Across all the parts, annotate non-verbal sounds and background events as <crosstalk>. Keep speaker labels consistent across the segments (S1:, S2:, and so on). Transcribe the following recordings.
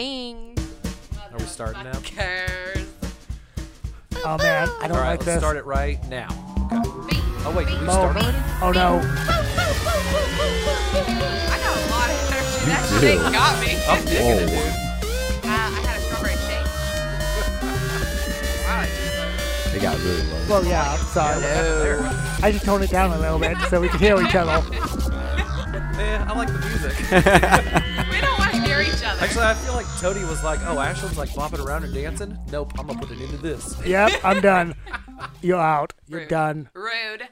S1: Dang.
S2: Are we starting now?
S1: Fuckers.
S3: Oh man, I don't
S2: All right, let's
S3: like this.
S2: start it right now. Okay. Oh wait, did we
S3: Oh.
S2: start already?
S3: Oh no.
S1: I got a lot of energy. That
S4: You
S1: shit
S4: do.
S1: got me.
S2: I'm digging it, dude.
S1: Uh, I had a strawberry shake. wow, it just
S4: It got really low.
S3: Well, yeah, I'm sorry.
S2: There.
S3: I just toned it down a little bit so we could hear each other.
S2: Yeah, I like the music.
S1: We don't want to hear each other.
S2: Actually, I feel like Tony was like, "Oh, Ashlyn's like bopping around and dancing." Nope, I'm gonna put it into this.
S3: Yep, I'm done. You're out. You're
S1: Rude.
S3: done.
S1: Rude.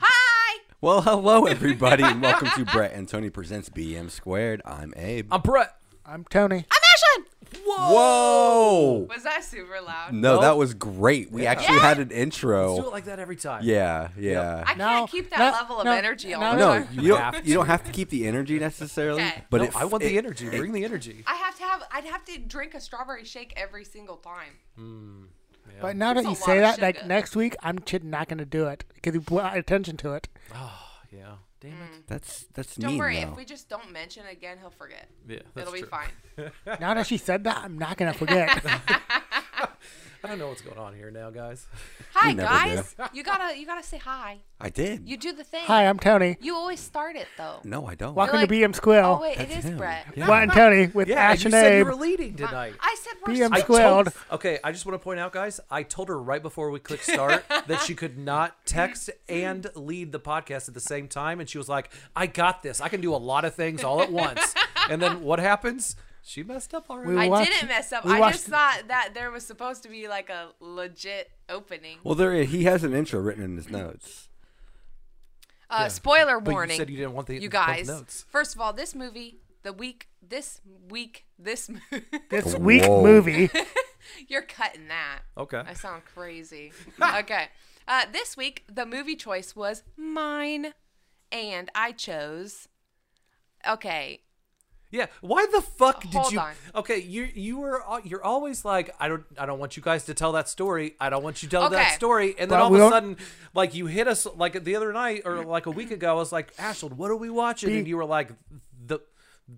S1: Hi.
S4: Well, hello everybody, and welcome to Brett and Tony presents BM Squared. I'm Abe.
S2: I'm Brett.
S3: I'm Tony.
S1: I'm Ashlyn.
S4: Whoa!
S1: Was that super loud?
S4: No,
S2: No.
S4: that was great. We actually
S1: Yeah.
S4: had an
S2: Let's do it
S4: intro.
S2: like that every time.
S4: Yeah,
S1: I
S4: yeah.
S1: can't
S3: No,
S1: keep that
S3: no,
S1: level of
S3: no,
S1: energy all
S3: no,
S1: the
S4: No,
S1: time.
S4: you
S2: have
S4: don't. You don't have to keep the energy necessarily.
S1: Okay.
S4: But
S2: No,
S4: it,
S2: I want
S4: it-
S2: the energy. Bring the energy.
S1: I have to have. I'd have to drink a strawberry shake every single time.
S3: But now that
S1: That's
S3: you
S1: a
S3: say
S1: lot of
S3: that, like
S1: sugar.
S3: next week, I'm ch- not gonna do it because you brought attention to it.
S2: Yeah. Damn it.
S4: That's that's
S1: Don't
S4: mean
S1: worry.
S4: though.
S1: If we just don't mention it again, he'll forget.
S2: Yeah. That's
S1: It'll be
S2: true.
S4: <laughs>
S1: fine.
S3: Now that she said that, I'm not
S2: <laughs>
S3: gonna forget.
S2: I don't know what's going on here now, guys.
S1: Hi
S4: We never
S1: guys. You gotta you gotta say hi.
S4: I did.
S1: You do the thing.
S3: Hi, I'm Tony.
S1: You always start it though.
S4: no, I don't.
S3: Welcome
S1: like-
S3: to BM Squill.
S1: oh wait, it
S4: That's
S1: is
S4: him.
S1: Brett.
S4: Yeah.
S3: Brett and Tony with
S2: Yeah,
S3: Ash
S2: you
S3: and
S2: said you
S3: Abe.
S2: were leading tonight.
S1: I said we're
S3: BM
S1: starting.
S2: I told,
S3: Squared.
S2: okay, I just want to point out, guys. I told her right before we
S1: <laughs>
S2: clicked start that she could not text and lead the podcast at the same time, and she was like, "I got this. I can do a lot of things all at
S1: <laughs>
S2: once." And then what happens? She messed up already.
S3: We
S1: I
S3: watched-
S1: didn't mess up.
S3: we
S1: I
S3: watched-
S1: just thought that there was supposed to be like a legit opening.
S4: Well, there he has an intro written in his notes.
S1: Uh, Spoiler
S2: but
S1: warning,
S2: you said you didn't want the
S1: you
S2: want the
S1: guys.
S2: notes.
S1: First of all, this movie, the week, this week, this <laughs> movie,
S3: This week
S4: Whoa.
S3: movie.
S1: <laughs> you're cutting that.
S2: Okay.
S1: I sound
S2: <laughs>
S1: crazy. okay. Uh, this week, the movie choice was mine, and I chose. Okay.
S2: Yeah. Why the fuck did
S1: Hold
S2: you?
S1: on.
S2: Okay, you you were al- you're always like, I don't I don't want you guys to tell that story. I don't want you to tell
S1: Okay.
S2: that story. And then
S3: But
S2: all
S3: we
S2: of a
S3: don't-
S2: sudden, like you hit us like the other night or like a week ago. I was like, Ashley, what are we watching?
S3: Be-
S2: and you were like, the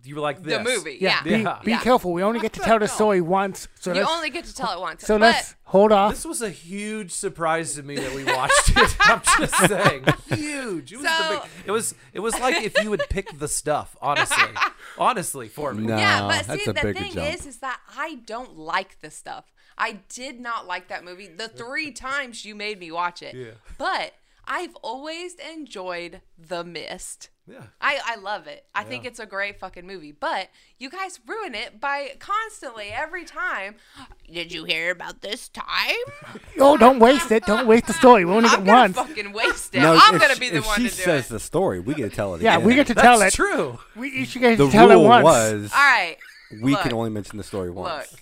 S2: you were like this.
S1: movie.
S3: Yeah. Be,
S2: Yeah.
S1: <laughs>
S3: be
S1: Yeah.
S3: careful. We only get to
S1: <laughs>
S3: tell the story once. So
S1: You
S3: let's,
S1: only get to tell it once.
S3: so
S1: but
S3: let's hold off.
S2: This was a huge surprise to me that we watched it. <laughs> I'm just saying, huge. It was, the
S1: So-
S2: big, it was it was like if you would pick the stuff, honestly, honestly for me.
S4: No,
S1: Yeah, but
S4: Uh, that's
S1: see,
S4: a
S1: the
S4: bigger
S1: thing
S4: jump.
S1: is, is that I don't like this stuff. I did not like that movie the
S4: <laughs>
S1: three times you made me watch it.
S2: Yeah.
S1: But I've always enjoyed The Mist.
S2: Yeah.
S1: I, I love it. I think it's a great fucking movie. But you guys ruin it by constantly, every time. <gasps> Did you hear about this
S4: <laughs>
S1: time?
S3: Oh, don't waste it. Don't waste the story. We only get
S1: I'm gonna
S3: once.
S1: fucking waste it.
S4: No,
S1: I'm
S4: if
S1: gonna
S4: she-
S1: be the
S4: if
S1: one
S4: she
S1: to do
S4: says
S1: it.
S4: the story, we get to tell it.
S3: Yeah,
S4: again.
S3: we get to
S2: That's
S3: tell it.
S2: true.
S3: We each get
S4: The
S3: to tell
S4: rule
S3: it once.
S4: was
S1: All right.
S4: we
S1: look.
S4: can only mention the story
S1: Look,
S4: once.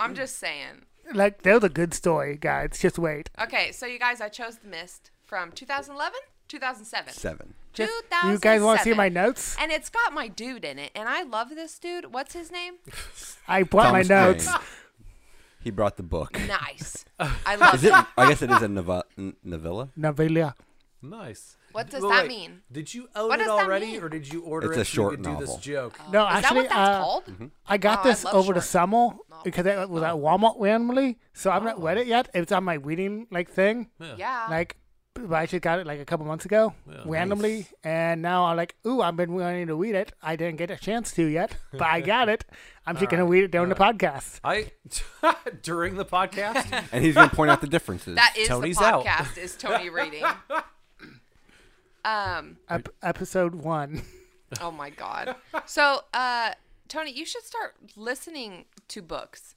S1: I'm just saying.
S3: Like that was a good story, guys. Just wait.
S1: Okay, so you guys, I chose The Mist from 2011, 2007.
S4: Seven.
S3: Just, you guys want to see my notes?
S1: And it's got my dude in it, and I love this dude. What's his name?
S3: I brought my
S4: Thomas
S3: notes.
S4: Jane. He brought the book.
S1: Nice. I love
S4: Is it?
S1: him.
S4: I guess it is a novella. novella?
S3: Novella.
S2: Nice.
S1: What does
S2: Well,
S1: that
S2: wait,
S1: mean?
S2: Did you own
S1: What
S2: it
S1: does that
S2: already,
S1: mean?
S2: or did you order
S4: It's
S2: it
S4: a
S2: so
S4: short
S2: you could do this
S4: novel.
S2: joke?
S3: No,
S1: Oh, Is that
S3: actually,
S1: what that's
S3: uh,
S1: called?
S3: I got
S1: Oh, I
S3: this
S1: love
S3: over the
S1: short
S3: summer because it was at Walmart randomly, so I've
S1: Oh.
S3: not read it yet. It's on my reading like thing,
S1: Yeah.
S3: like. But I just got it like a couple months ago, randomly, and now I'm like, "Ooh, I've been wanting to read it. I didn't get a chance to yet, but I got it. I'm just gonna read it during the podcast."
S2: I <laughs> during
S1: <laughs>
S2: the podcast.
S4: And he's gonna point out the differences.
S1: that is
S2: Tony's
S1: the
S2: out.
S1: podcast. Is Tony reading? um.
S3: Ep- episode one.
S1: Oh my god. So, uh, Tony, you should start listening to books.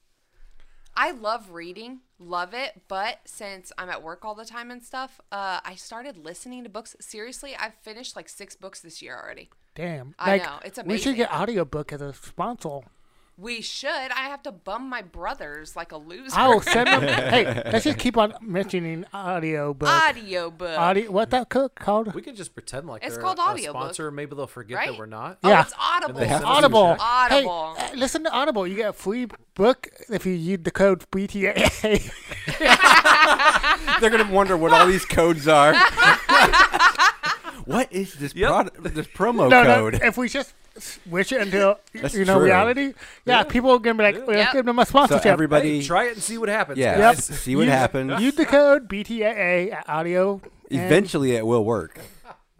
S1: I love reading, love it, but since I'm at work all the time and stuff, uh, I started listening to books. Seriously, I've finished like six books this year already.
S3: Damn.
S1: I
S3: Like,
S1: know, it's
S3: We
S1: amazing.
S3: should get audiobook as a sponsor.
S1: We should. I have to bum my brothers like a loser.
S3: I will send
S4: <laughs>
S3: them. hey, let's just keep on mentioning audiobook.
S1: audiobook.
S3: Audio, what that cook called?
S2: We can just pretend like
S1: It's
S2: they're
S1: called
S2: a
S1: audiobook.
S2: sponsor. Maybe they'll forget
S1: Right?
S2: that we're not.
S1: Oh,
S3: Yeah.
S1: it's Audible.
S2: they have to
S3: <laughs> Audible.
S1: Audible.
S3: Hey, uh, listen to Audible. You get a free book if you use the code <laughs> BTA.
S4: They're gonna wonder what all these codes are. what is this
S2: Yep.
S4: product? This promo
S3: no, no.
S4: code?
S3: If we just wish it until
S4: That's
S3: you know
S4: true.
S3: reality. Yeah, people are gonna be like, well, let's
S1: Yep.
S3: give them a
S4: So
S3: sponsorship.
S4: everybody,
S2: Hey, try it and see what happens.
S4: yeah,
S2: guys.
S3: Yep.
S4: see what
S3: You-
S4: happens.
S3: Use the code BTAA at audio. and-
S4: Eventually, it will work.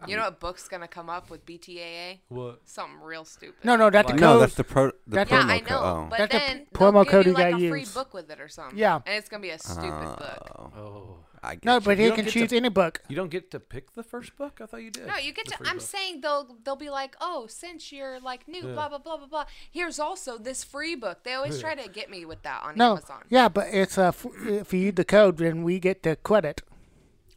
S1: You know what book's gonna come up with BTAA?
S2: What?
S1: Something real stupid.
S3: No, no, that's the
S2: Like-
S3: code.
S4: No, that's the pro. The
S3: That's-
S1: Yeah,
S4: promo
S1: I
S4: code.
S1: know,
S4: Oh.
S1: but
S3: That's a
S1: then
S3: promo
S1: they'll
S3: code
S1: give you
S3: you
S1: like
S3: gotta
S1: a free
S3: use.
S1: book with it or something.
S3: Yeah.
S1: and it's gonna be a stupid book.
S2: Oh.
S4: I get
S3: no,
S4: you.
S3: but
S2: You
S3: he
S2: don't
S3: can
S2: get to-
S3: choose any book.
S2: You don't get to pick the first book. I thought you did.
S1: No, you get
S2: The
S1: to.
S2: free
S1: I'm
S2: book.
S1: saying they'll they'll be like, oh, since you're like new, blah blah blah blah blah. Here's also this free book. They always try to get me with that on
S3: No,
S1: Amazon.
S3: yeah, but it's uh, f- if you use the code, then we get the credit.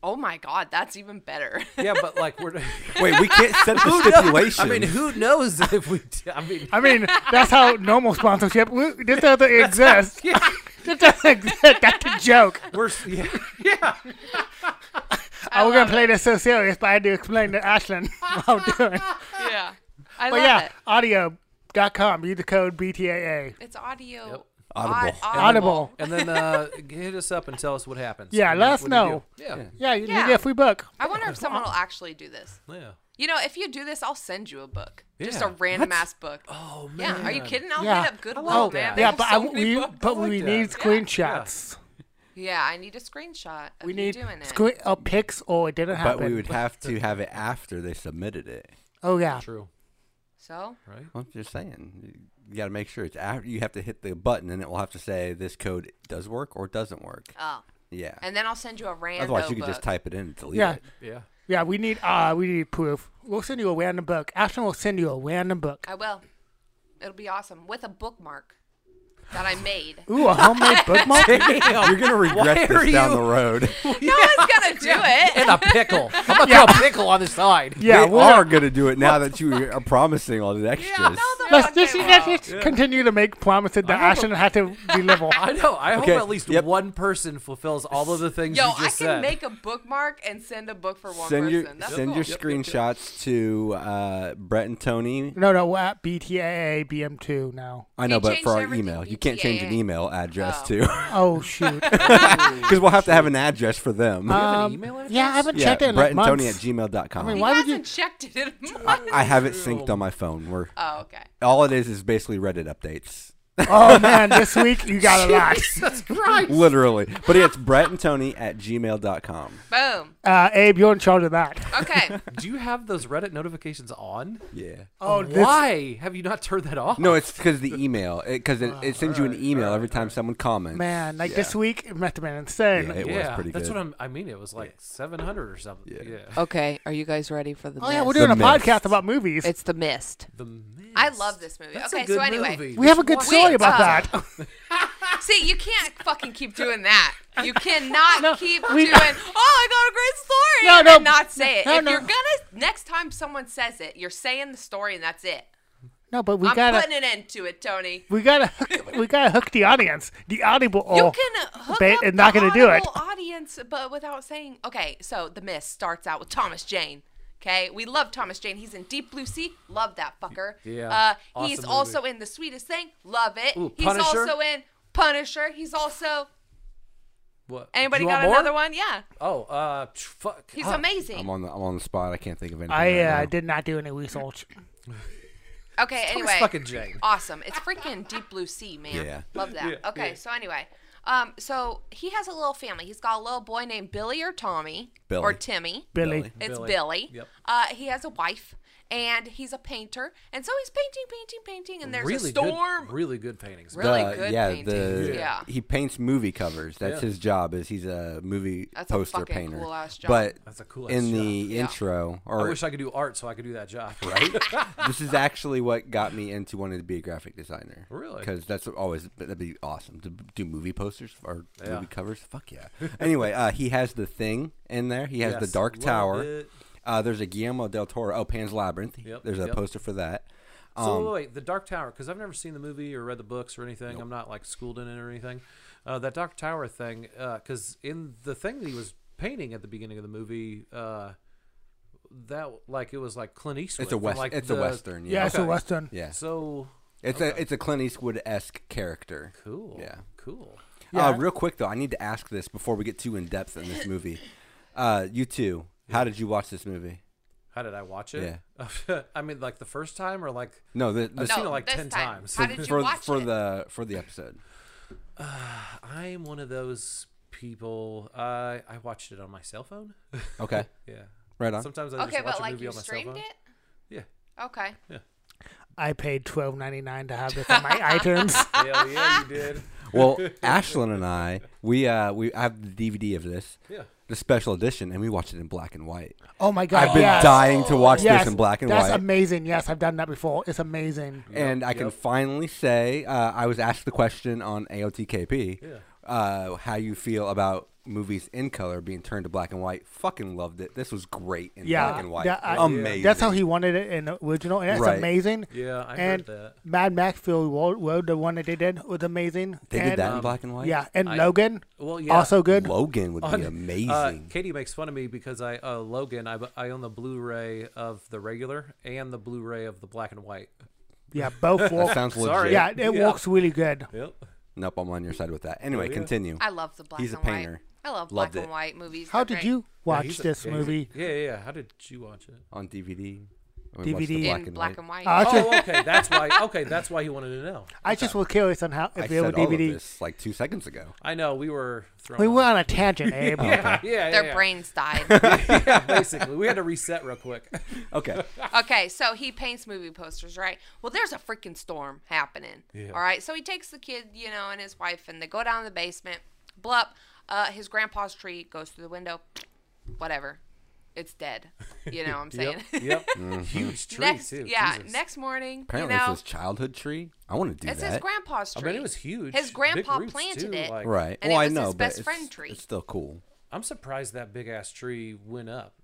S1: Oh my God, that's even better. <laughs>
S2: Yeah, but like we're. <laughs>
S4: Wait, we can't set the
S2: I
S4: stipulation.
S2: mean, who <laughs> knows if we? d- I mean,
S1: <laughs>
S3: I mean, that's how normal sponsorship. We, this doesn't exist. <laughs> this doesn't exist. That's
S1: <laughs>
S3: a joke.
S2: we're s- yeah, yeah.
S3: I was Oh, gonna play this so serious, but I had to explain to
S1: <laughs>
S3: Ashlyn what I'm doing.
S1: yeah, I
S3: But
S1: love
S3: yeah,
S1: it.
S3: audio.com. Use the code BTAA.
S1: It's audio.
S2: Yep.
S4: Audible.
S1: Au-
S3: Audible.
S2: <laughs> And then uh, hit us up and tell us what happens.
S3: Yeah,
S2: What
S3: let
S2: do-
S3: us
S2: what do you
S3: know.
S2: do? Yeah,
S3: Yeah, you, you
S1: Yeah.
S3: get a free book.
S1: I wonder if someone will actually do this.
S2: yeah.
S1: You know, if you do this, I'll send you a book. Just
S2: Yeah.
S1: a random ass book.
S2: Oh man.
S1: yeah. Are you kidding? I'll
S3: Yeah.
S1: hit up Goodwill,
S4: Oh,
S1: Oh,
S2: like
S1: man.
S2: that.
S1: They
S3: yeah,
S1: have
S3: but
S1: so
S3: I,
S1: many
S3: we
S2: books.
S3: but
S2: I like
S3: we
S2: that.
S3: need screenshots.
S1: Yeah, I need a screenshot. Of
S3: We
S1: you
S3: need
S1: doing it.
S3: screen or pics or it didn't
S4: but
S3: happen.
S4: we would have to have it after they submitted it.
S3: oh yeah,
S2: True.
S1: so
S2: Right.
S4: I'm just saying, you got to make sure it's after. You have to hit the button, and it will have to say this code does work or doesn't work.
S1: oh,
S4: Yeah.
S1: and then I'll send you a random.
S4: Otherwise, you could
S1: book.
S4: just type it in and delete
S3: Yeah.
S4: it. <laughs>
S2: Yeah.
S3: yeah. We need uh we need proof. We'll send you a random book. Ashton will send you a random book.
S1: I will. It'll be awesome with a bookmark that I made. <laughs> no
S3: Ooh, a homemade <laughs> bookmark.
S4: You're gonna regret
S2: are
S4: this down
S2: you-
S4: the road.
S1: one's gonna do it. <laughs>
S2: And a pickle. How about throw a pickle on the side?
S3: <laughs> Yeah,
S4: we
S3: we'll-
S4: are gonna do it now that you
S3: <laughs>
S4: are promising all the extras.
S1: No, the
S3: Let's
S1: fuck
S3: just,
S1: they
S3: let's
S1: won't.
S3: just continue to make promises that
S2: hope-
S3: Ashton had to deliver.
S2: I know. I
S4: Okay,
S2: hope at least
S4: yep.
S2: one person fulfills all of the things
S1: Yo,
S2: you
S1: I can
S2: just said.
S1: make a bookmark and send a book for one
S4: send
S1: person.
S4: your
S1: That's
S4: send
S1: cool.
S4: your screenshots to uh, Brett and Tony.
S3: No, no, we're at BTAA BM2 now.
S4: I know,
S1: They
S4: but
S1: changed
S4: for our
S1: everything
S4: email, you can't change an
S1: BTA.
S4: email address
S1: Oh.
S4: too, <laughs>
S3: Oh shoot.
S4: because we'll have to have an address for them.
S2: Do you have an
S3: Um,
S2: email address?
S3: yeah, I haven't
S4: <laughs> yeah,
S3: checked it
S4: Brett
S3: in like
S4: and
S3: months.
S4: Tony at gmail.com.
S3: I
S4: I,
S3: mean,
S1: He
S3: why would you?
S1: hasn't checked it in months.
S4: have it synced on my phone. We're
S1: Oh, okay.
S4: all it is is basically Reddit updates,
S3: Oh man, this week
S2: <laughs>
S3: you got a lot.
S2: Jesus Christ.
S4: literally. But it's Brett and Tony at gmail.com.
S1: Boom.
S3: Uh, Abe, you're in charge of that.
S1: Okay.
S2: Do you have those Reddit notifications on?
S4: Yeah.
S3: Oh, this,
S2: Why have you not turned that off?
S4: No, it's because the email, because it, it, sends you an email every time someone comments.
S3: man, like
S4: Yeah.
S3: this week it must have been insane.
S4: Yeah, it
S2: yeah,
S4: was pretty
S2: that's
S4: good.
S2: what I'm, I mean. It was like 700 or something. Yeah.
S4: Yeah.
S1: <laughs> okay. Are you guys ready for the?
S3: oh yeah, we're
S4: The
S3: doing a
S4: Mist.
S3: podcast about movies.
S1: It's the mist.
S2: The
S1: I
S2: Mist.
S1: love this movie.
S2: That's
S1: okay,
S2: a good
S1: so anyway,
S2: movie.
S3: we have a good
S1: Wait,
S3: story about
S1: uh,
S3: that.
S1: see, you can't fucking keep doing that.
S3: <laughs>
S1: You cannot keep
S3: we-
S1: doing. Oh, I
S3: No,
S1: got a great story. and
S3: no,
S1: then not say it.
S3: no,
S1: if
S3: no.
S1: you're gonna, next time someone says it, you're saying the story and that's it.
S3: <laughs> no, but we
S1: I'm
S3: gotta,
S1: putting an end to it, Tony.
S3: we gotta, hook, we gotta hook the audience, the audible.
S1: You
S3: oh,
S1: can hook
S3: ba-
S1: up
S3: it's not
S1: the
S3: gonna do it.
S1: audible audience, but without saying. Okay, so the mist starts out with Thomas Jane. Okay, we love Thomas Jane. He's in Deep Blue Sea. Love that fucker.
S2: Yeah,
S1: Uh, he's
S2: awesome movie.
S1: also in The Sweetest Thing. Love it.
S2: Ooh,
S1: he's
S2: Punisher?
S1: also in Punisher. He's also.
S2: What?
S1: Anybody
S2: You want
S1: got
S2: more?
S1: another one? Yeah,
S2: Oh, uh, tch, fuck.
S1: he's
S2: Ah,
S1: amazing.
S4: I'm on the I'm on the spot. I can't think of anything.
S3: I
S4: right
S3: uh,
S4: now.
S3: did not do any research.
S1: Okay,
S2: Thomas
S1: anyway.
S2: fucking Jane.
S1: Awesome. It's freaking Deep Blue Sea, man.
S4: Yeah.
S1: Love that.
S2: Yeah,
S1: okay,
S2: yeah.
S1: so anyway. Um, so he has a little family. He's got a little boy named Billy or Tommy.
S4: Billy.
S1: Or Timmy.
S3: Billy,
S4: Billy.
S1: It's
S2: Billy.
S1: Billy.
S2: Yep.
S1: Uh, he has a wife and he's a painter. And so he's painting, painting, painting, and there's
S2: really
S1: a storm.
S2: Good, really good paintings.
S1: Really?
S4: The-
S1: good
S4: yeah,
S1: paintings,
S4: The,
S1: Yeah.
S4: He paints movie covers. That's
S2: Yeah.
S4: his job. Is he's a movie
S1: That's a
S4: poster
S1: fucking
S4: painter.
S1: cool-ass job.
S4: But
S2: That's a cool-ass
S4: in
S2: job.
S4: the intro,
S2: I
S4: or
S2: wish I could do art so I could do that
S4: <laughs>
S2: job. Right?
S4: this is actually what got me into wanting to be a graphic designer.
S2: Really?
S4: Because that's always that'd be awesome to do movie posters or
S2: Yeah.
S4: movie covers. Fuck yeah. anyway, uh, he has the thing in there. He has the
S2: Yes,
S4: Dark
S2: love
S4: Tower.
S2: it.
S4: Uh, there's a Guillermo del Toro. Oh, Pan's Labyrinth.
S2: Yep,
S4: There's a
S2: yep.
S4: poster for that.
S2: So
S4: Um,
S2: wait, wait, the Dark Tower, because I've never seen the movie or read the books or anything. I'm not like schooled in it or anything. Uh, that Dark Tower thing, because in the thing that he was painting at the beginning of the movie, uh, that like it was like Clint Eastwood.
S4: It's a
S2: from,
S4: west.
S2: like,
S4: it's
S2: the-
S4: a western.
S3: yeah,
S4: Yeah.
S3: it's a
S2: Okay.
S3: western.
S4: Yeah.
S2: So
S4: It's a it's a Clint Eastwood esque character.
S2: cool.
S4: Yeah.
S2: Cool.
S4: Uh, real quick though, I need to ask this before we get too in depth in this movie. Uh, you two, how did you watch this movie?
S2: How did I watch it? <laughs> I mean, like the first time or like
S4: No, the, the
S2: I've
S1: No,
S2: seen it like
S1: this
S2: ten
S1: time.
S2: times.
S1: How did you
S4: for
S1: watch
S4: for
S1: it?
S4: the for the episode.
S2: I'm one of those people. Uh, I watched it on my cell phone. <laughs>
S4: Okay,
S2: yeah.
S4: right on.
S2: Sometimes I
S1: Okay,
S2: just watch
S1: but
S2: a
S1: like
S2: movie
S1: you
S2: on my cell
S1: streamed
S2: phone.
S1: it.
S2: Yeah.
S1: Okay.
S3: I paid twelve ninety nine to have this on my iTunes.
S2: Hell
S1: <laughs>
S2: yeah, you did.
S4: <laughs> well, Ashlyn and I, we uh we I have the DVD of this,
S2: Yeah.
S4: the special edition, and we watched it in black and white.
S3: Oh my god!
S4: I've been
S3: yes.
S4: dying to watch
S3: Yes,
S4: this in black and
S3: that's
S4: white.
S3: amazing. Yes, I've done that before. It's amazing.
S4: and I can
S2: yep.
S4: finally say uh, I was asked the question on AOTKP uh, how you feel about movies in color being turned to black and white. Fucking loved it. This was great in
S3: Yeah,
S4: black and white.
S3: that- I-
S4: Amazing.
S3: That's how he wanted it in the original, and that's
S4: Right.
S3: amazing.
S2: Yeah, I
S3: and
S2: heard that.
S3: Mad Max Fury Road, Road, the one that they did, was amazing.
S4: they
S3: and, um, uh,
S4: did that in black and white.
S3: Yeah, and
S2: I-
S3: Logan,
S2: Well, yeah.
S3: also good.
S4: Logan would
S2: on-
S4: be amazing.
S2: uh, Katie makes fun of me because I uh, Logan. I, bu- I own the Blu-ray of the regular and the Blu-ray of the black and white.
S3: Yeah,
S4: <laughs>
S3: both
S4: that
S3: work.
S4: sounds legit.
S2: sorry.
S3: Yeah, it
S2: Yeah.
S3: works really good.
S2: Yep.
S4: Nope, I'm on your side with that. Anyway, continue.
S1: I love the black
S4: He's a
S1: and
S4: painter.
S1: white. I love
S4: Loved
S1: black
S4: it.
S1: and white movies.
S3: How
S1: They're
S3: did
S1: great.
S3: you watch this movie?
S2: Yeah, yeah, yeah. How did you watch
S4: <laughs>
S2: it?
S4: on DVD. I watched the
S3: DVD.
S1: in
S4: black
S1: black
S4: and
S1: and
S4: white.
S1: white?
S3: Uh, I
S2: Oh, okay. That's why. Okay, that's why he wanted to know.
S3: I just was curious on how
S4: I
S3: if
S4: said
S3: there were
S4: all of
S3: DVD.
S4: this like two seconds ago.
S2: I know we were thrown.
S3: We
S2: off.
S3: were on a tangent, eh?
S4: <laughs>
S3: Abe.
S2: <laughs> Yeah, yeah,
S1: Their
S2: yeah.
S1: brains
S2: <laughs>
S1: died.
S2: yeah, basically, we had to reset real
S4: <laughs>
S2: quick.
S4: Okay.
S1: Okay, so he paints movie posters, right? Well, there's a freaking storm happening. All right, so he takes the kid, you know, and his wife, and they go down to the basement. Blup, uh, his grandpa's tree goes through the window. Whatever, it's dead. You know, what I'm saying.
S2: <laughs> Yep. Yep. Huge tree
S1: <laughs> next,
S2: too.
S1: yeah,
S2: Jesus.
S1: next morning,
S4: Apparently,
S1: you know,
S4: it's his childhood tree. I want to do
S1: it's
S4: that.
S1: his grandpa's
S2: I
S1: tree.
S2: mean, it was huge.
S1: His
S2: Big
S1: grandpa
S2: roots,
S1: planted
S2: too,
S1: it.
S2: like-
S4: right.
S1: and
S4: well,
S1: it
S4: I
S1: was
S4: know,
S1: his
S4: but
S1: best
S4: it's,
S1: friend tree.
S4: it's still cool.
S2: I'm surprised that big ass tree went up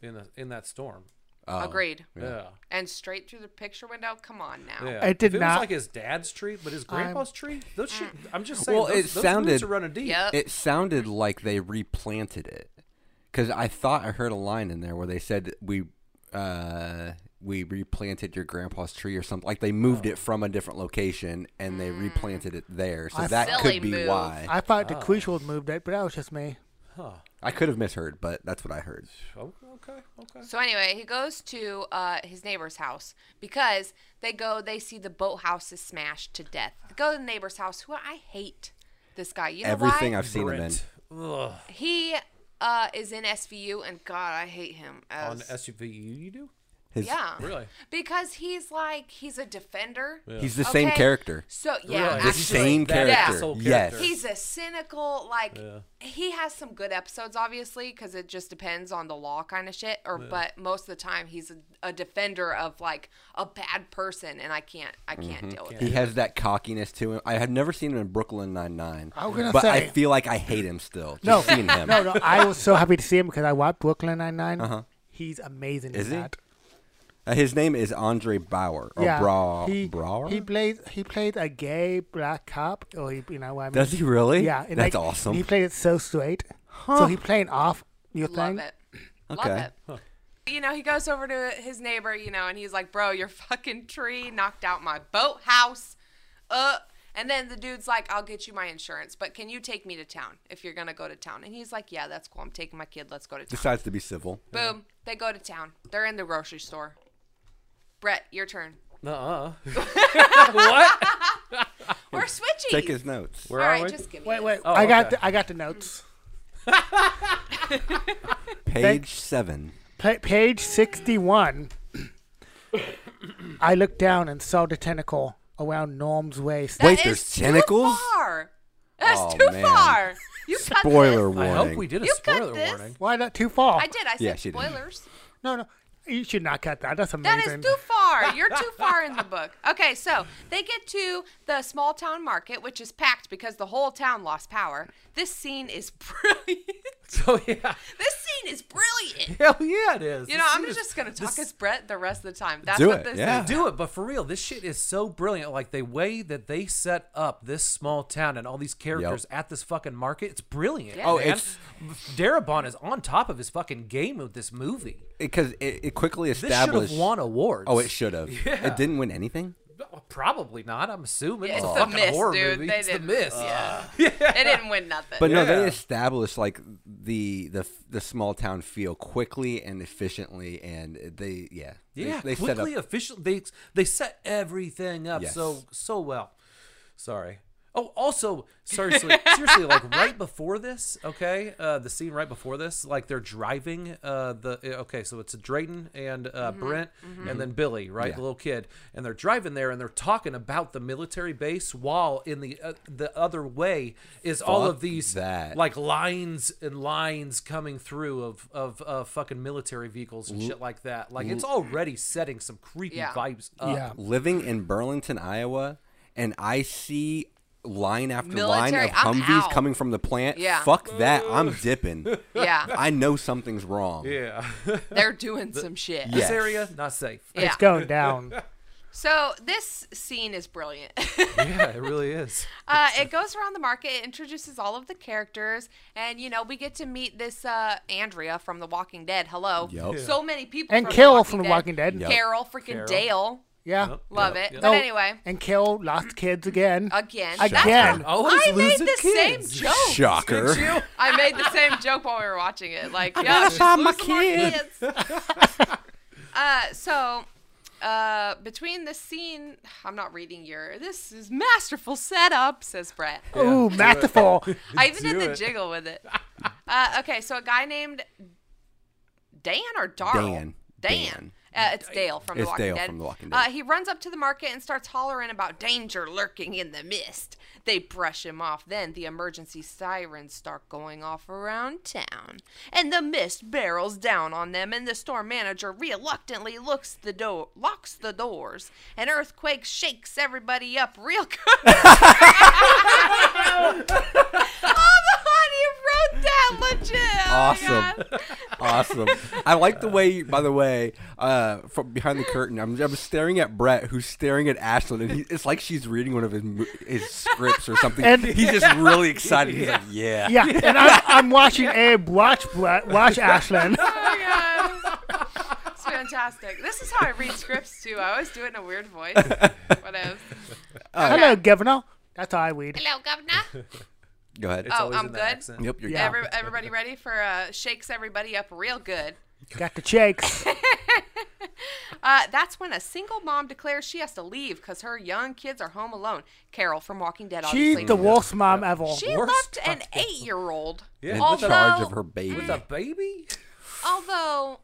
S2: in the in that storm.
S1: Agreed.
S2: Yeah.
S1: And straight through the picture window. Come on now.
S2: Yeah.
S3: It did
S2: if it
S3: not-
S2: was like his dad's tree, but his grandpa's tree. Those shit, I'm just saying.
S4: Well,
S2: those,
S4: it
S2: those roots
S4: sounded-
S2: are running deep.
S1: Ah. Yep.
S4: It sounded like they replanted it because I thought I heard a line in there where they said we uh, we replanted your grandpa's tree or something. Like they moved it from a different location and they replanted it there. So
S3: I
S4: that
S1: Mm. Silly
S4: could be
S1: move.
S4: why I,
S3: I thought the Crucial moved it, but that was just me.
S4: could have misheard, but that's what I heard.
S2: Oh, okay. Okay.
S1: So anyway, he goes to uh, his neighbor's house because they go. They see the boathouse is smashed to death. They go to the neighbor's house. Who I hate this guy. You know
S4: Everything
S1: why?
S4: I've seen him in.
S2: Brent. Ugh.
S1: he uh, is in SVU, and God, I hate him. As,
S2: On SUVU, you do?
S4: His,
S1: yeah,
S2: Really?
S1: because he's like he's a defender.
S4: He's the same
S1: Okay.
S4: character.
S1: So yeah,
S2: Really?
S4: The
S2: This
S1: actually,
S2: is
S4: same
S2: that
S1: is
S4: character.
S1: his
S2: whole
S4: Yes.
S2: character.
S1: He's a cynical, like he has some good episodes, obviously, because it just depends on the law kind of shit. Or, but most of the time, he's a, a defender of like a bad person, and I can't, I can't deal with
S4: He
S1: it.
S4: has that cockiness to him. I have never seen him in Brooklyn Nine Nine.
S3: I was gonna
S4: but I
S3: say-
S4: feel like I hate him still. Just
S3: No.
S4: seeing him. Uh-huh.
S3: No, no, I was so happy to see him because I watched Brooklyn Nine Nine. He's amazing.
S4: Is
S3: in
S4: he?
S3: That.
S4: Uh, his name is Andre Bauer or
S3: yeah,
S4: Bra-
S3: he,
S4: Brauer.
S3: He plays he played a gay black cop, or he, you know what I mean.
S4: Does he really?
S3: Yeah, and
S4: that's
S3: like,
S4: awesome.
S3: He played it so straight. So he playing off your
S1: Love
S3: thing.
S1: it, love
S4: Okay.
S1: it. You know, he goes over to his neighbor, you know, and he's like, "Bro, your fucking tree knocked out my boathouse." Uh, and then the dude's like, "I'll get you my insurance, but can you take me to town if you're gonna go to town?" And he's like, "Yeah, that's cool. I'm taking my kid. Let's go to town."
S4: Decides to be civil.
S1: Boom. They go to town. They're in the grocery store. Brett, your turn.
S2: Uh-uh. what?
S1: We're switching.
S4: Take his notes.
S2: Where
S1: All
S2: are
S1: right,
S2: we?
S1: just give me.
S3: Wait,
S1: it.
S3: wait.
S2: Oh,
S3: I got
S2: okay.
S3: the, I got the notes.
S4: Page
S3: Thank-
S4: seven.
S3: Pa- page sixty-one. <coughs> I looked down and saw the tentacle around Norm's waist.
S1: That
S4: Wait,
S1: is
S4: there's
S1: too
S4: tentacles?
S1: far. That's
S4: Oh,
S1: too
S4: man.
S1: far. You cut this.
S4: Spoiler
S2: I
S4: warning.
S2: hope we did a
S1: You cut
S2: spoiler
S1: this?
S2: warning. <laughs>
S3: Why not too far?
S1: I did. I said
S4: Yeah, she did.
S1: spoilers.
S3: No, no. You should not cut that. That's
S1: That
S3: amazing.
S1: is too
S2: <laughs>
S1: far. You're too far in the book. Okay, so they get to the small town market, which is packed because the whole town lost power. This scene is <laughs> brilliant.
S2: So, yeah.
S1: this scene is brilliant.
S2: Hell yeah, it is.
S1: You know,
S2: This
S1: I'm
S2: shit is-
S1: just gonna talk
S2: this-
S1: as Brett the rest of the time. That's
S4: Do
S1: what
S4: it,
S1: this
S2: <laughs>
S4: yeah.
S1: is.
S2: do it but for real this shit is so brilliant like the way that they set up this small town and all these characters at this fucking market it's brilliant
S1: Yeah. Oh,
S2: man.
S4: it's-
S2: darabont is on top of his fucking game with this movie
S4: Because it, it quickly
S2: this should have
S4: established.
S2: won awards
S4: Oh, it should
S2: <laughs>
S4: have. It didn't win anything.
S2: probably not i'm assuming
S1: Yeah,
S2: it's
S1: it's
S2: a
S1: the
S2: fucking
S1: miss,
S2: horror
S1: dude.
S2: movie
S1: They
S2: it's
S1: didn't-
S2: the miss
S1: They didn't win nothing.
S4: But no, they
S2: Yeah.
S4: established like the the the small town feel quickly and efficiently, and they yeah they-
S2: Yeah,
S4: they, set up
S2: quickly, official. They they set everything up
S4: Yes.
S2: so so well. Sorry. Oh, also, seriously, <laughs> seriously, like right before this, okay, uh, the scene right before this, like they're driving. Uh, the eh, okay, so it's Drayton and uh, Brent, and then Billy, right, the little kid, and they're driving there, and they're talking about the military base, while in the uh, the other way is all
S4: Fuck
S2: of these
S4: that.
S2: like lines and lines coming through of of uh, fucking military vehicles and shit like that. Like it's already setting some creepy
S1: Yeah.
S2: vibes up.
S3: Yeah.
S4: living in Burlington, Iowa, and I see line after line
S1: Military,
S4: of
S1: I'm
S4: Humvees
S1: out.
S4: coming from the plant.
S1: Yeah.
S4: Fuck that. I'm dipping.
S2: <laughs>
S1: Yeah,
S4: I know something's wrong.
S2: Yeah. <laughs>
S1: they're doing some shit.
S4: Yeah.
S2: this area not safe.
S1: Yeah.
S3: It's going down.
S1: So this scene is brilliant.
S2: <laughs>
S1: <laughs>
S2: yeah, it really is.
S1: Uh, it goes around the market. It introduces all of the characters, and you know we get to meet this uh, Andrea from The Walking Dead. Hello,
S4: Yup. Yeah.
S1: so many people
S3: And
S1: from
S3: Carol
S1: the Walking
S3: from The
S1: Dead.
S3: Walking Dead.
S4: Yup.
S1: Carol, freaking
S2: Carol.
S1: Dale,
S3: Yeah.
S2: Yep.
S1: love
S2: Yep,
S1: it.
S2: yep.
S1: But
S3: Oh,
S1: anyway,
S3: and kill lost kids again.
S1: again,
S3: Again.
S1: that's
S3: Again.
S2: Always
S1: I made
S2: losing
S1: the
S2: kids.
S1: same joke.
S4: Shocker.
S1: I made the same joke while we were watching it. Like, yeah, she's
S3: find my
S1: losing more kids.
S3: <laughs>
S1: uh, so, uh, between the scene, I'm not reading your. This is masterful setup, says Brett.
S2: <laughs>
S3: Ooh, masterful.
S1: I even did
S2: Do
S1: the
S2: it.
S1: jiggle with
S4: <laughs>
S1: it. Uh, okay, so a guy named Dan or Darl.
S4: Dan.
S1: Dan. Uh, it's Dale from The
S4: It's
S1: Walking
S4: Dale
S1: Dead.
S4: from The Walking
S1: Uh,
S4: Dead.
S1: he runs up to the market and starts hollering about danger lurking in the mist. They brush him off. Then the emergency sirens start going off around town. And the mist barrels down on them, and the store manager reluctantly looks the door, locks the doors. An earthquake shakes everybody up real <laughs> good. Oh, honey, wrote that legit. Oh, my
S4: <laughs> Awesome. awesome. I like the way, by the way, uh, from behind the curtain, I'm, I'm staring at Brett, who's staring at Ashlyn, and he, it's like she's reading one of his mo- his scripts or something.
S3: And-
S4: he's just really excited. He's like, yeah.
S3: Yeah, and I'm, I'm watching Abe watch Brett, watch
S1: <laughs>
S3: Ashlyn.
S1: God. Oh, my God. It's fantastic. This is how I read scripts, too. I always do it in a weird voice. What else?
S3: Hello, governor. That's how I read.
S1: Hello, Governor.
S4: Go ahead.
S1: Oh,
S2: Always
S1: I'm
S2: in that
S1: good.
S2: accent.
S4: Yep, you're
S1: <laughs>
S3: Yeah.
S1: Every, everybody ready for uh, shakes everybody up real good.
S3: Got the shakes.
S1: Uh, that's when a single mom declares she has to leave because her young kids are home alone. Carol from Walking Dead, <laughs> obviously.
S3: She's the worst mom ever.
S1: she
S2: worst
S1: left an eight-year-old.
S2: Yeah.
S4: in
S1: although,
S4: charge of her baby.
S2: With a baby?
S1: Although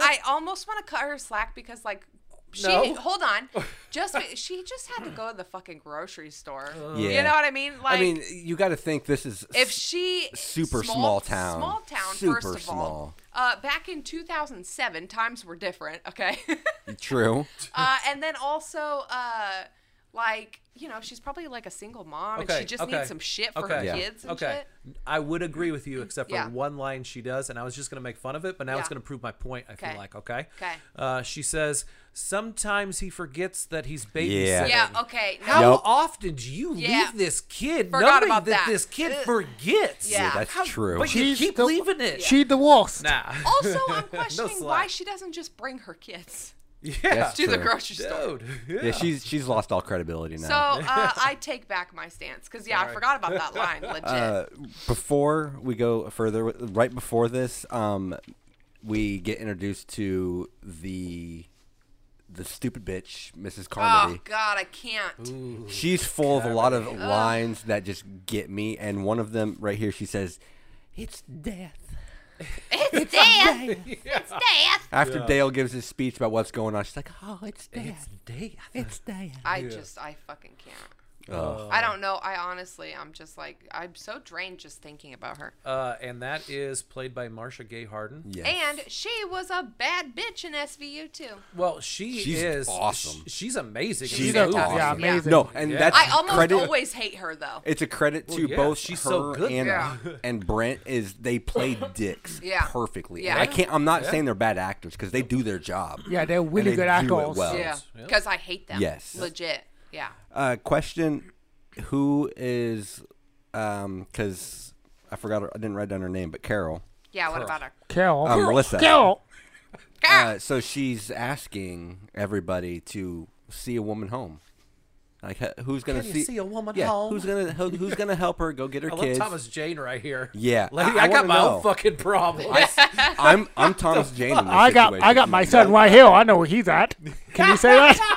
S1: I almost want to cut her slack because like she
S2: No.
S1: hold on, just wait, she just had to go to the fucking grocery store.
S4: Yeah.
S1: You know what I mean? Like
S4: I mean, you got to think this is
S1: if she
S4: super small town.
S1: small town
S4: Super
S1: first of all.
S4: small.
S1: Uh, back in 2007, times were different. Okay.
S4: <laughs>
S1: <laughs>
S4: true.
S1: uh, and then also uh, like you know she's probably like a single mom and
S2: Okay,
S1: she just
S2: okay,
S1: needs some shit for her
S2: okay,
S4: Yeah.
S1: kids and
S2: okay.
S1: shit.
S2: I would agree with you, except for
S1: Yeah.
S2: one line she does, and I was just going to make fun of it, but now it's
S1: Yeah.
S2: going to prove my point, I
S1: Okay.
S2: feel like, okay?
S1: Okay.
S2: Uh, she says, Sometimes he forgets that he's babysitting.
S4: Yeah.
S1: Yeah. Okay. No.
S2: How
S4: Yup.
S2: often do you
S1: Yeah.
S2: leave this kid
S1: Forgot
S2: knowing
S1: about
S2: that,
S1: that.
S2: this kid
S1: Ugh.
S2: forgets?
S1: Yeah. Yeah,
S4: that's
S2: How-
S4: true.
S2: But you
S3: She's
S2: keep
S3: the-
S2: leaving it.
S3: She the worst.
S2: Nah.
S1: Also, I'm
S2: No
S1: questioning why
S2: slack.
S1: she doesn't just bring her
S4: <laughs>
S1: kids
S2: <laughs> Yeah.
S4: That's
S1: to the
S4: true.
S1: grocery store.
S2: Dude. Yeah.
S4: Yeah, she's she's lost all credibility now.
S1: So uh, I take back my stance because yeah, I forgot about that
S4: <laughs>
S1: line. Legit.
S4: Uh, before we go further, right before this, um, we get introduced to the the stupid bitch, Mrs.
S1: oh
S4: Carmody.
S1: God, I can't.
S4: She's full of a lot of lines that just get me, and one of them right here, she says, "It's death."
S1: It's death. It's death.
S4: After Dale gives his speech about what's going on, she's like, "Oh, it's
S2: <laughs> It's
S1: <laughs>
S4: death.
S2: death.
S4: It's death."
S1: I just, I fucking can't. I don't know. I honestly, I'm just like, I'm so drained just thinking about her.
S2: Uh, and that is played by Marsha Gay Harden.
S4: Yes.
S1: And she was a bad bitch in SVU too.
S2: Well, she
S4: She's
S2: is
S4: awesome.
S2: sh- she's amazing. in
S4: She's
S2: this
S3: a-
S2: movie.
S4: awesome.
S3: yeah, amazing.
S4: No, and
S2: Yeah.
S4: that's
S1: I almost
S4: Uh, credit-
S1: always hate her though.
S4: It's a credit to
S2: yeah,
S4: both
S2: she's
S4: her
S2: so good
S4: and
S1: Yeah.
S4: and Brent is they play
S2: <laughs>
S4: dicks
S1: Yeah.
S4: perfectly.
S1: Yeah.
S4: And I can't. I'm not saying they're bad actors because they do their job.
S3: Yeah, they're
S4: And
S3: really
S4: they
S3: good
S4: do it
S3: actors.
S4: well.
S1: Yeah,
S2: Yeah.
S1: because I hate them.
S4: Yes.
S1: legit. Yeah.
S4: Uh, question: Who is? Um, because I forgot. her- I didn't write down her name, but Carol.
S1: Yeah. What about her?
S3: Carol.
S4: Um, Melissa.
S3: Carol.
S1: Girl.
S2: Ah!
S4: Uh, so she's asking everybody to see a woman home. Like h- who's gonna
S2: Can you
S4: see,
S2: see a woman
S4: yeah,
S2: home?
S4: Who's gonna who, who's gonna help her go get
S2: <laughs>
S4: her
S2: I love
S4: kids?
S2: Thomas Jane right here.
S4: Yeah,
S2: Lady,
S4: I-
S2: I,
S4: I
S2: got
S4: wanna
S2: my
S4: know.
S2: own fucking problem.
S1: <laughs>
S4: I'm I'm Thomas Jane. In this
S3: I got I
S4: situation.
S3: got my son right here. I know where he's at. Can you
S1: <laughs>
S3: say that?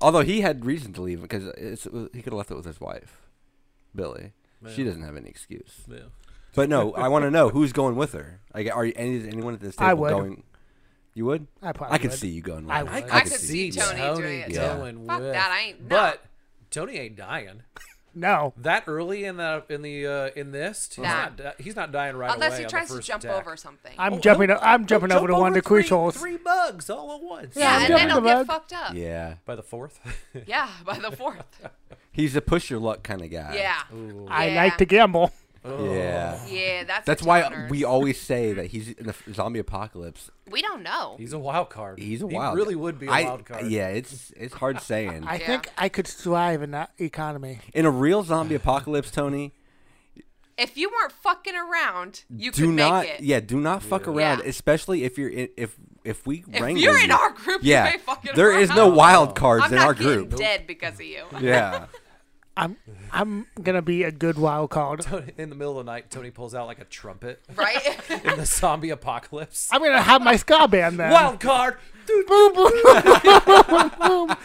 S4: Although he had reason to leave because it's, he could have left it with his wife, Billy. She doesn't have any excuse.
S2: <laughs> Yeah.
S4: But no, I want to know who's going with her. Like, are you, any, is anyone at this table
S3: I would.
S4: going? You would?
S3: I probably
S4: I could
S3: would.
S4: see you going with
S3: I
S4: her.
S3: would.
S2: I could,
S1: I could see
S2: see,
S1: Tony
S2: Tony,
S1: doing it.
S4: Yeah.
S2: going
S1: Fuck
S2: with.
S1: that, I ain't- no.
S2: But Tony ain't dying
S3: No.
S2: that early in the in the uh, in this. He's,
S1: Nah.
S2: not, di- he's not dying right
S1: Unless
S2: away.
S1: he
S2: on the
S1: tries to
S2: first
S1: jump
S2: attack.
S1: over something.
S3: I'm
S2: Oh,
S3: jumping
S2: he'll-
S3: I'm jumping
S2: he'll
S3: over to
S2: jump
S3: one of the
S2: three-
S3: cruise holes.
S2: Three bugs all at once.
S1: yeah, and
S3: I'm
S1: then
S3: jumping
S1: he'll
S3: the
S1: get
S3: bug.
S1: fucked up. Yeah.
S4: Yeah,
S2: <laughs> By the fourth. <laughs>
S1: by the fourth.
S4: <laughs> he's a push your luck kind of guy.
S1: Yeah.
S3: I
S1: Yeah.
S3: like to gamble. Oh.
S4: yeah.
S1: Yeah, that's
S4: That's
S1: a
S4: why
S1: downer.
S4: we always say that he's in the f- zombie apocalypse.
S1: we don't know.
S2: He's a wild card.
S4: He's a
S2: He
S4: wild.
S2: really would be a
S4: I-
S2: wild card.
S4: Yeah, it's it's hard saying.
S3: <laughs> I
S1: Yeah.
S3: think I could thrive in that economy.
S4: in a real zombie apocalypse, Tony,
S1: If you weren't fucking around, you
S4: do
S1: could
S4: not.
S1: make it.
S4: Yeah, do not fuck around,
S1: Yeah.
S4: especially if you're in, if if we
S1: If
S4: wrangle
S1: you're in
S4: you.
S1: our group,
S4: Yeah,
S1: you ain't fucking
S4: there is no
S1: around.
S4: wild cards
S1: I'm
S4: in
S1: not
S4: our
S1: getting
S4: group.
S1: dead because of you.
S4: <laughs> Yeah,
S3: I'm I'm gonna be a good wild card.
S2: <laughs> In the middle of the night, Tony pulls out like a trumpet
S1: Right?
S2: in the zombie apocalypse.
S3: I'm gonna have my ska band then.
S2: Wild card. Dude.
S3: Boom, boom, boom, boom, boom.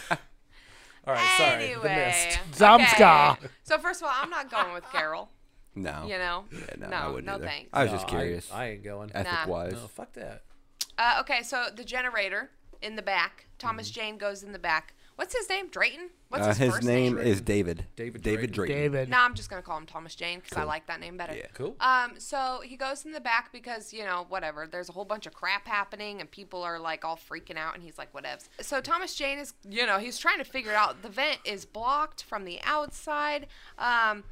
S2: All right, <laughs> sorry.
S1: <laughs>
S2: The
S1: anyway.
S2: mist.
S3: Zamska.
S1: okay. So first of all, I'm not going with Carol.
S4: no,
S1: You know?
S4: Oh. no, I
S1: no,
S4: wouldn't either.
S1: thanks.
S4: I was just
S2: No, I-
S4: curious,
S2: I, ain't going.
S4: ethic wise.
S2: No, fuck that.
S1: Uh, okay, so the generator in the back. Thomas Jane goes in the back. What's his name? Drayton? What's
S4: Mm-hmm. Uh,
S1: his,
S4: his
S1: first
S4: name is David.
S2: David
S4: David Drayton.
S3: David.
S1: No, I'm just gonna call him Thomas Jane because I like that name better.
S4: Yeah.
S2: Cool.
S1: Um, so he goes in the back because you know whatever. There's a whole bunch of crap happening and people are like all freaking out and he's like whatevs. So Thomas Jane is you know he's trying to figure it out the vent is blocked from the outside. Um,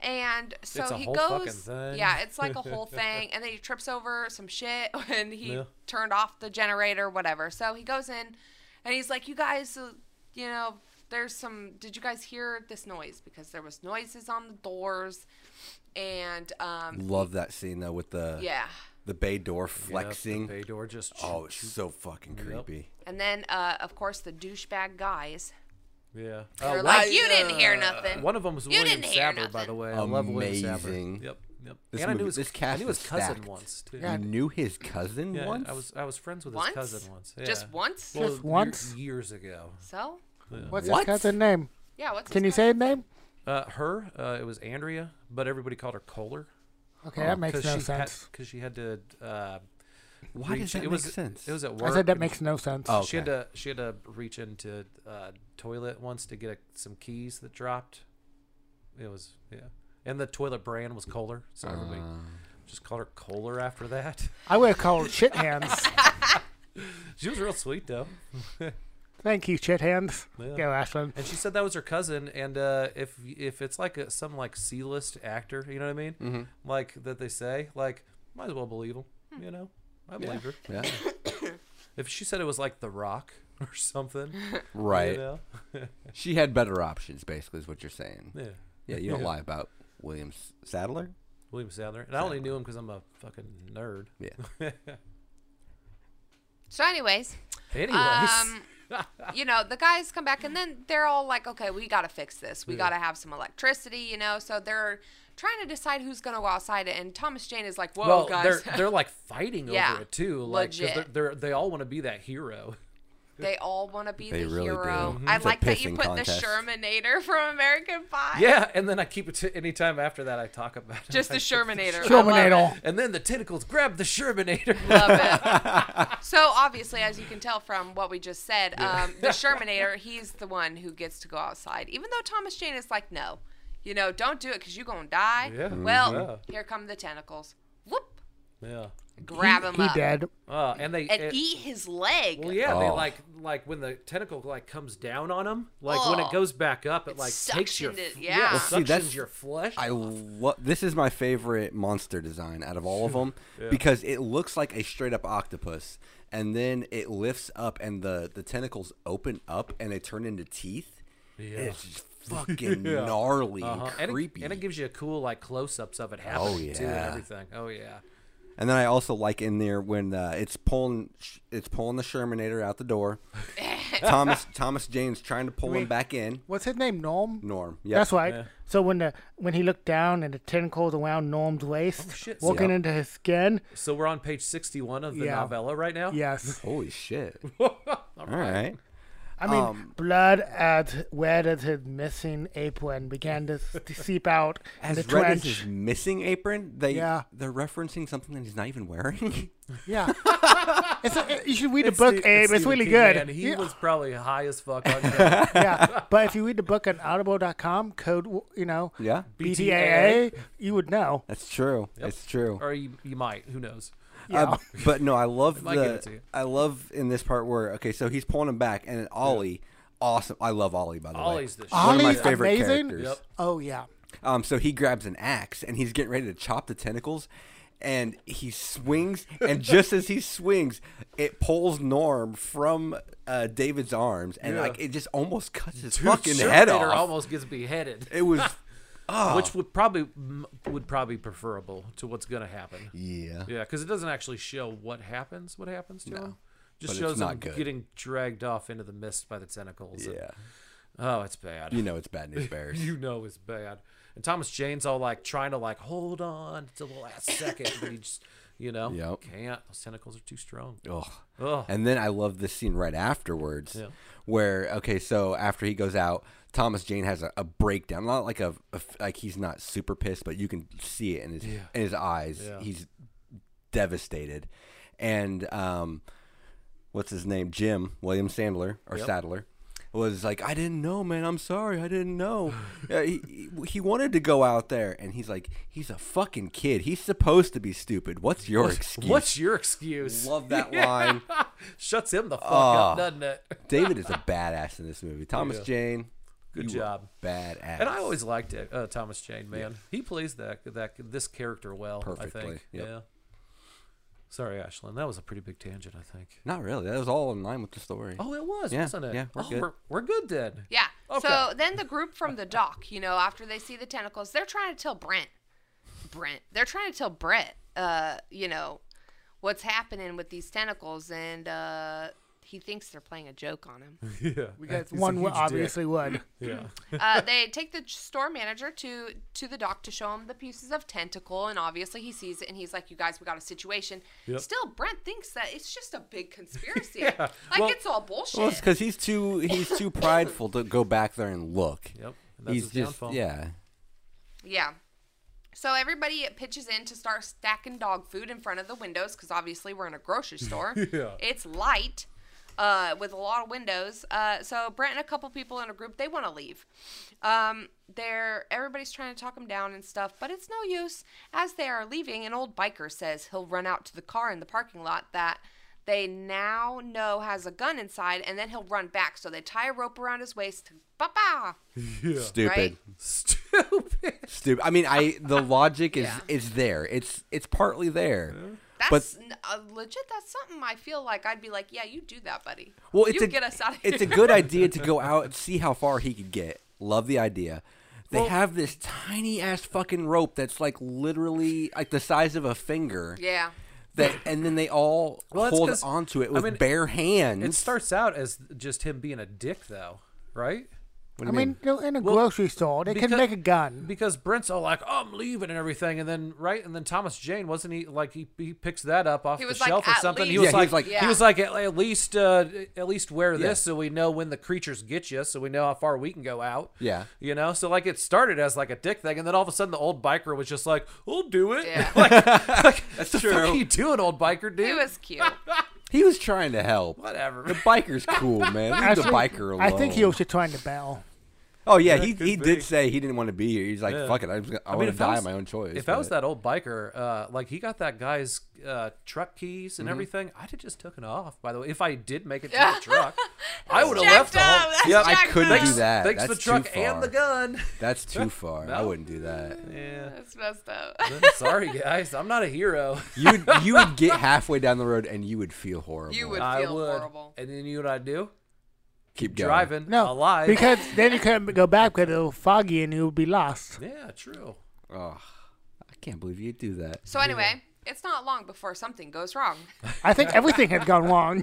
S1: and so
S2: It's a
S1: he
S2: whole
S1: goes.
S2: fucking thing.
S1: Yeah, it's
S2: <laughs>
S1: like a whole thing, and then he trips over some shit <laughs> when he
S2: Yeah.
S1: turned off the generator, whatever. So he goes in, and he's like, "You guys, uh, you know, there's some. Did you guys hear this noise? Because there was noises on the doors, and um,
S4: Love that scene though with the
S1: yeah."
S4: the bay door
S2: Yep, the
S4: flexing.
S2: bay door just.
S4: oh, it's so fucking creepy.
S1: And then, uh, of course, the douchebag guys.
S2: Yeah.
S1: They're
S2: Uh,
S1: like, "You didn't hear nothing."
S2: One of them was
S1: You
S2: William
S1: didn't hear
S2: Sadler, by the
S1: nothing.
S2: way. I love William Sadler.
S4: Amazing.
S2: Yep. Yep.
S4: This
S2: and I
S4: movie-
S2: knew his,
S4: this cast
S2: I knew
S4: was
S2: his cousin
S4: stacked.
S2: once too.
S4: You knew his cousin
S2: Yeah,
S4: once.
S2: I was I was friends with
S1: Once?
S2: his cousin once. Yeah.
S1: Just once?
S2: Well,
S3: Just
S2: year-
S3: once?
S2: Years ago.
S1: So,
S3: What's
S4: What?
S3: his cousin name?
S1: yeah. What's
S3: Can you
S1: his
S3: say
S1: name?
S3: his name?
S2: Uh, her, uh, it was Andrea, but everybody called her Kohler
S3: Okay, that makes
S2: because
S3: no
S2: Oh, she
S3: sense.
S2: because she had to. Uh,
S4: Why does
S2: reach-
S4: that
S2: it
S4: make
S2: was,
S4: sense?
S2: It was at
S3: I
S2: work.
S3: said that
S2: and
S3: makes no sense.
S4: Oh.
S2: She had
S4: Okay.
S2: to she had to reach into uh, toilet once to get a, some keys that dropped. It was yeah, and the toilet brand was Kohler, so everybody
S4: Uh.
S2: just called her Kohler after that. <laughs>
S3: I would have called shit hands.
S2: She was real sweet though,
S3: Thank you, shit hands.
S2: Yeah.
S3: Go, Ashland.
S2: and she said that was her cousin. And uh, if if it's like a, some like C list actor, you know what I mean? Mm-hmm. Like that they say, like might as well believe him. You know, I believed her.
S4: Yeah.
S1: <laughs>
S2: If she said it was like The Rock <laughs> or something,
S4: right.
S2: you know?
S4: She had better options, basically, is what you're saying.
S2: yeah.
S4: Yeah, you don't lie about Williams Sadler.
S2: William Sadler, and I only knew him because I'm a fucking nerd.
S4: Yeah. <laughs>
S1: So, anyways,
S2: Anyways,
S1: Um, you know, the guys come back and then they're all like, okay, we got to fix this. We got to have some electricity, you know? So they're trying to decide who's going to go outside. And Thomas Jane is like, whoa,
S2: well,
S1: guys. <laughs>
S2: they're they're like fighting
S1: oh, Yeah.
S2: over it too, like 'cause
S1: Legit.
S2: they're, they're they all want to be that hero.
S1: <laughs> they all want to be
S4: They
S1: the
S4: really do.
S1: hero.
S4: Mhm.
S1: I
S4: It's a
S1: like that you
S4: pissing
S1: put
S4: contest.
S1: the Shermanator <laughs> from American Pie.
S2: Yeah, and then I keep it to any time after that I talk about it.
S1: Just the Shermanator. I love it.
S3: Terminator.
S2: and then the tentacles grab the Shermanator.
S1: <laughs> Love it.
S4: <laughs>
S1: so obviously, as you can tell from what we just said, um,
S4: <laughs>
S1: the Shermanator, he's the one who gets to go outside, even though Thomas Jane is like, no, you know, don't do it because you're gonna die.
S2: Yeah.
S4: Mm-hmm.
S1: Well,
S2: Mhm.
S1: here come the tentacles. Whoop!
S2: yeah,
S1: Grab him
S3: He
S1: up
S3: dead.
S2: uh, and they
S1: and
S2: it-
S1: eat his leg.
S2: Well, yeah, they
S4: Oh.
S2: like like when the tentacle like comes down on him, like when
S1: Oh.
S2: it goes back up, it like takes your
S1: suctioned it,
S2: f-
S1: yeah. Well,
S4: see,
S2: suctions
S4: that's-
S2: your flesh.
S4: I love this is my favorite monster design out of all of them because it looks like a straight up octopus and then it lifts up and the the tentacles open up and they turn into teeth. Yeah. It's <laughs> just fucking gnarly
S2: Uh-huh.
S4: and
S2: And, it,
S4: creepy. Oh,
S2: and it gives you cool like close ups of it happening too and
S4: yeah.
S2: everything. Oh yeah.
S4: And then I also like in there when uh, it's pulling it's pulling the Shermanator out the door. Thomas Thomas Jane's trying to pull him back in.
S3: What's his name? Norm.
S4: Norm. Yep.
S3: That's right. So when the when he looked down and the tentacles around Norm's waist,
S2: Oh, shit.
S3: walking
S4: Yeah.
S3: into his skin.
S2: So we're on page 61 of the
S3: Yeah.
S2: novella right now.
S3: Yes,
S4: Holy shit. <laughs> All right.
S3: I mean
S4: Um,
S3: blood as red as his missing apron began to s- to seep out in
S4: <laughs> As
S3: the
S4: red
S3: trench.
S4: as his missing apron, they
S3: Yeah.
S4: they're referencing something that he's not even wearing. <laughs>
S3: Yeah, it's a, you should read the book, Abe. It's, really
S2: And
S3: good.
S2: he
S3: Yeah.
S2: was probably high as fuck
S4: <laughs>
S2: on crack.
S3: <laughs> yeah, but if you read the book on audible.com, code you know
S4: yeah.
S3: BTAA, you would know.
S4: That's true. It's true.
S2: or you, you might. Who knows?
S4: Uh, <laughs> but no, I love
S2: might give it to
S4: the
S2: you.
S4: I love in this part where okay, so he's pulling him back and Ollie, awesome. I love Ollie by the
S2: Ollie's
S4: way.
S2: the
S4: One of my
S3: Ollie's
S4: favorite
S3: amazing.
S4: characters.
S2: Yep.
S3: Oh yeah,
S4: Um, so he grabs an axe and he's getting ready to chop the tentacles, and he swings,
S2: <laughs>
S4: and just as he swings, it pulls Norm from uh, David's arms, and
S2: Yeah.
S4: like it just almost cuts his
S2: Dude,
S4: fucking
S2: Shermanator
S4: head off. Oh.
S2: almost gets beheaded.
S4: <laughs> It was,
S2: Which would probably m- would probably be preferable to what's gonna happen.
S4: yeah,
S2: Yeah, because it doesn't actually show what happens. What happens to him? Just
S4: but it's
S2: shows him
S4: not good.
S2: getting dragged off into the mist by the tentacles. and-
S4: yeah.
S2: oh, it's bad.
S4: You know it's bad news bears.
S2: you know it's bad. And Thomas Jane's all like trying to like hold on to the last second, but he just you know
S4: Yep.
S2: can't. Those tentacles are too strong.
S4: Ugh.
S2: Ugh.
S4: And then I love this scene right afterwards where, okay, so after he goes out, Thomas Jane has a, a breakdown. Not like a, a f- like he's not super pissed, but you can see it in his in his eyes.
S2: Yeah.
S4: He's devastated. And um what's his name? Jim, William Sandler or Sadler. Was like, I didn't know, man. I'm sorry. I didn't know. Uh, he, he- he wanted to go out there, and he's like, he's a fucking kid. He's supposed to be stupid. What's your excuse?
S2: What's your excuse? <laughs>
S4: Love that line.
S2: Shuts him the fuck
S4: Ah.
S2: up, doesn't it? <laughs>
S4: David is a badass in this movie. Thomas Jane,
S2: Good
S4: you are
S2: job.
S4: badass.
S2: And I always liked uh, Thomas Jane, man. He plays that that this character well. I
S4: Perfectly,
S2: think.
S4: yep.
S2: Yeah. Sorry, Ashlyn. That was a pretty big tangent. I think.
S4: not really. That was all in line with the story.
S2: Oh, it was,
S4: Yeah,
S2: wasn't it?
S4: yeah, we're
S2: oh,
S4: good.
S2: We're, we're good then.
S1: Yeah. So
S2: Okay.
S1: then the group from the dock, you know, after they see the tentacles, they're trying to tell Brent, Brent, they're trying to tell Brett, uh, you know, what's happening with these tentacles, and uh, he thinks they're playing a joke on
S2: <laughs>
S1: him.
S2: <laughs> Yeah.
S3: because one would obviously
S2: <laughs>
S3: would.
S2: Yeah.
S1: uh, they take the store manager to to the dock to show him the pieces of tentacle, and obviously he sees it, and he's like, "You guys, we got a situation."
S2: Yep.
S1: Still, Brent thinks that it's just a big
S2: <laughs>
S1: conspiracy. Like
S2: Well-
S1: it's all bullshit.
S4: well, it's because he's too he's
S2: <laughs>
S4: too prideful to go back there and look.
S2: Yep. And that's
S4: he's
S2: his
S4: just
S2: downfall.
S4: yeah.
S1: Yeah. So everybody pitches in to start stacking dog food in front of the windows because obviously we're in a grocery store.
S2: Yeah.
S1: It's light uh, with a lot of windows. Uh, so Brent and a couple people in a group, they want to leave. Um, they're everybody's trying to talk them down and stuff, but it's no use. As they are leaving, an old biker says he'll run out to the car in the parking lot that they now know has a gun inside, and then he'll run back. So they tie a rope around his waist. Ba-ba!
S4: Stupid.
S1: Right?
S2: Stupid.
S4: Stupid. I mean, I
S1: <laughs>
S4: the logic is is there. It's it's partly there.
S1: That's n uh, legit. That's something I feel like I'd be like, yeah, you do that, buddy.
S4: Well, it's
S1: you
S4: a,
S1: get us out of here.
S4: It's a good idea
S2: <laughs>
S4: to go out and see how far he could get. Love the idea. They have this tiny ass fucking rope that's like literally like the size of a finger.
S1: <laughs> yeah.
S4: that and then they all
S2: Well, that's
S4: hold
S2: 'cause-
S4: onto it
S2: I
S4: with
S2: mean,
S4: bare hands.
S2: It starts out as just him being a dick, though, right?
S3: I mean, you know, in a
S2: Well,
S3: grocery store, they can
S2: because-
S3: make a gun.
S2: Because Brent's all like, "Oh, "I'm leaving" and everything, and then right, and then Thomas Jane wasn't he like he, he picks that up off
S1: He
S2: the
S1: was like,
S2: shelf or
S1: "At
S2: something?
S1: least."
S2: He was
S4: Yeah, he
S2: like,
S4: was like-
S2: he was like, at, at least uh, at least wear
S4: Yeah.
S2: this so we know when the creatures get you, so we know how far we can go out.
S4: Yeah.
S2: you know. So like it started as like a dick thing, and then all of a sudden the old biker was just like, "I'll do it."
S1: Yeah.
S2: <laughs> like, like, that's the Fuck
S4: true.
S2: are you doing, old biker dude?
S1: It was cute.
S4: he was trying to help. The
S2: Whatever.
S3: <laughs>
S4: biker's cool, man. Leave the
S3: Actually,
S4: biker alone.
S3: I think he was just trying to bail.
S4: Oh yeah, he,
S2: could
S4: he
S2: be.
S4: did say he didn't want to be here. He's like, fuck it, I'm just gonna, I, want to
S2: if that
S4: die
S2: was-
S4: of my own choice.
S2: If I was
S4: but-
S2: that old biker, uh, like he got that guy's uh, truck keys and
S4: Mm-hmm.
S2: everything, I'd have just taken off. By the way, if I did make it to
S1: <laughs>
S2: the truck, I would have
S1: Jacked
S2: left the <laughs>
S1: up.
S2: whole.
S1: That's
S4: Yep, I
S1: jacked
S4: couldn't
S1: up.
S4: do that.
S2: Thanks
S4: That's
S2: the truck
S4: too
S2: and the
S4: far. <laughs>
S2: gun.
S4: that's too far. I wouldn't do that.
S2: Yeah.
S1: That's messed up.
S2: Sorry guys, I'm not
S1: <laughs>
S2: a hero.
S4: You
S2: <laughs>
S4: would, you would get halfway down the road and you would feel horrible.
S1: You would
S2: I
S1: feel
S2: would.
S1: horrible.
S2: And then you know what I'd do?
S4: keep going.
S2: Driving
S3: No,
S2: alive.
S3: because then you couldn't go back because it was foggy and you would be lost.
S2: yeah, true.
S4: Oh, I can't believe you'd do that.
S1: <laughs> So anyway, It's not long before something goes wrong,
S3: I think everything had gone
S2: <laughs>
S3: wrong.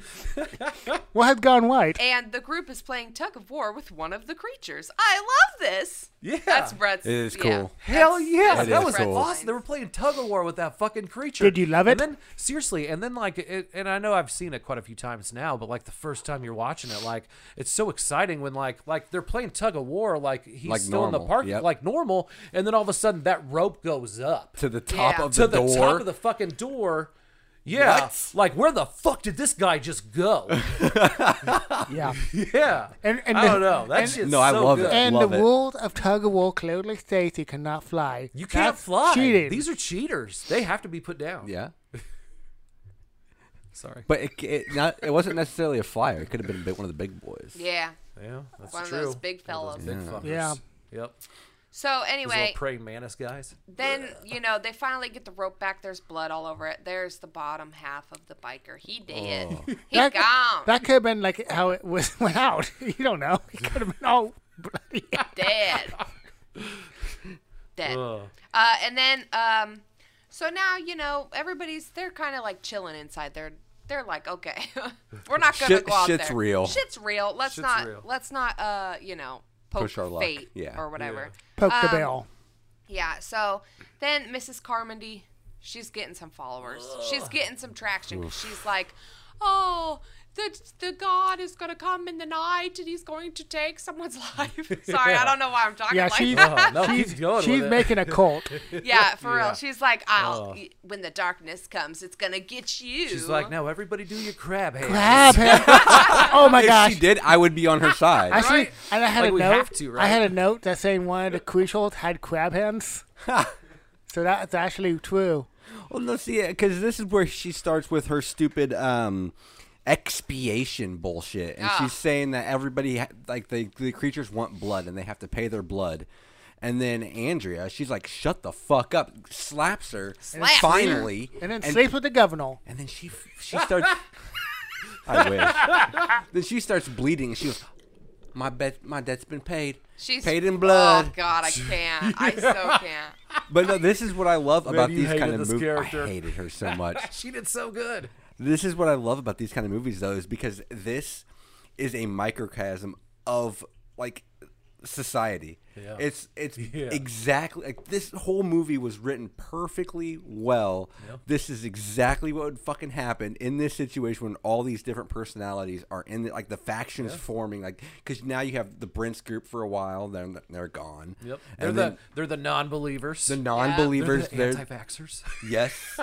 S3: what had gone right?
S1: and the group is playing tug of war with one of the creatures. I love this.
S2: Yeah.
S1: that's Brett's.
S4: It is
S1: yeah,
S4: cool.
S2: Hell
S1: that's-
S2: yeah,
S1: that's
S2: that
S4: is
S2: was
S1: Brett's
S4: cool.
S2: awesome. They were
S1: lines.
S2: playing tug of war with that fucking creature.
S3: Did you love it?
S2: And then seriously, and then like, it, and I know I've seen it quite a few times now, but like the first time you're watching it, like it's so exciting when like like they're playing tug of war, like he's
S4: Like
S2: still in the
S4: normal,
S2: park,
S4: yep.
S2: like normal, and then all of a sudden that rope goes up
S4: to the top
S1: Yeah.
S4: of
S2: to
S4: the,
S2: the
S4: door.
S2: top of the fucking door. Yeah,
S4: What?
S2: like where the fuck did this guy just
S4: <laughs>
S2: go?
S3: Yeah.
S2: yeah,
S3: <laughs> And- and
S2: I
S3: the-
S2: don't know. That
S3: and-
S2: shit's
S4: No, I
S2: so
S4: love it.
S2: good.
S3: And
S4: Love
S3: the
S4: it.
S3: world of tug of war clearly states you cannot fly.
S2: You can't
S3: That's
S2: fly.
S3: Cheating.
S2: These are cheaters. They have to be put down.
S4: yeah,
S2: Sorry.
S4: but it it, not, it wasn't necessarily a flyer. It could have been a bit- one of the big boys.
S1: Yeah,
S2: Yeah, that's
S1: one
S2: true.
S1: of those big fellows.
S2: Big fuckers.
S3: Yeah.
S2: Yep.
S1: So
S2: Those little
S1: anyway,
S2: praying mantis guys.
S1: then you know they finally get the rope back. There's blood all over it. There's the bottom half of the biker. He dead.
S4: Oh.
S1: He
S3: that,
S1: gone.
S3: That could have been like how it was <laughs> went out. You don't know. It could have been all bloody. <laughs>
S1: dead. dead. <laughs>
S2: Ugh.
S1: Uh, and then, um, so now you know everybody's they're kind of like chilling inside. They're they're like, okay, <laughs> we're not gonna
S4: Shit-
S1: go out
S4: shit's
S1: there.
S4: real.
S1: Shit's real. Let's
S2: Shit's
S1: not
S2: real.
S1: let's not uh you know poke
S4: Push our luck.
S1: fate
S4: Yeah.
S1: or whatever.
S3: Poke the bell.
S1: Yeah. So then Mrs. Carmody, she's getting some followers. She's getting some traction. 'cause She's like, oh. The, the god is gonna come in the night and he's going to take someone's <laughs> life. Sorry, I don't know why I'm talking
S3: Yeah,
S1: like
S3: she's,
S1: that.
S2: Oh, no,
S3: she's,
S2: keep going
S3: she's
S2: with it.
S3: making a cult.
S1: Yeah, for
S2: Yeah.
S1: real. She's like, I'll y- when the darkness comes, it's gonna get you.
S2: <laughs> She's like, now everybody do your crab hands.
S3: Grab him. oh my
S4: If
S3: gosh.
S4: she did, I would be on her side.
S3: I see,
S2: Right?
S3: and I had
S2: Like,
S3: a
S2: we
S3: note.
S2: have to,
S3: I had
S2: right?
S3: a note that saying one of the Queenshold had crab
S2: <laughs>
S3: hands. so that's actually true.
S4: Well, no, see, because this is where she starts with her stupid um, expiation bullshit, and
S1: Ah.
S4: she's saying that everybody, ha- like the the creatures, want blood, and they have to pay their blood. And then Andrea, she's like, "Shut the fuck up!" Slaps her.
S1: Slaps.
S4: finally,
S3: And then sleeps with the governor.
S4: and then she f-
S2: <laughs>
S4: she starts. I wish. then she starts bleeding. and She goes, "My bet, my debt's been paid.
S1: she's
S4: paid in blood."
S1: Oh God, I can't. I so can't.
S4: But no, this is what I love about
S2: you
S4: these
S2: hated
S4: kind of
S2: this
S4: movies.
S2: character.
S4: I hated her so
S2: <laughs>
S4: much.
S2: She did so good.
S4: This is what I love about these kind of movies, though, is because this is a microcosm of like society.
S2: Yeah.
S4: It's it's
S2: <laughs> Yeah.
S4: exactly like this whole movie was written perfectly well. This is exactly what would fucking happen in this situation when all these different personalities are in the, like the factions forming like because now you have the Brents group for a while, then they're gone.
S2: Yep. They're
S4: And
S2: the
S4: then
S2: they're the non-believers.
S4: the non-believers.
S2: they're the
S4: they're
S2: anti-vaxxers.
S4: <laughs> Yes.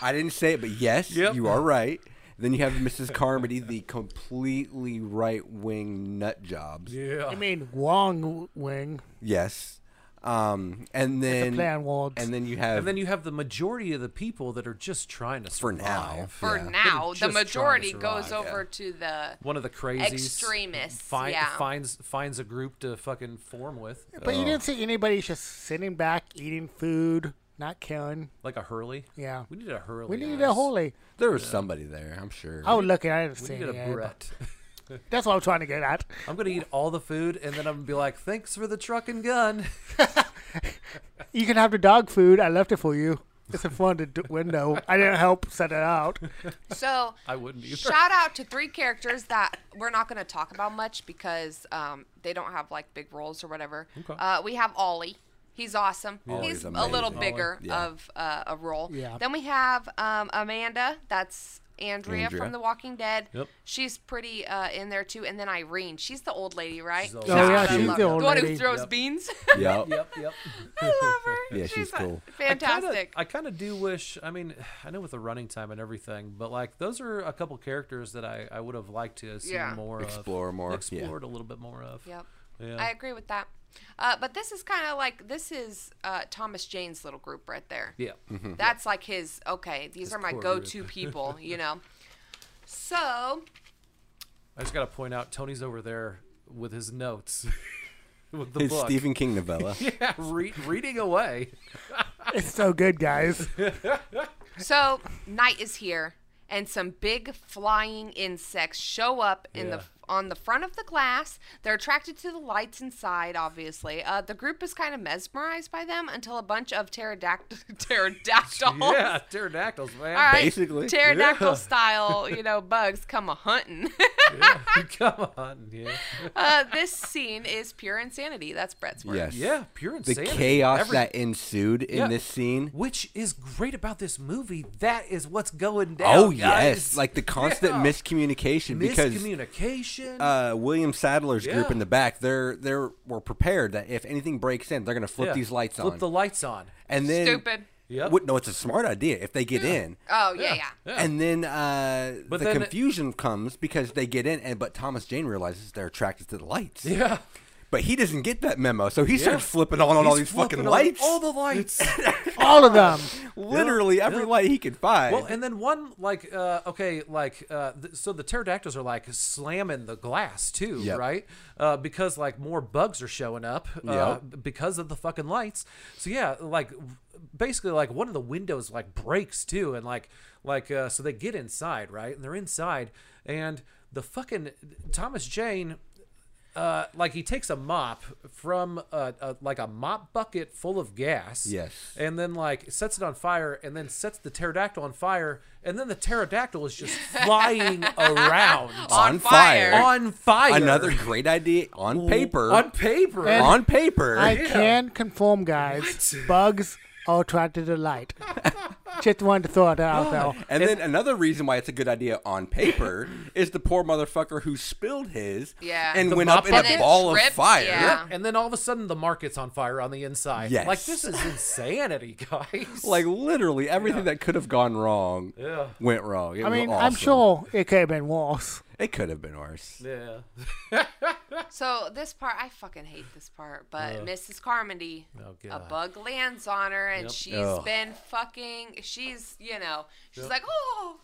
S4: I didn't say it, but yes,
S2: Yep.
S4: you are right. Then you have Mrs. Carmody, the completely right wing nut jobs.
S3: I
S2: Yeah.
S3: mean, Wong Wing.
S4: Yes. Um, and then
S3: play on words.
S4: and then you have
S2: And then you have the majority of the people that are just trying to
S4: for
S2: survive.
S4: now.
S1: For
S4: yeah.
S2: <laughs>
S1: now, the
S2: just trying to
S1: majority goes
S2: survive,
S1: over to the.
S2: One of the crazies,
S1: Extremists,
S2: find,
S1: yeah.
S2: finds finds a group to fucking form with,
S3: But you didn't see anybody just sitting back, eating food, not killing.
S2: like a Hurley.
S3: Yeah.
S2: we need a Hurley.
S3: We needed
S2: guys.
S3: a holy.
S4: There was somebody there, I'm sure.
S3: I was looking. I didn't see
S2: We need a
S3: any.
S2: Brett.
S3: That's what I'm trying to get at.
S2: I'm gonna eat all the food and then I'm gonna be like, thanks for the truck and gun. <laughs>
S3: You can have the dog food. I left it for you. It's in front of the d- window. I didn't help set it out.
S1: So
S2: <laughs> I wouldn't either.
S1: shout out to three characters that we're not gonna talk about much because um, they don't have like big roles or whatever.
S2: Okay.
S1: Uh, we have Ollie. He's awesome.
S4: Ollie's
S1: He's a little
S4: amazing.
S1: bigger
S4: Ollie. Yeah.
S1: of uh, a role.
S3: Yeah.
S1: Then we have um, Amanda. That's Andrea,
S4: Andrea.
S1: from The Walking Dead.
S2: Yep.
S1: She's pretty uh, in there too. And then Irene. She's the old lady, right?
S2: She's the old
S1: Shout out,
S2: lady. Oh, yeah,
S1: I
S2: she's
S1: love
S2: the
S1: her.
S3: old
S1: one who
S3: lady.
S1: throws
S2: Yep.
S1: beans. <laughs>
S4: yep.
S2: yep, yep.
S1: I love her.
S4: Yeah, she's
S1: uh,
S4: cool.
S1: Fantastic.
S2: I kind of do wish. I mean, <sighs> I know with the running time and everything, but like those are a couple characters that I, I would have liked to have seen
S1: Yeah.
S2: more
S4: Explore
S2: of,
S4: more, yeah.
S2: explored a little bit more of.
S1: Yep.
S2: Yeah.
S1: I agree with that. Uh, but this is kind of like this is uh, Thomas Jane's little group right there.
S2: Yeah.
S4: Mm-hmm.
S1: That's like his okay, these are my
S2: core
S1: go
S2: group. <laughs>
S1: to people, you know. So
S2: I just gotta point out Tony's over there with his notes, <laughs> with the
S4: It's
S2: book.
S4: Stephen King novella.
S2: <laughs> Yeah, re-
S1: <laughs>
S2: reading away.
S3: It's so good, guys.
S1: So night is here, and some big flying insects show up in
S2: Yeah.
S1: the on the front of the glass. They're attracted to the lights inside, obviously. Uh, the group is kind of mesmerized by them until a bunch of pterodact- <laughs> pterodactyls.
S2: Yeah, pterodactyls, man.
S1: All right,
S4: Basically,
S1: pterodactyl
S2: yeah.
S1: style, you know, bugs come a hunting. <laughs>
S2: <laughs> Come on, yeah,
S1: uh, this scene is pure insanity. That's Brett's word.
S4: Yes.
S2: yeah, pure
S4: The
S2: insanity.
S4: chaos
S2: Every-
S4: that ensued in
S2: Yeah.
S4: this scene.
S2: which is great about this movie. That is what's going down.
S4: Oh
S2: guys.
S4: yes, like the constant
S2: Yeah.
S4: miscommunication because
S2: miscommunication.
S4: uh, William Sadler's group
S2: Yeah.
S4: in the back, they're they were prepared that if anything breaks in, they're gonna flip
S2: Yeah.
S4: these lights
S2: Flip
S4: on,
S2: the lights on.
S4: and then
S1: Stupid.
S2: Yep.
S4: What- no, it's a smart idea if they get in.
S1: Oh, yeah, yeah.
S4: And then uh, the
S2: But then-
S4: confusion comes because they get in, and but Thomas Jane realizes they're attracted to the lights.
S2: yeah.
S4: But he doesn't get that memo, so he starts flipping on, on all
S2: He's
S4: these fucking
S2: flipping on
S4: lights.
S2: All the lights.
S3: All of them.
S4: Literally every light he could find.
S2: well, and then one like uh, okay, like uh, th- so the pterodactyls are like slamming the glass too,
S4: Yep.
S2: right? Uh, because like more bugs are showing up uh, because of the fucking lights. So yeah, like w- basically like one of the windows like breaks too, and like like uh, so they get inside, right? And they're inside, and the fucking Thomas Jane uh, like he takes a mop from a, a like a mop bucket full of gas.
S4: Yes.
S2: And then like sets it on fire, and then sets the pterodactyl on fire, and then the pterodactyl is just flying around
S4: on fire.
S2: on fire.
S4: Another great idea on paper.
S2: On paper.
S3: And-
S4: on paper.
S3: I can conform, guys. Bugs are attracted to light. Just wanted to throw it out though.
S4: and then another reason why it's a good idea on paper <laughs> is the poor motherfucker who spilled his
S1: Yeah.
S4: and
S2: The
S4: went up
S2: mop
S4: in a
S2: bucket.
S4: ball of
S1: Tripped,
S4: fire.
S1: yeah.
S2: and then all of a sudden the market's on fire on the inside.
S4: Yes.
S2: Like this is insanity, guys.
S4: Like literally everything that could have gone wrong went wrong. It
S3: I
S4: was
S3: mean, I'm
S4: awesome.
S3: sure it could have been worse.
S4: it could have been worse.
S2: Yeah.
S1: So this part, I fucking hate this part, but Mrs. Carmody,
S2: Oh,
S1: a
S2: God.
S1: bug lands on her, and she's
S4: Ugh.
S1: been fucking. She's you know, she's like, oh,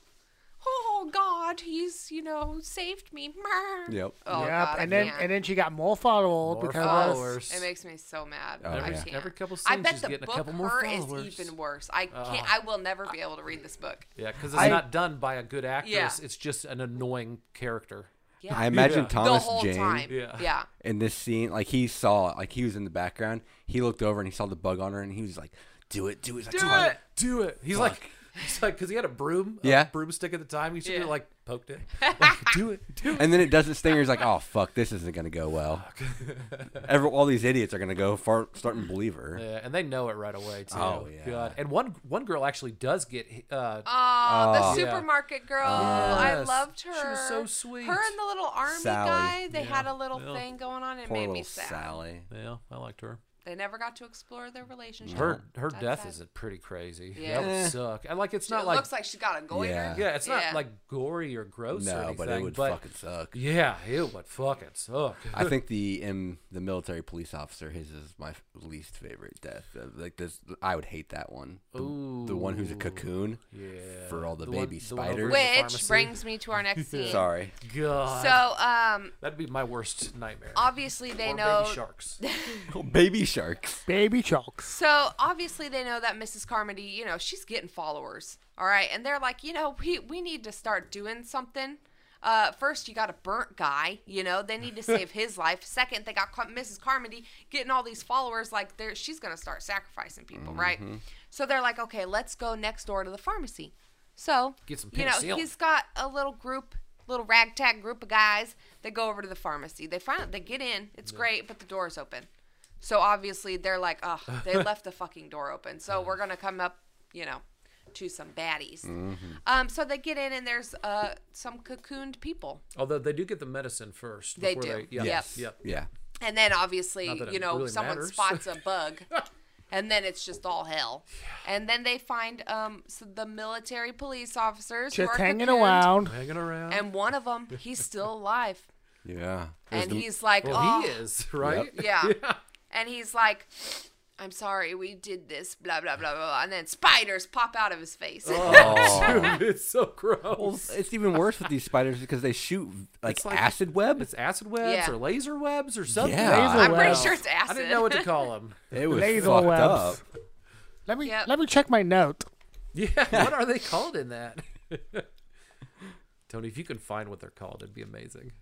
S1: oh God, he's you know saved me. Mer.
S4: Yep.
S1: Oh
S3: yep.
S1: God,
S3: and then and then she got more followers
S2: More
S3: because
S1: Oh,
S2: followers.
S1: It makes me so mad.
S4: Oh,
S1: I
S4: yeah.
S1: can't.
S2: Every couple
S1: I
S2: scenes
S1: bet
S2: she's
S1: the
S2: getting a
S1: book
S2: couple more
S1: her
S2: followers. Ah.
S1: is even worse. I can't. I will never be able to read this book.
S2: Yeah, because it's
S3: I-
S2: not done by a good actress.
S1: Yeah.
S2: It's just an annoying character.
S1: Yeah.
S4: I imagine
S2: The
S1: the
S4: Thomas
S1: whole
S4: Jane
S1: time.
S2: Yeah.
S1: Yeah.
S4: in this scene, like he saw, like he was in the background. He looked over and he saw the bug on her, and he was like, "Do it, do it, do
S2: Do it. He's
S4: Fuck.
S2: like, <laughs> he's like, because he had a broom, a
S4: Yeah.
S2: broomstick at the time. He should
S1: Yeah.
S2: have like poked it. Like, do it, do it.
S4: And then it doesn't sting. and He's like, "Oh fuck, this isn't gonna go well."
S1: <laughs>
S4: Every, all these idiots are gonna go far, starting believer.
S2: Yeah, Uh, and they know it right away too.
S4: Oh, yeah.
S2: God. And one one girl actually does get. Uh,
S1: Oh, the
S4: Oh.
S2: Yeah.
S1: supermarket girl. I
S2: Yes.
S1: loved
S2: She
S1: her.
S2: was so sweet.
S1: Her and the little army
S4: Sally.
S1: guy, they
S2: Yeah.
S1: had a little
S2: Yeah.
S1: thing going on. It
S4: Poor
S1: made me
S4: little
S1: sad.
S4: Sally.
S2: yeah, I liked her.
S1: They never got to explore their relationship.
S2: Her her
S1: That's
S2: death
S1: sad.
S2: is pretty crazy.
S1: Yeah.
S2: That
S4: Eh.
S2: would suck. And like, it's
S1: It
S2: not like,
S1: looks like she got a goiter.
S4: Yeah.
S2: yeah, it's not
S1: Yeah.
S2: like gory or gross or
S4: No,
S2: anything.
S4: but it would fucking suck.
S2: yeah, it would fucking suck.
S4: I think the um, the military police officer his is my least favorite death. Uh, Like this, I would hate that one. The, the one who's a cocoon for all the,
S2: The one-
S4: baby
S2: the one over
S4: spiders.
S2: in the
S1: Which
S2: pharmacy.
S1: brings me to our
S4: <laughs>
S1: next scene.
S4: Sorry,
S2: God,
S1: So, um,
S2: that'd be my worst nightmare.
S1: obviously they
S2: Or
S1: know. <laughs>
S2: baby sharks.
S4: baby sharks.
S3: baby chunks.
S1: So obviously they know that Mrs. Carmody, you know, she's getting followers. All right, and they're like, you know, we we need to start doing something. Uh, first, you got a burnt guy. You know, they
S2: <laughs>
S1: need to save his life. Second, they got Car- Mrs. Carmody getting all these followers. Like, they're, she's gonna start sacrificing people, right?
S2: Mm-hmm.
S1: So they're like, okay, let's go next door to the pharmacy. So
S2: Get some
S1: you know,
S2: penicillin.
S1: he's got a little group, little ragtag group of guys. They go over to the pharmacy. They find they get in. It's great, but the door's open. So obviously they're like, oh,
S2: <laughs>
S1: they left the fucking door open. So we're gonna come up, you know, to some baddies.
S2: Mm-hmm.
S1: Um, so they get in and there's uh some cocooned people,
S2: Although they do get the medicine first.
S1: They
S2: before
S1: do.
S2: yeah,
S1: Yes.
S2: yeah.
S4: Yeah.
S1: and then obviously
S2: Not that it
S1: you know
S2: really
S1: someone
S2: matters.
S1: spots a
S2: <laughs>
S1: bug. And then it's just all hell, and then they find um so the military police officers who
S3: Just
S1: are
S3: hanging
S1: cocooned,
S3: around.
S2: Hanging around.
S1: and one of them he's still alive,
S4: Yeah. There's
S1: and
S4: the-
S1: he's like,
S2: well,
S1: oh,
S2: he is <laughs> right.
S1: Yeah. And he's like, I'm sorry, we did this, blah, blah, blah, blah. blah. And then spiders pop out of his face.
S2: Oh, <laughs> it's so gross.
S4: It's even worse with these spiders because they shoot like,
S2: It's like-
S4: acid web.
S2: It's acid webs
S1: Yeah.
S2: or laser webs or something.
S4: Yeah.
S1: <laughs>
S4: Laser
S1: I'm pretty
S3: Wow.
S1: sure it's
S2: I
S1: acid.
S2: didn't know what to call
S1: <laughs>
S2: them.
S4: It was
S3: Laser
S4: fucked
S3: webs.
S4: up.
S3: Let me
S1: Yep.
S3: let me check my note.
S2: Yeah, what are <laughs> they called in that? Tony, if you can find what they're called, it'd be amazing.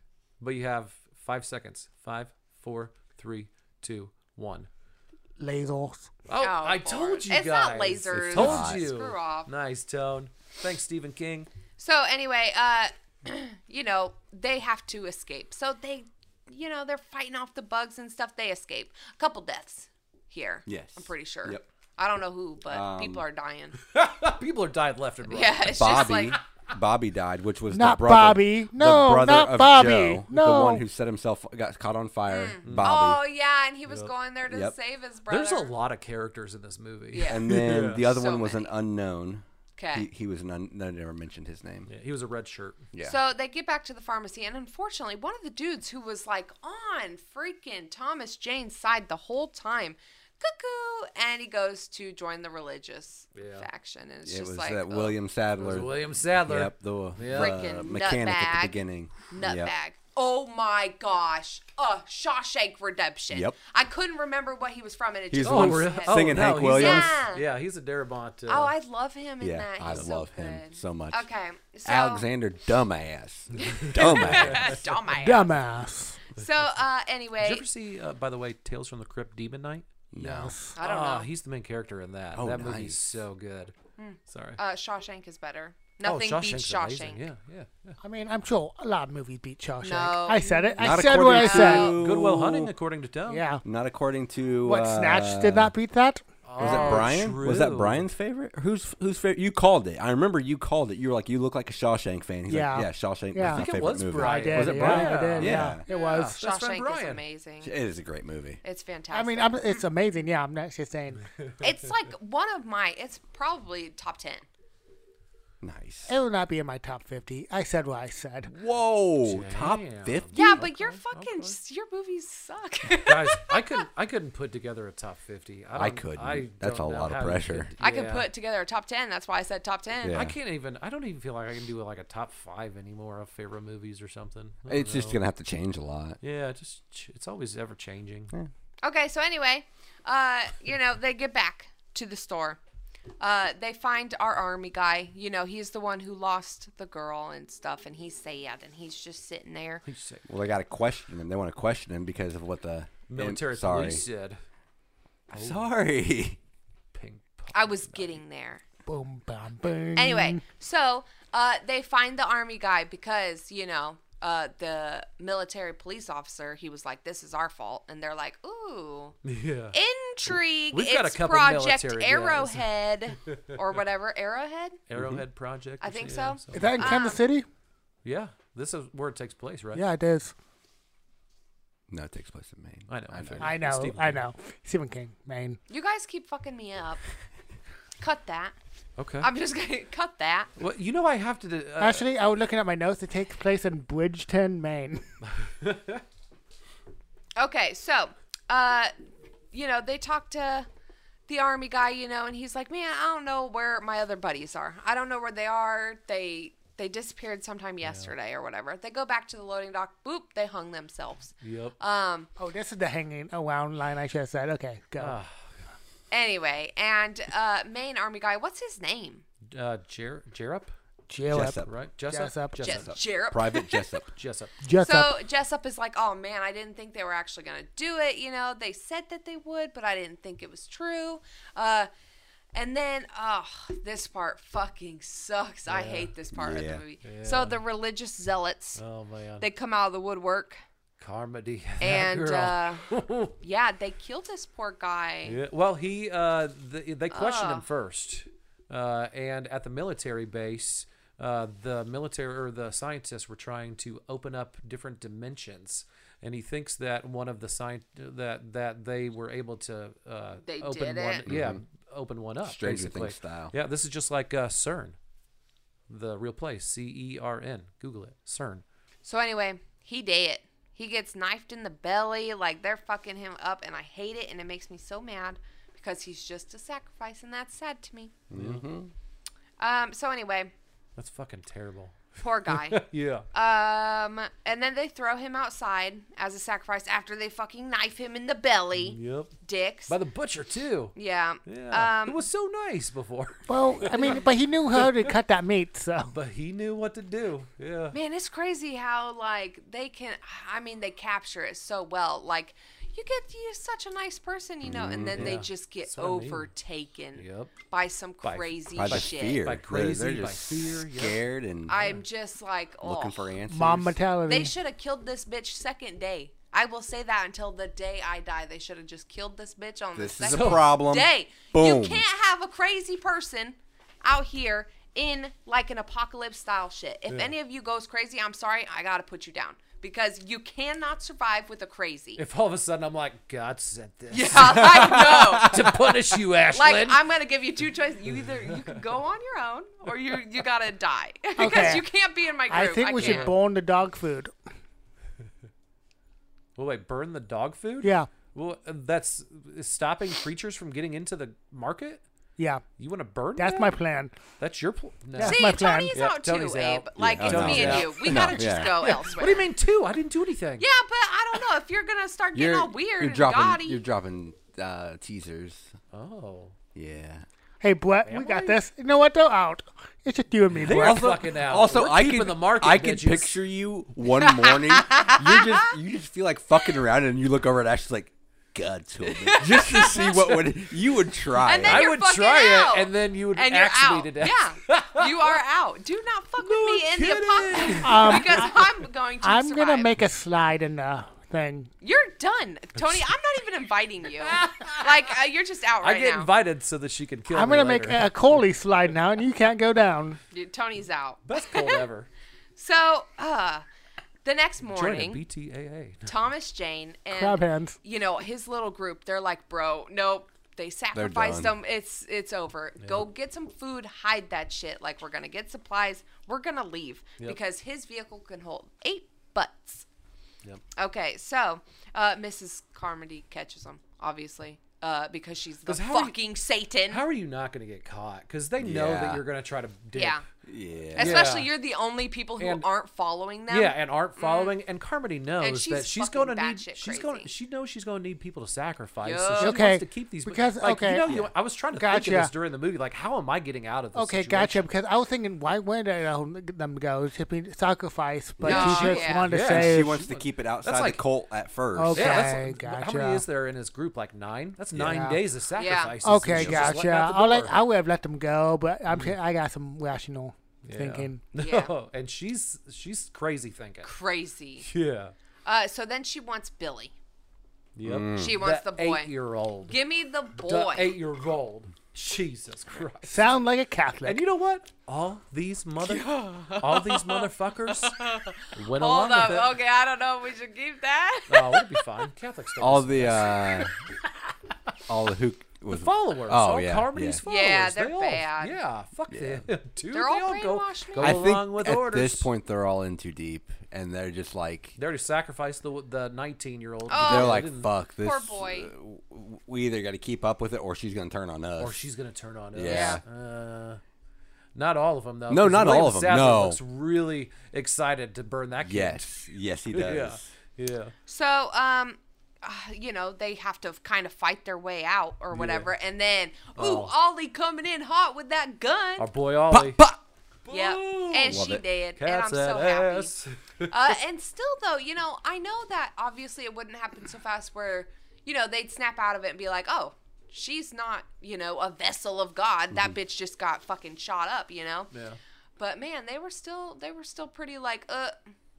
S2: but you have five seconds. Five, four, three, two, one.
S3: Lasers.
S2: Oh,
S1: Oh,
S2: I
S1: Lord.
S2: told you
S1: It's not
S2: guys.
S1: lasers.
S2: Told
S4: not.
S2: you.
S1: Screw off.
S2: Nice tone. Thanks, Stephen King. <laughs>
S1: So anyway, uh, <clears throat> you know, they have to escape. So they, you know, they're fighting off the bugs and stuff. They escape. A couple deaths here.
S4: Yes.
S1: I'm pretty sure.
S4: Yep.
S1: I don't know who, but
S2: Um,
S1: people are dying. <laughs>
S2: Ah, People are dying left and right.
S1: Yeah, it's just
S4: Bobby.
S1: like
S4: Bobby died, which was
S3: Not
S4: the brother,
S3: Bobby. No,
S4: the brother
S3: not
S4: of
S3: Bobby.
S4: Joe,
S3: No.
S4: the one who set himself got caught on fire.
S1: Oh
S4: Bobby,
S1: yeah, and he was going there to
S4: Yep.
S1: save his brother.
S2: There's a lot of characters in this movie.
S1: Yeah.
S3: <laughs>
S4: and then the other
S1: So
S4: one was
S1: many.
S4: an unknown.
S1: 'Kay.
S4: He, he was an un- I never mentioned his name.
S2: Yeah, he was a red shirt.
S4: Yeah.
S1: So they get back to the pharmacy, and unfortunately, one of the dudes who was like on freaking Thomas Jane's side the whole time, cuckoo, and he goes to join the religious
S2: Yeah.
S1: faction, and it's
S4: it
S1: just
S4: was
S1: like uh,
S4: that
S1: ugh,
S4: William Sadler.
S2: William Sadler.
S4: Yep, the
S2: Yeah.
S1: Frickin'
S4: uh, mechanic at
S1: nutbag.
S4: the beginning.
S1: nutbag.
S4: Yep.
S1: Oh my gosh! Uh, Shawshank Redemption.
S4: Yep.
S1: I couldn't remember what he was from, and it
S4: He's
S1: just
S4: the
S2: Oh,
S4: one
S2: really?
S1: hit.
S2: Oh,
S4: singing
S2: no,
S4: Hank
S2: he's-
S4: Williams.
S1: Yeah.
S2: Yeah, he's a Darabont. Uh,
S1: Oh, I love him in
S4: Yeah,
S1: that.
S4: I
S1: He's so
S4: love him
S1: good.
S4: so much.
S1: Okay, so
S4: Alexander, dumbass, <laughs>
S1: <laughs>
S4: dumbass. <laughs>
S1: Dumbass.
S3: Dumbass.
S1: So uh, anyway,
S2: Did you ever see, uh, by the way, Tales from the Crypt Demon Knight?
S4: No,
S1: I don't
S2: Ah,
S1: know.
S2: He's the main character in that.
S4: Oh,
S2: that movie's
S4: nice.
S2: so good. Sorry.
S1: Uh, Shawshank is better.
S2: oh,
S1: Nothing
S2: Shawshank's
S1: beats Shawshank.
S2: amazing. Yeah, yeah, yeah.
S3: I mean, I'm sure a lot of movies beat Shawshank.
S1: No.
S3: I said it. I
S4: Not
S3: said
S4: according
S3: what I
S4: to-
S3: said.
S2: Goodwill Hunting, according to Tom.
S3: Yeah.
S4: Not according to
S3: What,
S4: uh,
S3: Snatch did not beat that? Oh,
S4: Was that Brian? Was that
S2: Oh, true.
S4: Brian's favorite? Who's who's favorite? You called it. I remember you called it. You were like, "You look like a Shawshank fan." He's
S3: Yeah.
S4: like, "Yeah, Shawshank
S3: Yeah. I
S4: was my
S3: think
S2: it
S4: favorite
S2: was
S4: movie."
S2: Brian.
S3: I did.
S4: Was it
S3: yeah,
S4: Brian?
S3: I did, yeah.
S4: Yeah.
S3: It was.
S2: Best friend
S1: Shawshank is
S2: Brian.
S1: amazing.
S4: It is a great movie.
S1: It's fantastic.
S3: I mean, I'm, it's amazing. Yeah, I'm not
S1: <laughs>
S3: just saying.
S1: it's like one of my. It's probably top ten.
S4: Nice.
S3: It will not be in my top 50. I said what I said.
S4: Whoa, top
S2: Damn.
S4: fifty.
S1: Yeah, but your fucking your movies suck.
S2: Guys, I couldn't. I couldn't put together a top fifty. I,
S4: I
S2: don't-
S4: couldn't.
S2: I
S4: That's
S2: don't
S4: a
S2: know
S4: lot of
S2: how you
S4: pressure.
S2: could-
S1: <laughs> I could
S2: yeah.
S1: put together a top ten. That's why I said top ten.
S4: Yeah.
S2: I can't even. I don't even feel like I can do like a top five anymore of favorite movies or something. I don't
S4: It's just
S2: know.
S4: gonna have to change a lot.
S2: Yeah, just ch- it's always ever changing.
S1: Okay, so anyway, uh, you know, they get back to the store. Uh, they find our army guy. You know, he's the one who lost the girl and stuff, and he's sad, and he's just sitting there.
S2: He's sick.
S4: Well, they got to question him. They want to question him because of what the
S2: Military
S4: I'm sorry.
S2: police said.
S4: I'm sorry.
S2: Ping pong. <laughs>
S1: I was getting there.
S3: Boom, bam, boom.
S2: Mm-hmm.
S1: Anyway, so uh, they find the army guy because you know uh, the military police officer. He was like, "This is our fault," and they're like, "Ooh,
S2: Yeah.
S1: intrigue!
S2: We've
S1: it's
S2: got a couple
S1: Project
S2: military guys." <laughs>
S1: Arrowhead or whatever Arrowhead."
S2: Arrowhead Project.
S1: I
S2: or
S1: think
S2: something,
S1: so.
S3: Mm-hmm. Is that in Kansas City?
S2: yeah, this is where it takes place, right?
S3: Yeah, it is.
S4: <laughs> No, it takes place in Maine.
S2: I know. I know.
S3: I know.
S2: Stephen
S3: I
S2: King.
S3: know. Stephen King, Maine.
S1: You guys keep fucking me up. cut that.
S2: Okay.
S1: I'm just gonna cut that.
S2: well, you know, I have to. do- Uh,
S3: Actually, I was looking at my notes. It takes place in Bridgeton, Maine. <laughs>
S1: Okay, so uh, you know they talk to the army guy, you know, and he's like, "Man, I don't know where my other buddies are. I don't know where they are. They they disappeared sometime yesterday or whatever." They go back to the loading dock. Boop, they hung themselves.
S2: yep.
S1: Um.
S3: Oh, this is the hanging around line I should have said. Okay, go.
S1: Ah, Anyway, and uh, main army guy, what's his name?
S2: Uh, Jer- Jerup,
S3: Jessup.
S4: Jessup.
S2: right? Jessup.
S3: Jessup.
S1: Jes-
S2: Jessup.
S1: Jerup.
S2: <laughs>
S4: Private Jessup.
S2: Jessup.
S3: Jessup.
S1: So Jessup is like, "Oh man, I didn't think they were actually gonna do it. You know, they said that they would, but I didn't think it was true." Uh, and then, oh, this part fucking sucks. I hate this part of
S4: Yeah.
S1: the movie. So the religious zealots,
S2: Oh man.
S1: they come out of the woodwork,
S2: Carmody. <laughs>
S1: and
S2: That
S1: uh,
S2: <laughs> girl.
S1: yeah, they kill this poor guy.
S2: Yeah, Well, he uh, the, they questioned
S1: Ah.
S2: him first, uh, and at the military base, uh, the military or the scientists were trying to open up different dimensions, and he thinks that one of the sci- that that they were able to uh,
S1: They
S2: open
S1: did
S2: one,
S1: it.
S2: yeah, open one up,
S4: Mm-hmm. Stranger Things
S2: basically.
S4: style.
S2: Yeah, this is just like uh, CERN, the real place, C E R N. Google it, CERN.
S1: So anyway, he dead. He gets knifed in the belly, like they're fucking him up, and I hate it, and it makes me so mad because he's just a sacrifice, and that's sad to me. Mm-hmm. Um. So anyway,
S2: That's fucking terrible.
S1: Poor guy.
S2: Yeah.
S1: um, and then they throw him outside as a sacrifice after they fucking knife him in the belly.
S2: Yep.
S1: Dicks.
S2: By the butcher
S1: <laughs>
S2: too.
S1: yeah.
S2: Yeah.
S1: Um,
S2: it was so nice before.
S3: <laughs> Well, I mean, but he knew how to cut that meat, so
S2: But he knew what to do. Yeah.
S1: Man, it's crazy how like they can. I mean, they capture it so well. Like you get you're such a nice person, you know, and then they
S2: Mm-hmm. Yeah.
S1: just get
S2: That's what I mean.
S1: overtaken
S2: Yep.
S1: by some
S2: By-
S1: crazy
S4: by the
S1: shit.
S4: fear.
S2: By
S4: They're-
S2: crazy,
S4: they're
S2: by
S4: just
S2: fear, yeah.
S4: scared and
S1: I'm just like, oh,
S4: looking for answers.
S3: mom mentality.
S1: they should have killed this bitch second day. I will say that until the day I die, they should have just killed this bitch on
S4: This
S1: the
S4: is a
S1: second
S4: problem.
S1: day.
S4: Boom.
S1: You can't have a crazy person out here in like an apocalypse style shit. If any of you goes crazy, I'm sorry, I gotta put you down because you cannot survive with a crazy.
S2: If all of a sudden I'm like, God sent
S1: <laughs>
S2: this
S1: yeah,
S3: <laughs>
S1: I know.
S2: to punish you,
S1: <laughs>
S2: Ashlyn.
S1: Like I'm gonna give you two choices. You either you can go on your own or you you gotta die <laughs> because
S3: Okay.
S1: you can't be in my group.
S3: I think we should
S1: can't.
S3: burn the dog food.
S2: well, wait, burn the dog food?
S3: Yeah,
S2: Well, uh, that's stopping creatures from getting into the market.
S3: yeah,
S2: You want to burn?
S3: that's
S2: that?
S3: my plan.
S2: That's your. Pl- no.
S3: That's
S1: See,
S3: my plan.
S1: Tony's
S2: Yep,
S1: out too,
S2: Tony's
S1: Abe.
S2: out.
S1: Like
S4: Yeah,
S1: it's
S4: Tony's
S1: me and
S2: out.
S1: you. We
S4: No,
S1: gotta just
S4: yeah.
S1: go
S2: Yeah,
S1: elsewhere.
S2: What do you mean two? I didn't do anything.
S1: Yeah, but I don't know if you're gonna start getting all weird
S4: You're
S1: and
S4: dropping.
S1: gaudy.
S4: You're dropping uh, teasers.
S2: Oh.
S4: Yeah.
S3: Hey, Brett, we got this. You know what? Though out, it's just you and me,
S2: We're
S3: Brett.
S2: also, fucking out.
S4: Also,
S2: We're
S4: I
S2: keeping
S4: can
S2: the market.
S4: I can
S2: bitches.
S4: picture you one morning. you just you just feel like fucking around, and you look over at Ashley like, God told me just to see what would you would try.
S1: And then
S2: I
S1: you're
S2: would
S1: fucking
S2: try
S1: out.
S2: it, and then you would
S1: and you're
S2: axe
S1: out.
S2: me to death. <laughs>
S1: Yeah, you are out. Do not fuck with me in
S2: kidding.
S1: the apocalypse
S3: Um,
S1: because I'm going to.
S3: I'm
S1: survive.
S3: gonna make a slide in the thing.
S1: You're done, Tony. I'm not even inviting you. Like uh, you're just out
S2: I
S1: right
S2: get
S1: now.
S2: invited so that she can kill
S3: I'm
S2: me
S3: gonna
S2: later. <laughs>
S3: make a Coley slide now, and you can't go down.
S1: Dude, Tony's out. <laughs>
S2: best cold ever.
S1: So, uh, the next
S2: Join the
S1: morning,
S2: BTAA.
S1: Thomas Jane and
S3: Crab hands.
S1: you know his little group they're like bro nope they sacrificed
S4: done.
S1: them it's it's over go get some food hide that shit like we're gonna get supplies we're gonna leave because his vehicle can hold eight butts
S2: Yep.
S1: okay so uh mrs carmody catches them obviously uh because she's the
S2: 'Cause how are you-
S1: fucking satan
S2: How are you not going to get caught? Because they know
S4: Yeah.
S2: that you're going to try to dip.
S1: yeah
S4: yeah.
S1: especially
S2: Yeah.
S1: you're the only people who
S2: And-
S1: aren't following them
S2: Yeah, and aren't following. And Carmody knows
S1: Mm. she's
S2: that she's
S1: fucking
S2: going to need.
S1: batshit
S2: She's going.
S1: crazy.
S2: She knows she's going to need people to sacrifice.
S1: Yeah.
S2: So she
S3: Okay,
S2: wants to keep these
S3: because-
S2: like,
S3: okay.
S2: You know, you, I was trying to think
S3: Gotcha.
S2: of this during the movie. Like, how am I getting out of this?
S3: Okay, gotcha.
S2: situation?
S3: Because I was thinking, why would I let them go? It should be sacrifice, but
S1: No,
S3: she just
S1: yeah.
S3: wanted to
S2: Yeah,
S3: say
S4: She wants to keep it outside
S2: like-
S4: the cult at first.
S3: Okay.
S2: Yeah, that's,
S3: Okay,
S2: how many
S3: gotcha.
S2: is there in his group? Like nine. That's nine
S3: Yeah.
S2: days of sacrifices. and
S3: Okay,
S2: she's just
S3: gotcha.
S2: letting out the
S3: I will let
S2: door. Hmm.
S3: I would have let them go, but I'm sure I got some rational thinking.
S1: Yeah.
S2: <laughs> No, and she's she's crazy thinking.
S1: crazy
S2: Yeah.
S1: uh so then she wants billy
S2: Yep.
S1: she Mm. wants the boy
S2: eight-year-old.
S1: give me the
S2: The
S1: boy
S2: eight-year-old. Jesus Christ.
S3: Sound like a Catholic.
S2: And you know what? All these
S1: <laughs>
S2: mother, all these motherfuckers went along
S1: Hold up.
S2: with it.
S1: Okay, I don't know if we should keep that.
S2: Oh, we'll be fine. Catholics don't.
S4: All
S2: listen.
S4: the uh, <laughs> all the who was
S2: followers.
S4: Oh,
S2: all
S4: yeah,
S2: Carmody's
S4: yeah.
S2: followers.
S1: Yeah,
S2: they
S1: they're
S2: all,
S1: bad.
S2: Yeah, fuck them, <laughs> dude.
S1: They're all
S2: they all go,
S1: brainwashed,
S2: go
S1: man.
S4: I
S2: along
S4: think
S2: with
S4: at
S2: orders.
S4: this point they're all in too deep, and they're just like
S2: they already sacrificed the the 19 year old.
S1: Oh.
S4: they're like fuck this.
S1: poor boy.
S4: uh, We either got to keep up with it, or she's gonna turn on us.
S2: or she's gonna turn on us.
S4: Yeah.
S2: Uh, not all of them though.
S4: No,
S2: 'cause
S4: not all
S2: William
S4: of 'em,
S2: Sadler
S4: no.
S2: looks really excited to burn that. Kid.
S4: yes, yes, he does.
S2: <laughs> Yeah. Yeah.
S1: So, um, uh, you know, they have to kind of fight their way out or whatever. And then, ooh,
S2: Oh.
S1: Ollie coming in hot with that
S2: Our
S1: gun.
S2: boy Ollie.
S4: But
S1: Yeah. And
S4: Love
S1: she
S4: it.
S1: did. and I'm
S2: Cats
S1: so
S2: that
S1: happy.
S2: ass. <laughs>
S1: uh, and still though you know i know that obviously it wouldn't happen so fast where you know they'd snap out of it and be like oh she's not you know a vessel of god that bitch just got fucking shot up you know
S2: Yeah.
S1: but man they were still they were still pretty like uh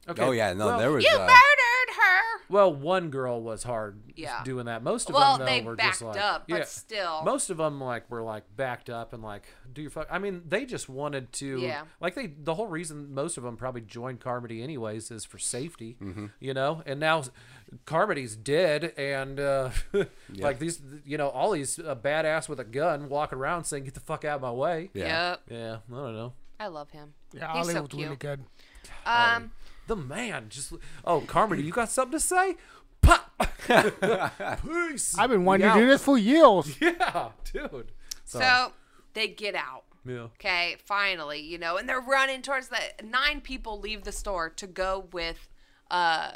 S2: Okay.
S4: oh yeah, no,
S2: well,
S4: there was.
S1: you
S4: uh,
S1: murdered her
S2: Well, one girl was hard
S1: Yeah.
S2: doing that. Most of
S1: Well,
S2: them though,
S1: they
S2: were just
S1: backed
S2: like,
S1: up, but
S2: yeah.
S1: still.
S2: Most of them like were like backed up and like do your fuck. I mean, they just wanted to
S1: Yeah.
S2: like they the whole reason most of them probably joined Carmody anyways is for safety, you know. And now Carmody's dead, and uh, <laughs> like these, you know, Ollie's a badass with a gun walking around saying, "Get the fuck out of my way."
S4: Yeah.
S1: yep
S2: Yeah, I don't know.
S1: i love him
S3: yeah,
S1: he's
S3: Ollie
S1: so
S3: was
S1: cute
S3: really good.
S1: um
S2: The man just oh Carmody, you got something to say? Pop. Peace.
S3: I've been
S2: <laughs>
S3: wanting
S2: Yeah.
S3: to do this for years.
S2: Yeah, dude.
S1: so they get out
S2: Yeah.
S1: Okay, finally, you know, and they're running towards the nine people leave the store to go with uh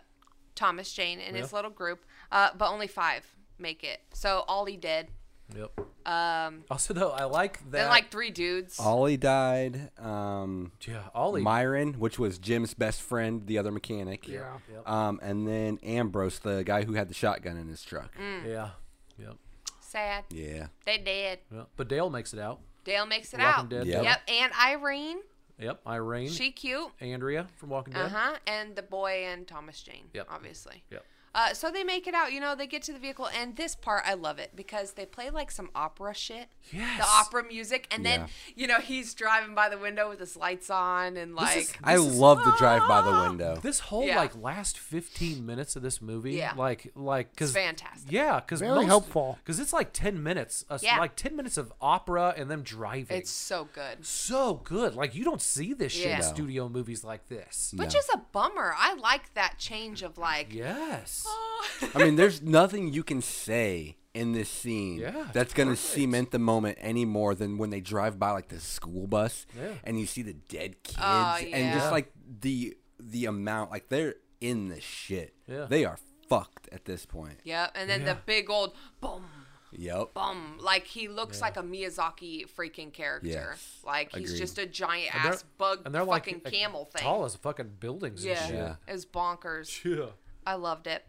S1: Thomas Jane and his
S2: Yeah.
S1: little group, uh, but only five make it. So Ollie did.
S2: Yep. Um. Also, though, I like that.
S1: Then like three dudes.
S4: Ollie died. Um,
S2: yeah, Ollie.
S4: Myron, which was Jim's best friend, the other mechanic.
S3: Yeah.
S4: Um, and then Ambrose, the guy who had the shotgun in his truck.
S1: Mm.
S2: yeah. Yep.
S1: Sad.
S4: Yeah.
S1: They did.
S2: Yep. But Dale makes it out.
S1: Dale makes it
S2: Walking
S1: out.
S2: Dead.
S4: Yep.
S1: Yep, and Irene,
S2: Yep. Irene.
S1: she cute.
S2: Andrea from Walking Dead.
S1: Uh huh. And the boy and Thomas Jane.
S2: Yep.
S1: Obviously.
S2: Yep.
S1: Uh, so they make it out, you know, they get to the vehicle, and this part I love it because they play like some opera shit.
S2: Yes.
S1: The opera music, and then,
S4: Yeah.
S1: you know, he's driving by the window with his lights on and like
S2: is-
S4: I
S2: This is-
S4: love the drive by the window.
S2: This whole
S1: Yeah.
S2: like last 15 minutes of this movie,
S1: Yeah.
S2: like like cuz
S1: It's fantastic.
S2: Yeah, cuz
S3: Very helpful.
S2: Cuz it's like 10 minutes uh,
S1: Yeah.
S2: like 10 minutes of opera and them driving.
S1: it's so good.
S2: so good. Like you don't see this shit
S1: Yeah.
S2: in
S1: No.
S2: studio movies like this.
S1: Which is a bummer. I like that change of <laughs> like
S2: Yes.
S1: Oh,
S4: I mean, there's nothing you can say in this scene
S2: Yeah,
S4: that's going to
S2: perfect.
S4: cement the moment any more than when they drive by like the school bus
S2: Yeah.
S4: and you see the dead kids
S1: Oh,
S4: and
S1: yeah.
S4: just like the the amount like they're in the shit.
S2: Yeah.
S4: They are fucked at this point.
S1: Yep. And then
S2: Yeah.
S1: the big old boom,
S4: Yep.
S1: boom. Like he looks like a Miyazaki freaking character.
S4: Yes.
S1: Like he's
S4: Agreed.
S1: just a giant
S2: And they're-
S1: ass bug
S2: and they're like
S1: fucking
S2: a-
S1: camel thing.
S2: Tall as fucking buildings
S1: yeah.
S2: and shit.
S4: Yeah.
S1: It was bonkers.
S2: Yeah.
S1: I loved it.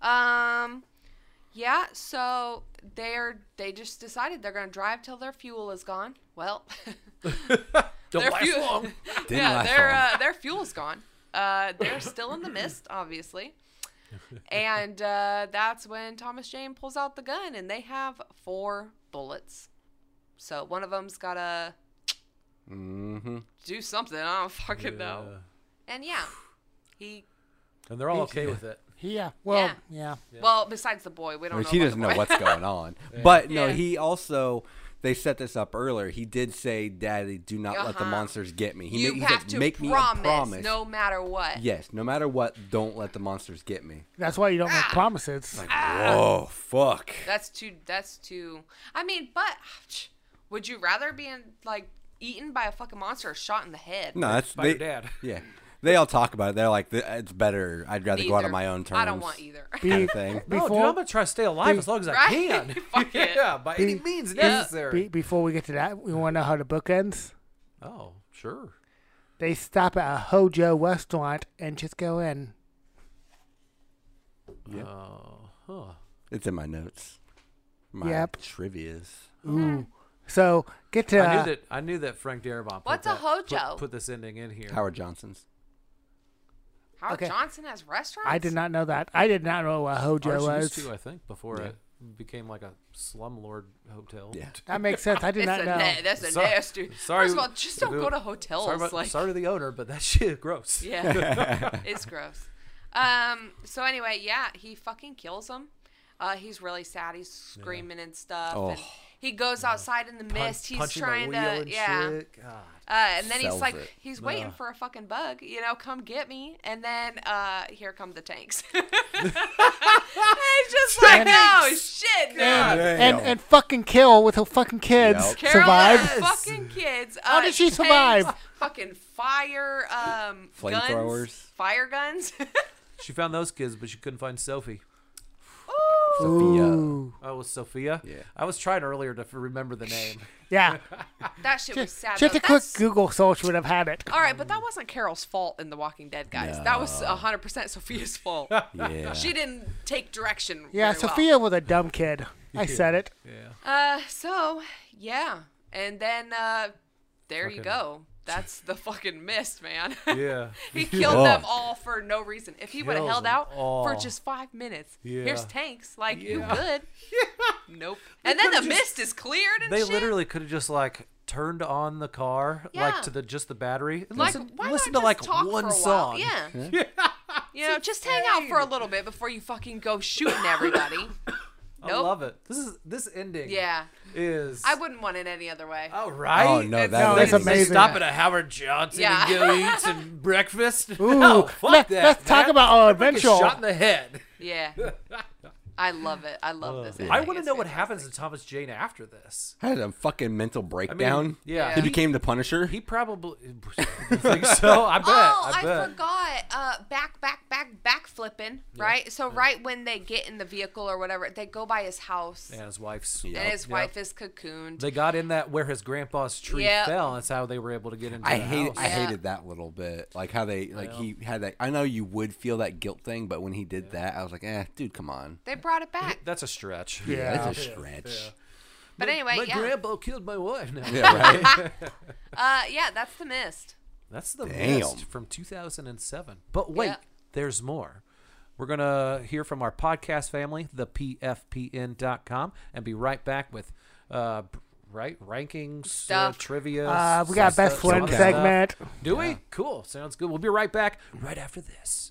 S1: Um yeah, so they're they just decided they're gonna drive till their fuel is gone.
S4: <laughs>
S1: Well <laughs>
S2: Don't
S1: Their
S2: last
S1: fuel- <laughs>
S2: long.
S4: Didn't
S1: yeah,
S4: last
S1: their
S4: long.
S1: uh, their fuel's gone. Uh, they're still in the
S4: <laughs>
S1: mist, obviously. And uh, that's when Thomas Jane pulls out the gun, and they have four bullets. So one of them's gotta
S4: Mm-hmm.
S1: do something. I don't fucking know.
S2: Yeah.
S1: And yeah, he.
S2: And they're all okay with it.
S3: Yeah. Well,
S1: Yeah.
S3: yeah.
S1: Well, besides the boy, we don't
S4: Which
S1: know.
S4: he
S1: about
S4: doesn't
S1: the <laughs>
S4: know
S1: boy.
S4: what's
S2: <laughs>
S4: going on. But no,
S1: Yeah.
S4: he also they set this up earlier. He did say, "Daddy, do not let the
S1: Uh-huh.
S4: monsters get me." He
S1: you
S4: ma- he said,
S1: have to
S4: make
S1: promise,
S4: me a promise.
S1: no matter what.
S4: Yes, no matter what, don't let the monsters get me.
S3: That's why you don't
S2: Ah.
S3: make promises.
S1: Ah.
S4: Oh fuck.
S1: That's too. That's too. I mean, but <sighs> would you rather be in, like eaten by a fucking monster or shot in the head?
S4: No, that's
S2: by your
S4: they,
S2: dad.
S4: <laughs> Yeah, they all talk about it. They're like, "Th- it's better. I'd rather go out on
S1: Neither.
S4: my own terms.
S1: I don't want either. <laughs>
S4: Kind of thing.
S2: No, dude,
S3: Before-
S2: I'm gonna try to stay alive as long as I
S1: Right?
S2: can.
S1: <laughs>
S2: <laughs>
S1: Fuck it.
S2: yeah, by any means necessary.
S3: Be- before we get to that, we want to know how the book ends.
S2: oh, sure.
S3: They stop at a Hojo restaurant and just go in.
S2: Huh.
S4: It's in my notes. My
S3: Yep.
S4: trivia's.
S3: So get to
S2: Hmm. I knew that. I knew that Frank Darabont. put
S1: What's a
S2: that- put-
S1: hojo?
S2: Put, this ending in here.
S4: Howard Johnson's.
S1: Howard
S3: Okay.
S1: Johnson has restaurants.
S3: uh, I did not know that. I did not know what Hojo
S2: Ours
S3: was.
S2: used to, I think, before it became like a slumlord hotel.
S4: Yeah.
S3: That makes sense. I did
S1: It's
S3: not
S1: a
S3: know.
S1: na- that's a
S2: Sorry-
S1: nasty.
S2: sorry-
S1: First of all, just don't go to hotels.
S2: Sorry, about,
S1: like,
S2: sorry to the owner, but that <laughs> shit is gross.
S4: <laughs>
S1: yeah, it's gross. Um. So anyway, yeah, he fucking kills him. Uh, he's really sad. He's screaming and stuff. And
S4: Oh.
S1: he goes outside in the
S2: Punch-
S1: mist. he's
S2: punching the
S1: trying
S2: wheel
S1: to,
S2: and
S1: yeah.
S2: shit. God.
S1: Uh, and then he's
S4: Sells
S1: like,
S4: it.
S1: he's waiting for a fucking bug, you know, come get me. And then uh, here come the tanks. <laughs> and it's just like, no shit, no.
S3: And and fucking kill with her fucking kids
S4: Yep.
S1: Carol
S3: survive.
S1: and fucking kids. Uh,
S3: How did she
S1: tanks,
S3: survive?
S1: Fucking fire, um, guns,
S4: Flamethrowers.
S1: fire guns. <laughs>
S2: She found those kids, but she couldn't find Sophie.
S1: Ooh.
S4: Sophia.
S2: Oh, it was Sophia?
S4: Yeah.
S2: I was trying earlier to f- remember the name.
S1: <laughs>
S3: Yeah.
S1: that shit was sad.
S3: Just
S1: though.
S3: a quick
S1: That's- Oh,
S3: Google search would have had it.
S1: All right, but that wasn't Carol's fault in The Walking Dead, guys. That was 100% Sophia's fault.
S3: <laughs>
S4: Yeah.
S1: She didn't take direction. very
S3: Yeah,
S1: well.
S3: Sophia was a dumb kid.
S2: <laughs>
S3: I said it.
S2: Yeah.
S1: Uh, so yeah, and then uh, there you
S2: Fucking-
S1: go. That's the fucking mist, man.
S2: <laughs> Yeah.
S1: <laughs> he killed them
S4: Fuck.
S1: all for no reason. If he would have
S2: Killed
S1: held
S2: them
S1: out for
S2: all.
S1: just five minutes,
S2: Yeah.
S1: here's tanks. Like you
S2: <laughs> Yeah.
S1: good? Nope. And then the
S2: could've just-
S1: mist is cleared and
S2: They
S1: shit.
S2: literally could have just like turned on the car,
S1: Yeah.
S2: like to the just the battery. and
S1: like
S2: listen,
S1: why not
S2: listen to
S1: just
S2: like
S1: talk
S2: one
S1: for a
S2: song.
S1: While? Yeah. <laughs> You know, just hang out for a little bit before you fucking go shooting everybody.
S2: <laughs> I
S1: Nope.
S2: love it. This is this ending.
S1: Yeah.
S2: is
S1: I wouldn't want it any other way.
S2: All right.
S4: Oh no,
S1: It's-
S4: that
S3: No, it's
S4: is-
S3: amazing.
S2: Stop at a Howard Johnson
S1: Yeah.
S2: and go
S1: <laughs>
S2: eat some breakfast.
S3: Ooh,
S2: <laughs> no, fuck
S3: let-
S2: that.
S3: let's talk
S2: man.
S3: about our
S2: Everyone gets
S3: eventual-
S2: <laughs> Shot in the head.
S1: Yeah. I love it. I love this.
S2: Oh, I
S1: think
S2: want to
S1: it's
S2: know what
S1: fantastic.
S2: happens to Thomas Jane after this.
S4: Had a fucking mental breakdown.
S2: yeah.
S1: Yeah.
S4: He became the Punisher.
S2: He probably <laughs> you think <laughs> so. I bet.
S1: Oh,
S2: I
S1: I,
S2: bet.
S1: forgot. Uh, back, back, back, back flipping. Right. So right when they get in the vehicle or whatever, they go by his house,
S2: And his wife's.
S1: and his
S2: Yep.
S1: wife is cocooned.
S2: They got in that where his grandpa's tree
S1: Yep.
S2: fell. That's how they were able to get into.
S4: I
S2: the
S4: hate
S2: house.
S4: I
S1: Yeah.
S4: hated that little bit. Like how they like he had that I know you would feel that guilt thing, but when he did that, I was like, eh, dude, come on.
S1: they brought it back.
S2: That's a stretch.
S4: Yeah,
S3: Yeah.
S4: that's a stretch.
S1: But anyway,
S2: my
S1: yeah.
S2: grandpa killed
S1: <laughs>
S2: my wife. No.
S4: <laughs> Yeah, right.
S1: Uh, yeah, that's the mist.
S2: That's the
S4: Damn.
S2: list from 2007. But wait,
S1: Yeah.
S2: there's more. We're going to hear from our podcast family, the PFPN.com, and be right back with uh, b- right rankings, Uh,
S1: Stuff.
S2: trivia.
S3: Uh, we got
S2: some
S3: best
S2: stuff, some
S3: friend
S2: other
S3: segment.
S2: stuff. Do we? Cool. Sounds good. We'll be right back right after this.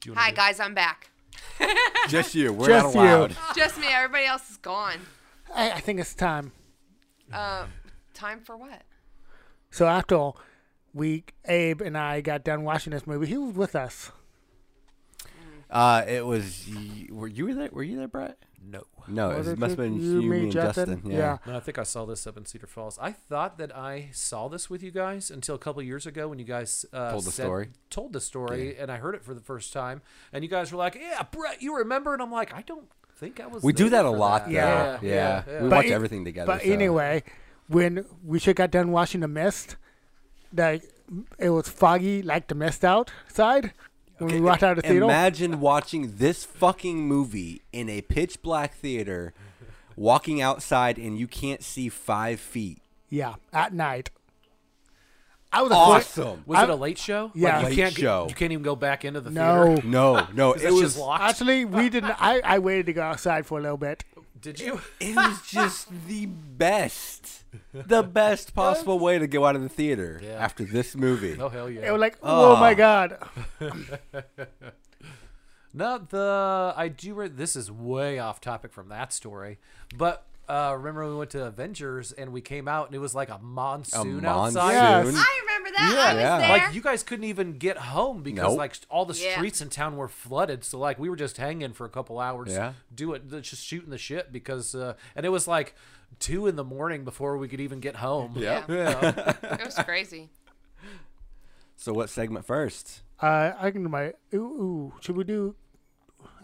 S2: Do you wanna
S1: Hi
S2: do-
S1: guys, I'm back.
S4: Just you. We're
S3: Just you.
S4: not allowed.
S1: Just me. Everybody else is gone.
S3: I, I think it's time.
S1: Uh, time for what?
S3: So after all, we Abe and I got done watching this movie. He was with us.
S4: Uh it was y- were you there were you there, Brett?
S2: No.
S4: No,
S3: Was
S4: it
S3: it
S4: must have been
S3: you, me,
S4: and
S3: Justin?
S4: Justin. Yeah.
S3: Yeah.
S2: No, I think I saw this up in Cedar Falls. I thought that I saw this with you guys until a couple years ago when you guys uh,
S4: Told the
S2: said-
S4: story.
S2: Told the story, and I heard it for the first time. And you guys were like, "Yeah, Brett, you remember?" And I'm like, "I don't think I was."
S4: We do
S2: there
S4: that a
S2: for
S4: lot
S2: that."
S4: though. Yeah. We
S3: But
S4: watch
S3: it-
S4: everything together.
S3: But
S4: so.
S3: anyway, when we should got done watching The Mist, like it was foggy, like the mist outside when we walked out of the theater.
S4: Imagine watching this fucking movie in a pitch black theater, walking outside and you can't see five feet.
S3: yeah, at night. I was
S4: Awesome.
S2: Was it
S3: I-
S2: a late show?
S3: Yeah.
S2: Like, you
S4: Late
S2: can't g-
S4: show.
S2: You can't even go back into the
S3: No.
S2: theater.
S4: No, no, it
S2: It
S4: was
S2: was locked.
S3: Actually, we didn't. I, I waited to go outside for a little bit.
S2: Did you?
S4: it was just the best, the best possible way to go out of the theater after this movie.
S2: Oh hell
S3: It
S2: yeah!
S3: was like, oh, my god.
S2: No, the I do. Re- this is way off topic from that story, but. Uh, remember we went to Avengers and we came out and it was like a
S4: A
S2: monsoon, outside.
S4: monsoon.
S3: Yes.
S1: I remember that. I was
S4: Yeah.
S1: there.
S2: Like you guys couldn't even get home because
S4: Nope.
S2: like all the
S1: Yeah.
S2: streets in town were flooded. So like we were just hanging for a couple hours,
S4: Yeah.
S2: do it, just shooting the shit because, uh, and it was like two in the morning before we could even get home.
S1: yeah. it was
S2: <laughs>
S1: crazy.
S4: So what segment first?
S3: Uh, I can do my. Ooh, ooh, should we do?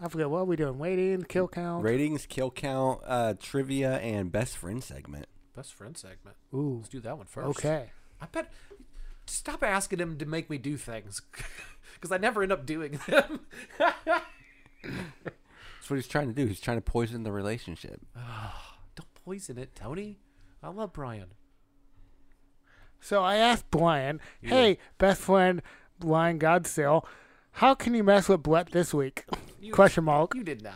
S3: I forget what are we doing. Waiting, kill count.
S4: Ratings, kill count, uh, trivia, and best friend segment.
S2: Best friend segment.
S3: Ooh.
S2: Let's do that one first.
S3: Okay.
S2: I bet. Stop asking him to make me do things <laughs> because I never end up doing them. <laughs>
S4: That's what he's trying to do. He's trying to poison the relationship.
S2: Don't poison it, Tony. I love Brian.
S3: So I asked Brian, "Hey, best friend Brian Godsell, how can you mess with Brett this week?" Question mark.
S2: You
S1: <laughs>
S2: did not.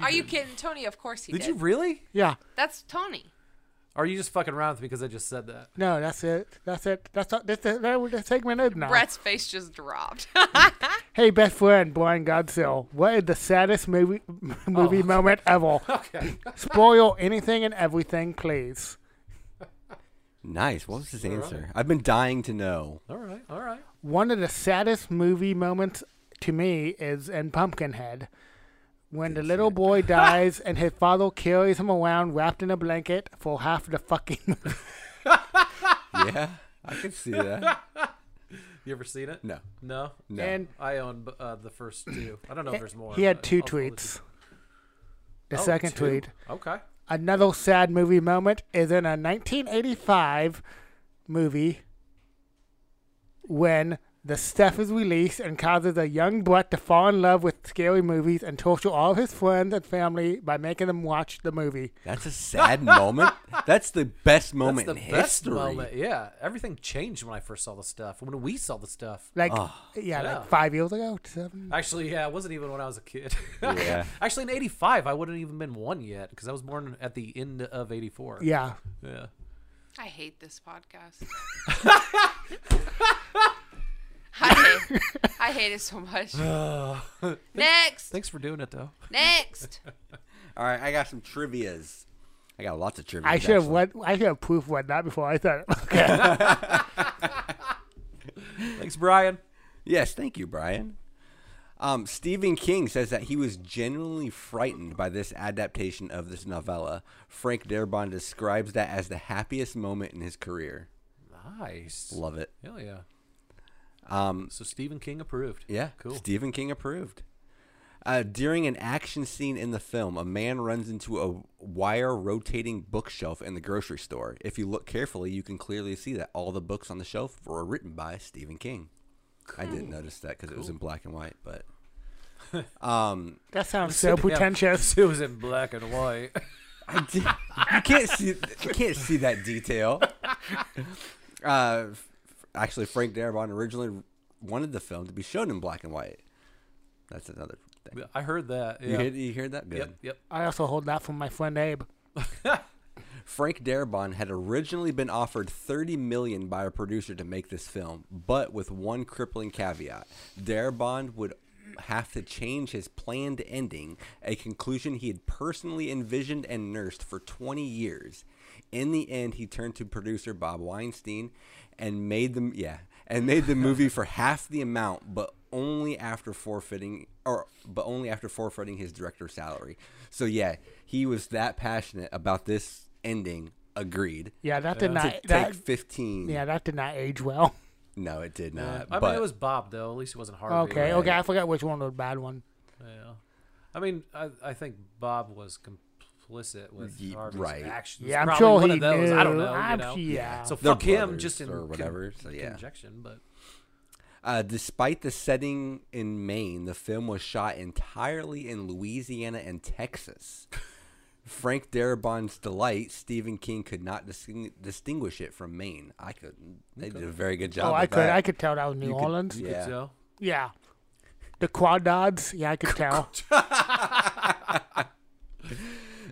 S1: Are you kidding, Tony? Of course he did.
S2: did you really?
S3: Yeah.
S1: That's Tony.
S2: Or are you just fucking around with me because I just said that?
S3: No, that's it. That's it. That's all. That's it. That was the segment is now.
S1: Brett's face just dropped.
S3: Hey, best friend Brian Godsell, what is the saddest movie movie moment ever?
S2: Oh. <laughs> Okay.
S3: Spoil anything and everything, please.
S4: Nice. What was his answer? I've been dying
S2: <laughs>
S4: to know.
S2: All right. All right.
S3: one of the saddest movie moments to me is in Pumpkinhead when the
S2: <laughs>
S3: little boy dies and his father carries him around wrapped in a blanket for half the fucking movie.
S4: Yeah, I can see that.
S2: You ever seen it?
S4: No.
S2: No.
S4: No.
S3: And
S2: I own uh, the first two. I don't know if there's more.
S3: <laughs> he had
S2: but
S3: 2
S2: I'll- I'll
S3: tweets.
S2: listen.
S3: The
S2: Oh,
S3: second
S2: two.
S3: tweet.
S2: Okay.
S3: Another sad movie moment is in a 1985 movie when The stuff is released and causes a young Brett to fall in love with scary movies and torture all of his friends and family by making them watch the movie.
S4: That's
S2: <laughs>
S4: a sad moment. That's the best moment
S2: That's the
S4: in
S2: best
S4: history.
S2: moment. Yeah, everything changed when I first saw the stuff. When we saw the stuff,
S3: Like,
S4: Ah.
S3: yeah,
S2: yeah.
S3: like five years ago, seven.
S2: actually, yeah, it wasn't even when I was a kid.
S4: Yeah.
S2: <laughs> actually, in '85, I wouldn't even been one yet because I was born at the end of '84.
S3: Yeah.
S2: yeah.
S1: I hate this
S2: <laughs>
S1: podcast. I hate, I hate it so
S2: <sighs>
S1: much. next,
S2: Thanks for doing it though.
S1: next.
S4: All right, I got some trivia's. I got lots of trivia.
S3: I should have read, I should have proof read that before I said it. <laughs> Okay.
S2: Thanks, Brian.
S4: Yes, thank you, Brian. Um, Stephen King says that he was genuinely frightened by this adaptation of this novella. Frank Darabont describes that as the happiest moment in his career.
S2: Nice.
S4: Love it.
S2: Hell yeah.
S4: Um,
S2: So Stephen King approved.
S4: Yeah,
S2: Cool.
S4: Stephen King approved. Uh, during an action scene in the film, a man runs into a wire rotating bookshelf in the grocery store. If you look carefully, you can clearly see that all the books on the shelf were written by Stephen King. I didn't notice that because it was in black and white, but
S3: That sounds so
S2: Yeah. <laughs>
S3: pretentious.
S2: It was in black and white. <laughs>
S4: I did. <laughs> you can't see. You can't see that detail. <laughs> Uh, f- actually, Frank Darabont originally wanted the film to be shown in black and white. That's another thing.
S2: I heard that.
S4: You,
S2: Yeah.
S4: hear, you hear that? Good.
S2: yep. Yep.
S3: I also hold that from my friend Abe.
S4: Frank Darabont had originally been offered 30 million by a producer to make this film, but with one crippling caveat. Darabont would have to change his planned ending, a conclusion he had personally envisioned and nursed for 20 years. In the end, he turned to producer Bob Weinstein and made them yeah, and made the movie for half the amount, but only after forfeiting or but only after forfeiting his director's salary. So yeah, he was that passionate about this ending. Agreed.
S3: Yeah, that did not.
S4: Take
S3: That,
S4: 15.
S3: yeah, that did not age well.
S4: No, it did not.
S2: I
S4: but
S2: mean, it was Bob though. At least it wasn't Harvey.
S3: Okay,
S2: right?
S3: okay, I forgot which one was a bad one.
S2: Yeah. I mean, I, I think Bob was complicit with
S4: Ye-
S2: Harvey's
S4: right.
S2: actions.
S3: Yeah, I'm
S2: Probably
S3: sure
S2: one
S3: he
S2: of those. I don't
S3: knew.
S2: know. you
S3: I'm
S2: know?
S3: sure- yeah.
S2: So
S4: They're
S2: fuck him,
S4: brothers
S2: just in
S4: or
S2: con-
S4: whatever, so yeah.
S2: conjecture, but
S4: uh, despite the setting in Maine, the film was shot entirely in Louisiana and Texas. <laughs> Frank Darabont's delight, Stephen King could not disting- distinguish it from Maine. I could. They did a very good job.
S3: Oh, I
S4: with
S3: could,
S4: that.
S3: I could tell that was New
S4: You could-
S3: Orleans.
S2: you
S4: yeah.
S2: could tell.
S3: Yeah. The quad nods, yeah, I could
S4: <laughs>
S3: tell.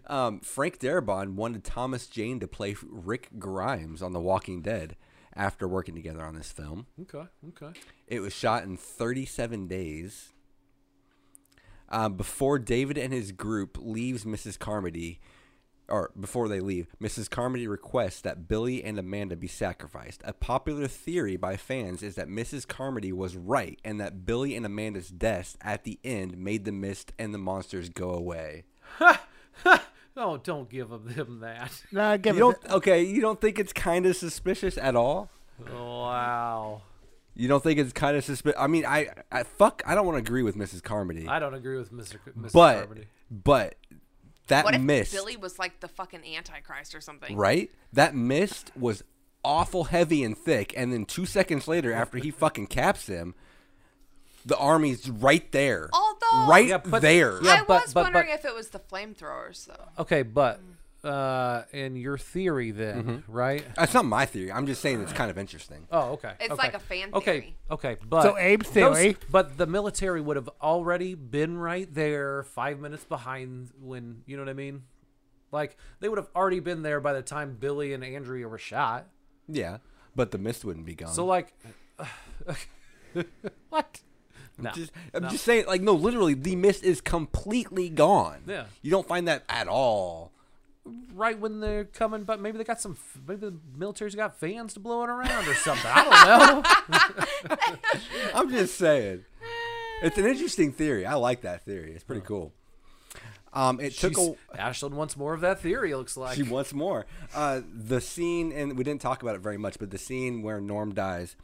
S4: Um, Frank Darabont wanted Thomas Jane to play Rick Grimes on The Walking Dead after working together on this film.
S2: Okay, okay.
S4: It was shot in 37 days. Um, before David and his group leaves Mrs. Carmody, or before they leave, Mrs. Carmody requests that Billy and Amanda be sacrificed. A popular theory by fans is that Mrs. Carmody was right and that Billy and Amanda's deaths at the end made the mist and the monsters go away.
S2: Oh, don't give them that.
S3: No, give
S4: You
S3: it.
S4: don't okay, you don't think it's kind of suspicious at all?
S2: Wow.
S4: You don't think it's kind of suspicious? I mean, I, I fuck, I don't want to agree with Mrs. Carmody.
S2: I don't agree with Mr. C- Mr.
S4: but
S2: Carmody.
S4: but that
S1: What if
S4: mist
S1: Billy was like the fucking Antichrist or something?
S4: right that mist was awful heavy and thick and then two seconds later after he fucking caps him the army's right there
S1: Although-
S4: right
S2: Yeah, but-
S4: there
S2: Yeah,
S1: I
S2: but-
S1: was
S2: but- but-
S1: wondering if it was the flamethrowers though.
S2: Okay, but uh, in your theory, then,
S4: Mm-hmm.
S2: right?
S4: that's Uh, not my theory i'm just saying it's kind of interesting
S2: Oh, okay.
S1: It's
S2: okay.
S1: like a fan
S2: Okay,
S1: theory.
S2: okay, but
S3: So Abe's theory-
S2: but the military would have already been right there, five minutes behind when you know what I mean. Like they would have already been there by the time Billy and Andrea were shot.
S4: yeah but the mist wouldn't be gone
S2: So like, <laughs> what? No,
S4: just, i'm
S2: no.
S4: just saying like no literally the mist is completely gone
S2: Yeah.
S4: you don't find that at all
S2: right when they're coming, but maybe they got some. Maybe the military's got fans to blowing around or something. I don't know.
S4: I'm just saying. It's an interesting theory. I like that theory. It's pretty cool. Um, it took
S2: She's-
S4: a,
S2: Ashlyn wants more of that theory. It looks like
S4: she wants more. Uh, the scene, and we didn't talk about it very much, but the scene where Norm dies.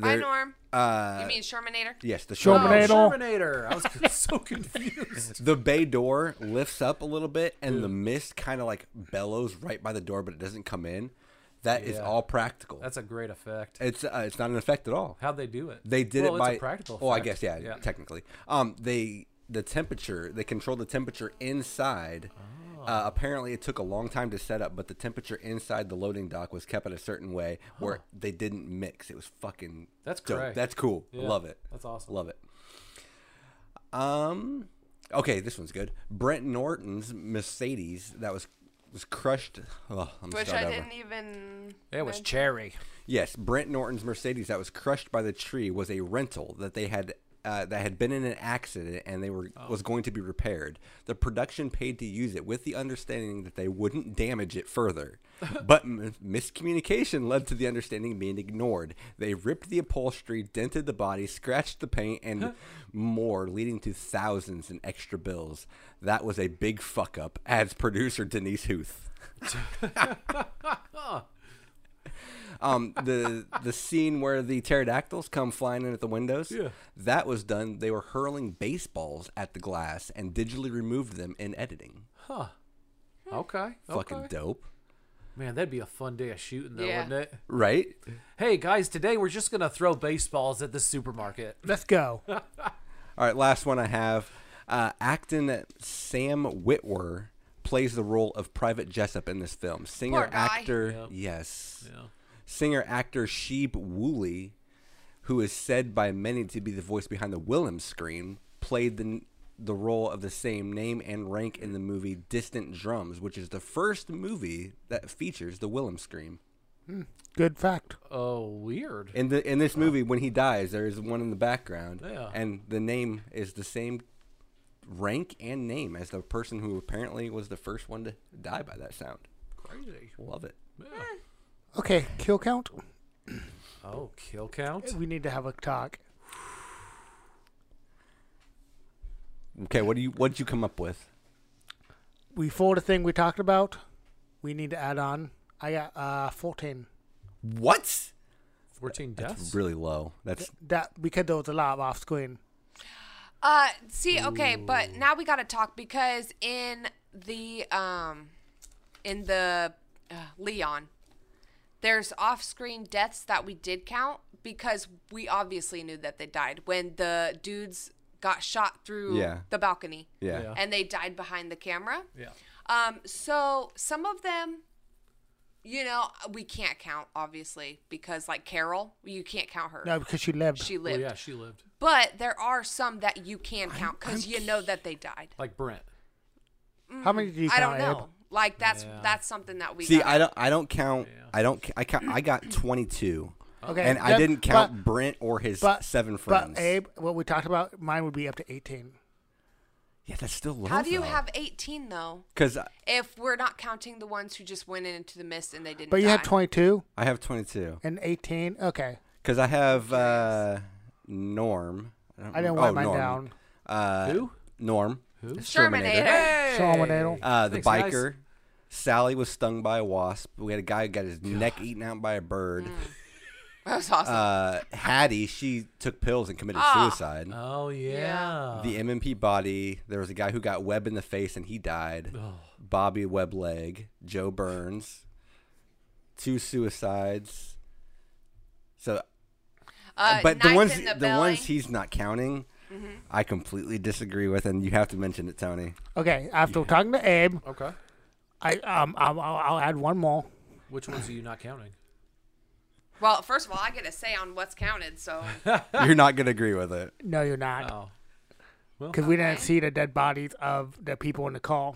S1: Hi
S4: there-
S1: Norm.
S4: Uh,
S1: you mean Shermanator?
S4: yes, the
S3: Sure,
S4: Sherman-
S3: Tornado.
S2: Oh, Terminator. I was <laughs> so confused.
S4: The bay door lifts up a little bit, and the mist kind of like bellows right by the door, but it doesn't come in. That is
S2: Yeah.
S4: all practical.
S2: That's a great effect.
S4: it's uh, it's not an effect at all.
S2: How'd they do it?
S4: They did
S2: well,
S4: it
S2: it's
S4: by
S2: a practical.
S4: Oh, I
S2: effect.
S4: guess yeah,
S2: Yeah.
S4: technically. Um, they the temperature they control the temperature inside.
S2: Oh.
S4: Uh, apparently, it took a long time to set up, but the temperature inside the loading dock was kept at a certain way where they didn't mix. It was fucking.
S2: That's
S4: dope.
S2: correct.
S4: That's cool.
S2: Yeah.
S4: Love it.
S2: That's awesome.
S4: Love it. Um, okay, this one's good. Brent Norton's Mercedes that was was crushed. Oh, I'm
S1: Which
S4: start
S1: I
S4: over.
S1: didn't even.
S2: It was cherry.
S4: Yes, Brent Norton's Mercedes that was crushed by the tree was a rental that they had uh, that had been in an accident and they were was going to be repaired. The production paid to use it with the understanding that they wouldn't damage it further. but m- miscommunication led to the understanding being ignored. They ripped the upholstery, dented the body, scratched the paint, and more, leading to thousands in extra bills. That was a big fuck up, adds producer Denise Huth. um, the the scene where the pterodactyls come flying in at the windows.
S2: Yeah.
S4: That was done. They were hurling baseballs at the glass and digitally removed them in editing.
S2: Okay.
S4: Fucking
S2: okay.
S4: dope,
S2: Man, that'd be a fun day of shooting, though,
S1: Yeah.
S2: wouldn't it?
S4: right?
S2: Hey guys, today we're just gonna throw baseballs at the supermarket.
S3: Let's
S4: <laughs>
S3: go.
S4: All right, last one I have. Uh, Acton Sam Whitwer plays the role of Private Jessup in this film. Singer
S1: Poor guy.
S4: actor, yes.
S2: Yeah.
S4: Singer actor Sheeb Woolley, who is said by many to be the voice behind the Willem scream, played the the role of the same name and rank in the movie Distant Drums, which is the first movie that features the Willem scream.
S3: Good fact.
S2: Oh, weird.
S4: In the in this movie, when he dies, there is one in the background,
S2: Yeah.
S4: and the name is the same rank and name as the person who apparently was the first one to die by that sound.
S2: Crazy.
S4: Love it.
S3: Okay, kill count.
S2: Oh, kill count.
S3: We need to have a talk.
S4: Okay, what do you what did you come up with?
S3: We for the thing we talked about. We need to add on. I got uh fourteen.
S4: What?
S2: Fourteen deaths.
S4: Really low. That's
S3: That because there was a lot off screen.
S1: Uh, see, okay, but now we gotta talk because in the um, in the uh, Leon, there's off-screen deaths that we did count because we obviously knew that they died when the dudes got shot through
S4: Yeah.
S1: the balcony.
S4: yeah.
S2: Yeah.
S1: And they died behind the camera.
S2: yeah.
S1: Um, so some of them, you know, we can't count obviously because like Carol, you can't count her.
S3: No, Uh, because she lived.
S1: She
S2: Well,
S1: lived.
S2: yeah, she lived.
S1: But there are some that you can count because you know that they died. Mm,
S2: Like Brent.
S3: How many did you
S1: I
S3: count?
S1: don't
S3: Abe?
S1: know. Like that's
S2: Yeah.
S1: that's something that we
S4: See,
S1: gotta-
S4: I don't I don't count I don't ca- I count I got 22.
S3: Okay,
S4: and I
S3: then-
S4: didn't
S3: but-
S4: count Brent or his
S3: But
S4: seven friends.
S3: But Abe, what we talked about, mine would be up to eighteen.
S4: yeah, that's still low.
S1: How do you have 18 though?
S4: Cuz
S1: If we're not counting the ones who just went into the mist and they didn't.
S3: But you have
S1: die. <laughs>
S3: twenty-two
S4: I have 22.
S3: and eighteen. Okay,
S4: Cuz I have uh Norm. don't
S3: I didn't
S4: rem-
S3: write
S4: oh,
S3: mine
S4: Norm.
S3: down.
S4: Uh
S2: Who?
S4: Norm.
S2: Who?
S1: Shermanator.
S3: Sean Winato.
S4: Uh, the
S2: Thanks, guys.
S4: biker. Sally was stung by a wasp. We had a guy who got his neck eaten out by a bird.
S1: <laughs>
S2: Mm.
S1: That was awesome.
S4: Uh, Hattie, she took pills
S2: Ah.
S4: and committed suicide.
S2: Oh yeah.
S1: Yeah.
S3: Uh.
S4: the MMP body. There was a guy who got Webb in the face and he died. Bobby Webb leg. Joe Burns. Two suicides. So,
S1: Uh,
S4: but the
S1: knife
S4: ones
S1: in
S4: the,
S1: belly. Mm-hmm.
S4: ones he's not counting, I completely disagree with, and you have to mention it, Tony.
S3: Okay, after talking to Abe,
S2: Okay.
S3: I um I'll, I'll, I'll add one more.
S2: Which ones are you not counting?
S1: Well, first of all, I get a say on what's counted, so
S4: You're not gonna agree with it.
S3: No, you're not,
S2: Oh.
S3: because we didn't see the dead bodies of the people in the car.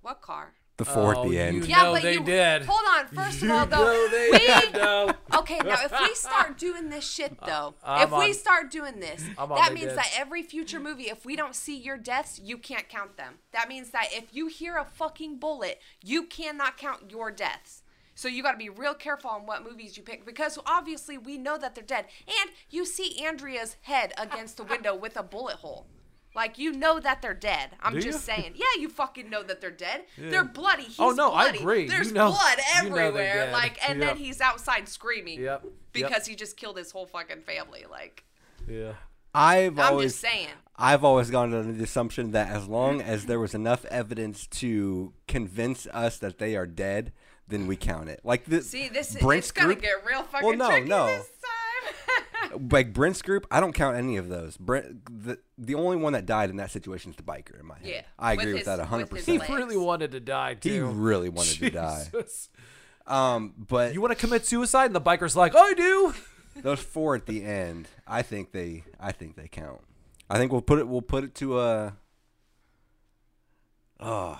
S1: what car?
S4: The four at
S2: Oh,
S4: the end.
S2: you- <laughs> No, they did.
S1: Hold on. First
S2: <laughs>
S1: of all, though, <laughs> we, <laughs> okay. Now, if we start doing this shit, though,
S2: Uh, I'm
S1: if we
S2: on-
S1: start doing this,
S2: I'm on
S1: that
S2: big
S1: means
S2: dead.
S1: that every future movie, if we don't see your deaths, you can't count them. That means that if you hear a fucking bullet, you cannot count your deaths. So you got to be real careful on what movies you pick because obviously we know that they're dead, and you see Andrea's head against the window with a bullet hole. Like you know that they're dead. I'm
S2: Do
S1: just
S2: you?
S1: saying. Yeah, you fucking know that they're dead. They're bloody. He's
S2: Oh, no, I
S1: bloody.
S2: agree.
S1: There's
S2: You know-
S1: blood
S2: you know they're
S1: everywhere.
S2: dead.
S1: like, and then
S2: Yep.
S1: he's outside screaming.
S2: Yep. Yep.
S1: Because he just killed his whole fucking family. Like,
S2: Yeah.
S4: I've
S1: I'm
S4: always
S1: just saying.
S4: I've always gone under the assumption that as
S1: <clears throat>
S4: long as there was enough evidence to convince us that they are dead, then we count it. Like this.
S1: See, this
S4: Brent's
S1: it's gonna
S4: group-
S1: get real fucking
S4: Well, no,
S1: tricky
S4: no.
S1: this time.
S4: <laughs>
S1: <laughs>
S4: like Brent's group, I don't count any of those. Brent, the the only one that died in that situation is the biker in my head.
S1: Yeah,
S4: I
S1: with
S4: agree with,
S1: his-
S4: that
S1: with
S4: hundred
S1: his
S2: He
S4: percent.
S1: leg.
S2: really wanted to die too.
S4: He really wanted to die.
S2: Jesus.
S4: Um, but
S1: Uh,
S2: You want to commit suicide, and the biker's like, "I do."
S4: those four at the end, I think they, I think they count. I think we'll put it, we'll put it to a. Oh,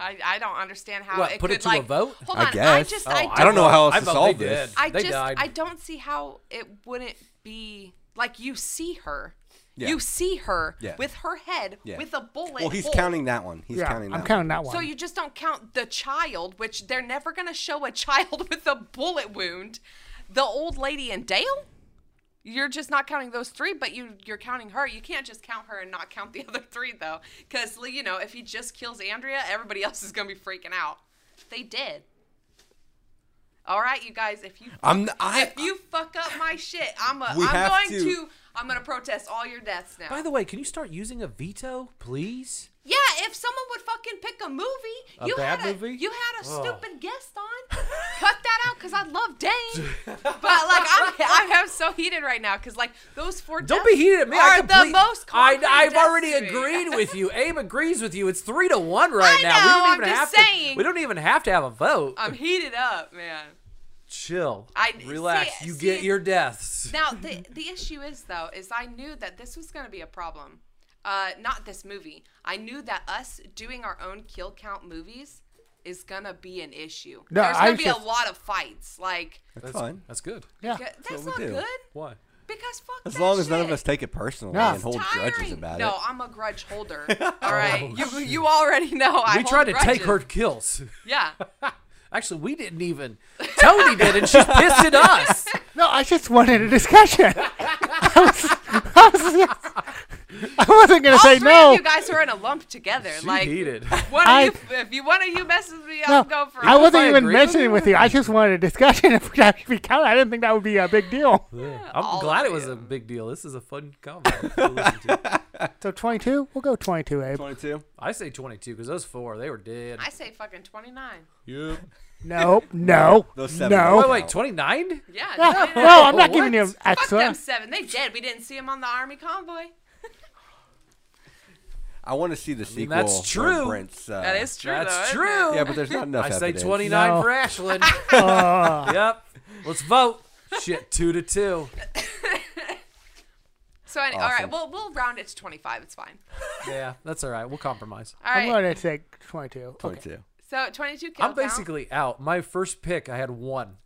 S1: I, I don't understand how
S2: What,
S1: it
S2: put it
S1: could
S2: to a
S1: like
S2: vote?
S1: Hold
S4: I
S1: on, I
S4: guess.
S1: just
S4: Oh,
S1: I,
S4: I don't
S1: don't
S4: know how else
S2: I
S4: to
S2: vote
S4: solve
S2: they
S4: this.
S2: did.
S1: I
S2: They
S1: just
S2: died.
S1: I don't see how it wouldn't be like you see her.
S4: Yeah.
S1: You see her
S4: Yeah.
S1: with her head
S4: Yeah.
S1: with a bullet.
S4: well, he's
S1: hole.
S4: counting that one. He's
S3: yeah,
S4: counting. That
S3: I'm counting
S4: One.
S3: that one.
S1: So you just don't count the child, which they're never gonna show a <laughs> child with a bullet wound. The old lady and Dale. You're just not counting those three, but you you're counting her. You can't just count her and not count the <laughs> other three though, because you know if he just kills Andrea, everybody <laughs> else is gonna be freaking out. They did. All right, you guys. If you
S4: I'm. I.
S1: if you fuck up my shit, I'm a,
S4: We have
S1: I'm going
S4: to-
S1: to. I'm gonna protest all your deaths now.
S2: By the way, can you start using a veto, please?
S1: Yeah, if someone would fucking pick a movie,
S2: A
S1: you
S2: bad
S1: had a
S2: movie?
S1: you had a
S2: Oh.
S1: stupid guest on. Cut that out because I love Dane, but like I'm I am so heated right now because like those four.
S2: Don't
S1: deaths
S2: be heated at me.
S1: Are
S2: I complete-
S1: the most.
S2: I,
S1: concrete
S2: I've
S1: deaths
S2: already
S1: to me.
S2: agreed
S1: <laughs>
S2: with you. Abe agrees with you. It's three to one right
S1: I
S2: now. we
S1: know,
S2: don't
S1: I'm
S2: even have
S1: just
S2: to.
S1: saying.
S2: We don't even have to have a vote.
S1: I'm heated up, man.
S2: Chill.
S1: I-
S2: relax.
S1: see-
S2: you
S1: see-
S2: get your deaths.
S1: Now the the issue is though is I knew that this was gonna be a problem. Uh, not this movie. I knew that us doing our own kill count movies is gonna be an issue.
S3: No,
S1: There's gonna
S3: I
S1: be
S3: just-
S1: a lot of fights. Like
S4: That's fine.
S2: That's good.
S3: yeah.
S1: that's,
S4: we
S1: not
S4: do.
S1: good.
S2: Why?
S1: Because fuck
S4: As
S1: that
S4: long as none of
S1: shit.
S4: us take it personally
S3: Yeah.
S4: and hold
S1: Tiring.
S4: grudges about
S1: no,
S4: it.
S1: I'm a grudge
S2: <laughs>
S1: holder. All right, you you already know I.
S2: Oh, we
S1: hold
S2: tried to take
S1: grudges.
S2: her kills. <laughs>
S1: Yeah,
S2: Actually, we didn't even. Tony did, and she's pissed at us.
S1: <laughs>
S3: No, I just wanted a discussion. <laughs> I, was, I, was, I wasn't gonna
S1: all
S3: say
S1: three
S3: no.
S1: of you guys are in a lump together.
S2: She
S1: like,
S2: heated.
S1: one
S3: I-
S1: of you, if you one of you messes me
S3: no,
S1: up, go for
S3: I
S1: it.
S3: wasn't
S2: I
S3: even
S2: agree with
S3: mentioning
S2: you.
S3: with you. I just wanted a discussion. <laughs> If we if we count, I didn't think that would be a big deal.
S2: I'm
S1: all
S2: glad
S1: of
S2: it was a
S1: you.
S2: big deal. This is a fun combo. to
S1: <laughs>
S2: listen to.
S3: So 22, we'll go 22, Abe.
S4: Twenty-two.
S2: I say 22 because those four, they were dead.
S1: I say fucking 29.
S2: Yep.
S3: Nope, no,
S4: Those seven
S3: no.
S4: don't
S2: Oh, wait, 29?
S1: Yeah,
S3: No,
S1: 29.
S3: <laughs> no, I'm not giving you an
S2: What?
S1: Fuck
S3: extra.
S1: them seven. They dead. We didn't see them on the army convoy.
S4: I want to see the
S2: mean,
S4: sequel.
S2: that's
S4: where
S2: true.
S4: Brent's, uh,
S1: That is true. though,
S2: That's
S1: isn't
S2: true.
S1: it?
S4: Yeah, but there's not enough. <laughs>
S2: I say
S4: evidence.
S2: 29
S3: No.
S1: <laughs>
S2: for Ashland.
S4: Ah.
S2: yep. Let's vote. Shit, two to two.
S1: So any, all
S4: Awesome.
S1: right, we'll we'll round it to 25. It's fine.
S2: Yeah, that's all right. We'll compromise.
S1: All
S3: I'm
S1: right.
S3: gonna say 22. Okay.
S4: Twenty-two.
S1: so 22 kill
S2: I'm basically out. My first pick, I had one.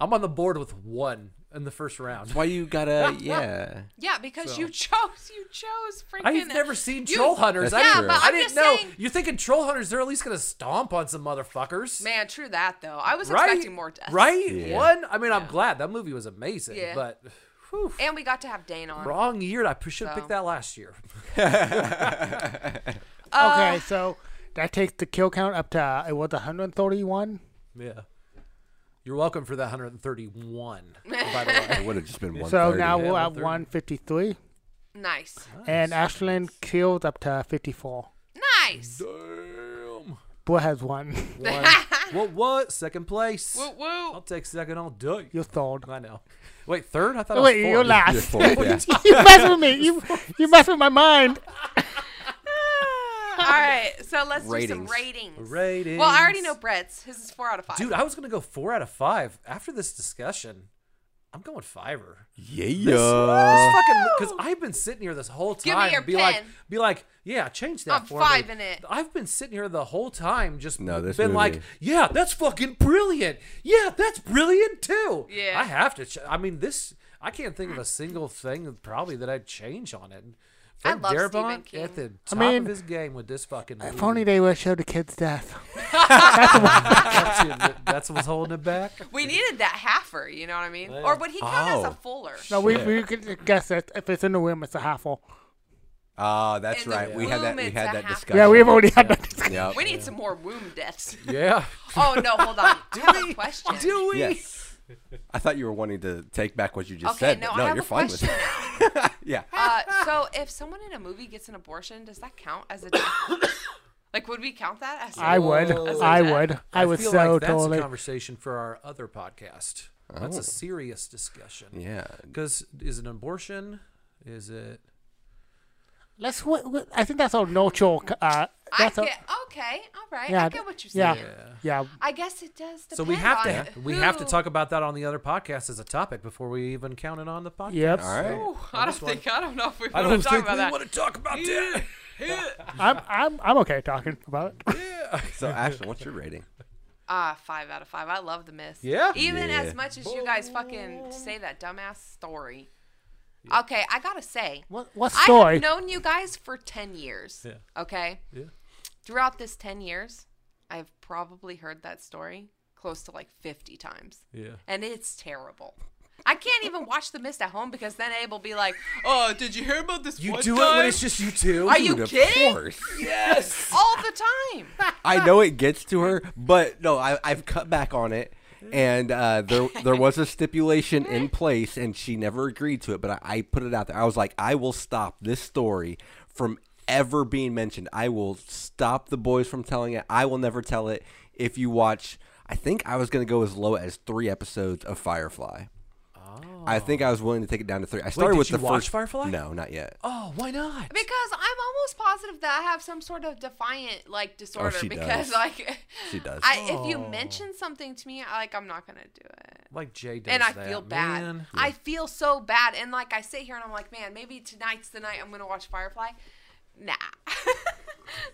S2: I'm on the board with one in the first round.
S4: Why you
S1: <laughs>
S4: gotta? Yeah.
S1: Yeah, because you <laughs> chose you chose freaking.
S2: I've never seen
S1: you-
S2: troll hunters. I
S4: That's
S2: didn't,
S4: true. Yeah, but
S2: I
S1: I'm
S2: didn't
S1: just
S2: know.
S1: saying-
S2: You're thinking troll hunters? They're at least gonna stomp on some motherfuckers,
S1: Man, true that though. I was
S2: right?
S1: expecting more deaths.
S2: Right?
S4: Yeah.
S2: One. I mean, I'm glad that movie was amazing,
S1: Yeah.
S2: but whew,
S1: And we got to have Dane on.
S2: wrong year. I should have
S1: So.
S2: picked that last year. <laughs>
S3: okay,
S1: Uh,
S3: so that takes the kill count up to uh, it was 131.
S2: yeah. You're welcome for that 131. By the way.
S4: It would have just been one.
S3: So now we'll
S2: Yeah,
S3: have
S2: 130.
S3: 153,
S1: Nice.
S3: and Ashland killed up to 54.
S1: <laughs> Nice.
S2: Damn.
S3: Boy has <laughs> one.
S1: <laughs>
S2: One. what? What? Second place.
S1: Woo woo.
S2: I'll take second all day.
S3: You're sold.
S2: I know. Wait, third? I thought.
S3: Oh,
S2: I was
S3: wait,
S2: fourth.
S3: you're
S4: You're
S3: last.
S4: fourth, yeah.
S3: <laughs> you mess with me. <laughs> You you mess with my mind.
S1: All right, so let's do
S4: Ratings.
S1: some ratings.
S2: Ratings.
S1: Well, I already know Brett's. His is four out of five.
S2: Dude, I was gonna go four out of five. After this discussion, I'm going fiver.
S4: Yeah.
S2: because I've been sitting here this whole time.
S1: Give me your
S2: be like,
S1: pen.
S2: be like, yeah, change that
S1: I'm
S2: for me."
S1: fiving it.
S2: I've been sitting here the whole time, just
S4: No, this
S2: been like,
S4: movie-
S2: yeah, that's fucking brilliant. Yeah, that's brilliant too.
S1: Yeah.
S2: I have to. Ch- I mean, this. I can't think of a single thing that- probably that I'd change on it.
S1: I
S2: Frank
S1: love Stephen
S2: Darabont
S1: King.
S2: at the
S3: I
S2: top
S3: mean,
S2: of his game with this fucking.
S3: If
S2: movie. <laughs>
S3: only they would show the kid's death.
S2: that's, it. that's what's holding it
S4: <laughs>
S2: back.
S1: we needed that halfer, you know what I mean? Or would he count as
S4: Oh.
S1: a fuller?
S3: No, we we could guess that if it's in the room, it's a halfle.
S4: Ah, that's
S1: In the
S4: right. We had that. We
S1: room,
S4: had
S1: it's a
S4: that
S1: half-
S4: discussion.
S3: Yeah, we've already had that discussion.
S4: Yep.
S1: We need some more womb deaths.
S2: Yeah.
S1: oh no, hold on. I have a question.
S2: Do we?
S1: <laughs>
S4: Yes. I thought you were wanting to take back what you just
S1: okay,
S4: said.
S1: no,
S4: but
S1: I have
S4: you're
S1: a
S4: fine
S1: question.
S4: with
S1: now.
S4: it. yeah.
S1: Uh, so if someone in a movie gets an abortion, does that count as a death? like, would we count that as? a-
S3: I would.
S1: as a
S3: I
S1: death?
S3: would. I would
S2: feel
S3: so
S2: like that's
S3: totally.
S2: a conversation for our other podcast. That's a serious discussion.
S4: Yeah.
S2: Because is it an abortion? Is it?
S3: Let's. W- w- I think that's all neutral. c- Uh,
S1: I
S3: that's all-
S1: get okay, all right. I get what you're
S3: yeah,
S1: saying.
S3: yeah.
S1: I guess it does. Depend
S2: So we have
S1: on
S2: to we have to
S1: who-
S2: talk about that on the other podcast as a topic before we even count it on the podcast.
S3: Yep.
S4: All right.
S1: Ooh, I don't think I don't know if we
S2: I
S1: want
S2: don't
S1: to talk
S2: think
S1: about
S2: we
S1: that.
S2: want to talk about that.
S3: I'm. I'm. I'm okay talking about it.
S4: So, Ashley, what's your rating?
S1: Ah, five out of five. I love the mist.
S2: Yeah?
S1: Even
S4: Yeah.
S1: as much as you guys fucking say that dumbass story. Okay, I gotta say,
S3: <laughs> What? What
S1: I
S3: story?
S1: have known you guys for ten years.
S2: Yeah.
S1: Okay.
S2: Yeah.
S1: Throughout this ten years, I've probably heard that story close to like fifty times.
S2: Yeah.
S1: and it's terrible. I can't even watch The Mist at home because then Abe will be like, "Oh, did you hear about this?"
S2: You
S1: one
S2: do it
S1: time?"
S2: when it's just you two.
S1: Are you
S4: Dude, of
S1: kidding?
S4: course.
S2: yes.
S1: all the
S2: <laughs>
S1: time.
S4: I know it gets to her, but no, I, I've cut back on it. And uh, there, there was a stipulation in place, and she never agreed to it. But I, I put it out there. I was like, I will stop this story from ever being mentioned. I will stop the boys from telling it. I will never tell it. If you watch, I think I was going to go as low as three episodes of Firefly. I think I was willing to take it down to three. I started
S2: did
S4: with
S2: you
S4: the
S2: watch
S4: first
S2: Firefly?
S4: No, not yet.
S2: Oh, why not?
S1: Because I'm almost positive that I have some sort of defiant like disorder.
S4: Oh, she
S1: because <laughs>
S4: does.
S1: like
S4: She does.
S1: I, if you mention something to me, I, like I'm not gonna do it,
S2: Like Jay does
S1: and I
S2: that,
S1: feel bad.
S2: man.
S1: I feel so bad, and like I sit here and I'm like, man, maybe tonight's the night I'm gonna watch Firefly. Nah, <laughs>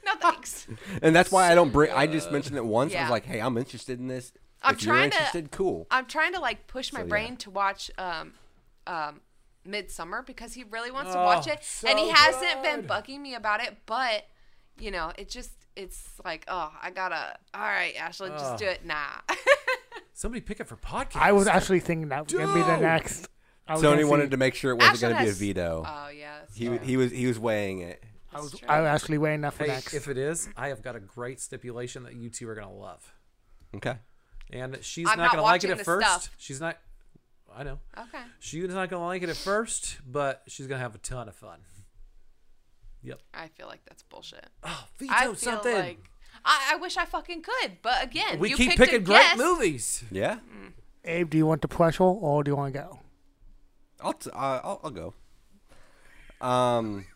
S1: no thanks.
S4: And that's why I don't bring. I just mentioned it once. I
S1: Yeah.
S4: was like, "Hey, I'm interested in this.
S1: I'm
S4: if you're
S1: trying to-
S4: interested, cool."
S1: I'm trying to like push my
S4: So, yeah.
S1: brain to watch um um Midsummer because he really wants to watch
S2: Oh,
S1: it and he
S2: so
S1: hasn't been
S2: good.
S1: bugging me about it, but you know, it just it's like, oh, I gotta all right, Ashley, just do it. Nah.
S2: Somebody pick it for podcast.
S3: I was actually thinking that was gonna be the
S2: Dude.
S3: next. I was gonna
S4: Sony
S3: see-
S4: wanted to make sure it wasn't
S1: Ashlyn
S4: going to be a
S1: has-
S4: veto.
S1: <laughs> oh yeah. that's
S4: he
S1: true.
S4: he was he was weighing it.
S3: I was,
S1: true.
S3: I was actually waiting that for
S2: Hey,
S3: next.
S2: if it is, I have got a great stipulation that you two are gonna love,
S4: Okay.
S2: and she's
S1: I'm
S2: not,
S1: not
S2: gonna like it
S1: watching
S2: at
S1: the
S2: first.
S1: stuff.
S2: She's not. I know.
S1: Okay.
S2: She's not gonna like it at first, but she's gonna have a ton of fun. Yep.
S1: I feel like that's bullshit.
S2: Oh, veto
S1: I feel
S2: something.
S1: like I, I wish I fucking could, but again,
S2: we
S1: you
S2: keep
S1: picked a
S2: picking great
S1: guest.
S2: movies.
S4: Yeah.
S1: Mm.
S3: Abe, do you want the pressure or do you want to go?
S4: I'll t- I- I'll, I'll go. Um,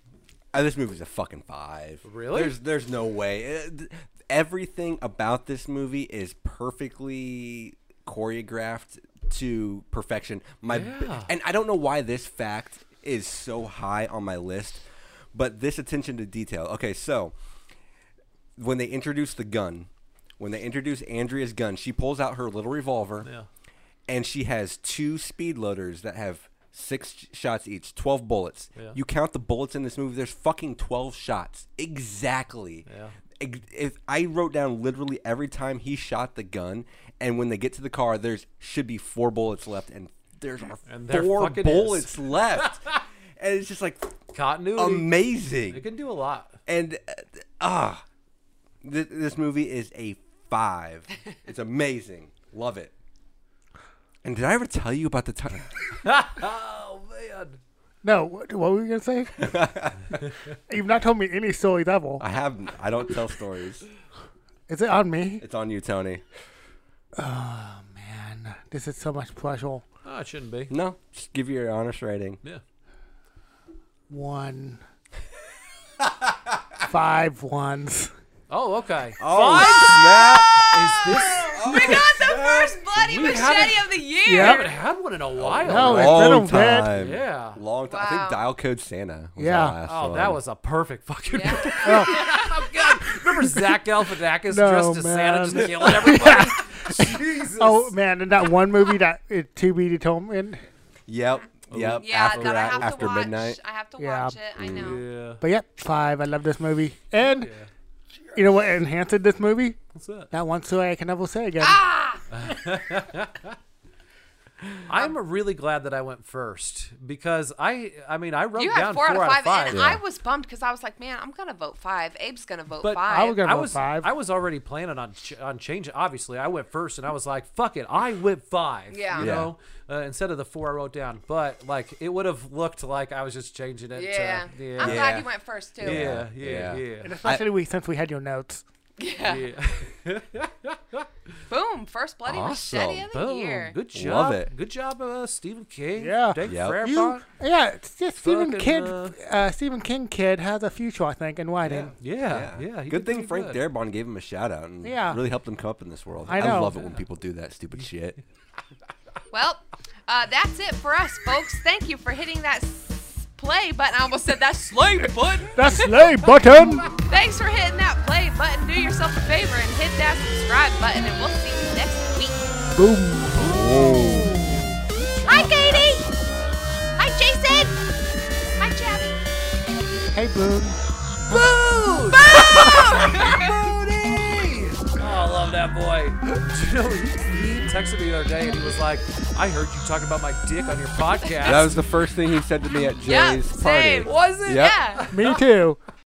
S4: uh, this movie's a fucking five.
S2: Really?
S4: There's there's no way. Uh, th- Everything about this movie is perfectly choreographed to perfection. My b-
S2: Yeah.
S4: and I don't know why this fact is so high on my list, but this attention to detail. Okay, so when they introduce the gun, when they introduce Andrea's gun, she pulls out her little revolver
S2: Yeah.
S4: and she has two speed loaders that have six sh- shots each, 12 bullets.
S2: Yeah.
S4: You count the bullets in this movie, there's fucking 12 shots. Exactly.
S2: Yeah.
S4: Ex- If I wrote down literally every time he shot the gun, and when they get to the car, there's should be four bullets left, and there's are
S2: And there
S4: four
S2: fucking is. <laughs>
S4: bullets left, and it's just like
S2: Continuity.
S4: amazing.
S2: it can do a lot.
S4: And uh, th- ah, th- this movie is a five. It's amazing. Love it. And did I ever tell you about the time?
S2: Oh man.
S3: No, what, what were you gonna
S2: <laughs>
S3: say? You've not told me any stories ever.
S4: <laughs> I have. I don't tell stories.
S3: Is it on me?
S4: It's on you, Tony.
S3: Man, this is so much pressure.
S2: Oh, it shouldn't be.
S4: No, just give you your honest rating.
S2: Yeah.
S3: One, five ones.
S2: Oh, okay.
S4: Oh snap!
S2: Is this?
S1: We got the first bloody
S2: We
S1: machete
S2: haven't-
S1: of the year.
S2: I
S3: Yep.
S2: haven't had one in a while.
S3: No, it's been a
S4: Long
S3: bit.
S4: time.
S2: Oh, Yeah.
S4: Long time. I
S1: Wow.
S4: think Dial Code Santa. Was
S3: Yeah.
S4: Our last
S2: Oh,
S4: one.
S2: that was a perfect
S1: <laughs>
S2: fucking.
S1: Yeah.
S2: <laughs> oh God! Remember Zach Galifianakis
S3: No,
S2: dressed as Santa,
S3: man.
S2: just killing everybody. Jesus.
S3: Oh man, and that one movie that it to be determined.
S4: Yep. Yep.
S1: Yeah,
S4: after
S1: that I
S4: that,
S1: have
S4: after
S1: to watch.
S4: midnight.
S1: I have to
S3: Yeah.
S1: watch it. I know.
S2: Yeah.
S3: But yep, five. I love this movie, and
S2: Yeah.
S3: you know what enhanced this movie?
S2: What's that? Ah!
S3: That one story I can never say again.
S2: I'm really glad that I went first because I, I mean, I wrote
S1: You
S2: down
S1: had four, out of five, and
S4: Yeah.
S1: I was bummed because I was like, man, I'm gonna vote five. Abe's gonna vote
S2: But
S1: five.
S3: I was gonna
S2: I
S3: vote
S2: was
S3: five.
S2: I was already planning on ch- on changing. Obviously, I went first, and I was like, "Fuck it, I went five.
S1: Yeah.
S2: you
S1: Yeah.
S2: know, uh, instead of the four I wrote down. But like, it would have looked like I was just changing it.
S1: yeah.
S2: to,
S1: I'm glad
S2: yeah,
S4: Yeah.
S1: you went first too. <laughs>
S2: yeah, yeah, yeah.
S4: Yeah.
S3: And especially we since we had your notes.
S1: Yeah. <laughs>
S2: Yeah.
S1: Boom. First bloody machete
S4: Awesome.
S1: of the
S2: Boom.
S1: year.
S2: Good job.
S4: Love it.
S2: Good job, uh, Stephen King.
S3: Yeah.
S2: Dave
S4: Yep.
S2: Frabot.
S3: You, Uh, yeah, it's just Stephen
S2: Fucking,
S3: Kid,
S2: uh,
S3: uh, Stephen King kid has a future, I think, in writing.
S2: Yeah, yeah. he
S4: good
S2: did
S4: thing
S2: pretty
S4: Frank
S2: good.
S4: Darabont gave him a shout out and
S3: Yeah.
S4: really helped him come up in this world.
S3: I
S4: I,
S3: know.
S4: love it when people do that stupid shit.
S1: Well, uh, that's it for us, folks. Thank you for hitting that s- play button. I almost said that slay button.
S3: That's slay button.
S2: <laughs>
S1: Thanks for hitting that play button. Do yourself a favor and hit that subscribe button, and we'll see you next week.
S3: Boom.
S1: Hi, Katie. Hi, Jason. Hi, Chad.
S3: Hey, boom.
S4: <laughs>
S2: Oh, I love that boy. Do <laughs> you know, he, he texted me the other day and he was like, I heard you talking about my dick on your podcast.
S4: That was the first thing he said to me at
S1: Yeah,
S4: Jay's
S1: same.
S4: party.
S1: Was it?
S4: Yep.
S1: Yeah.
S3: Me too.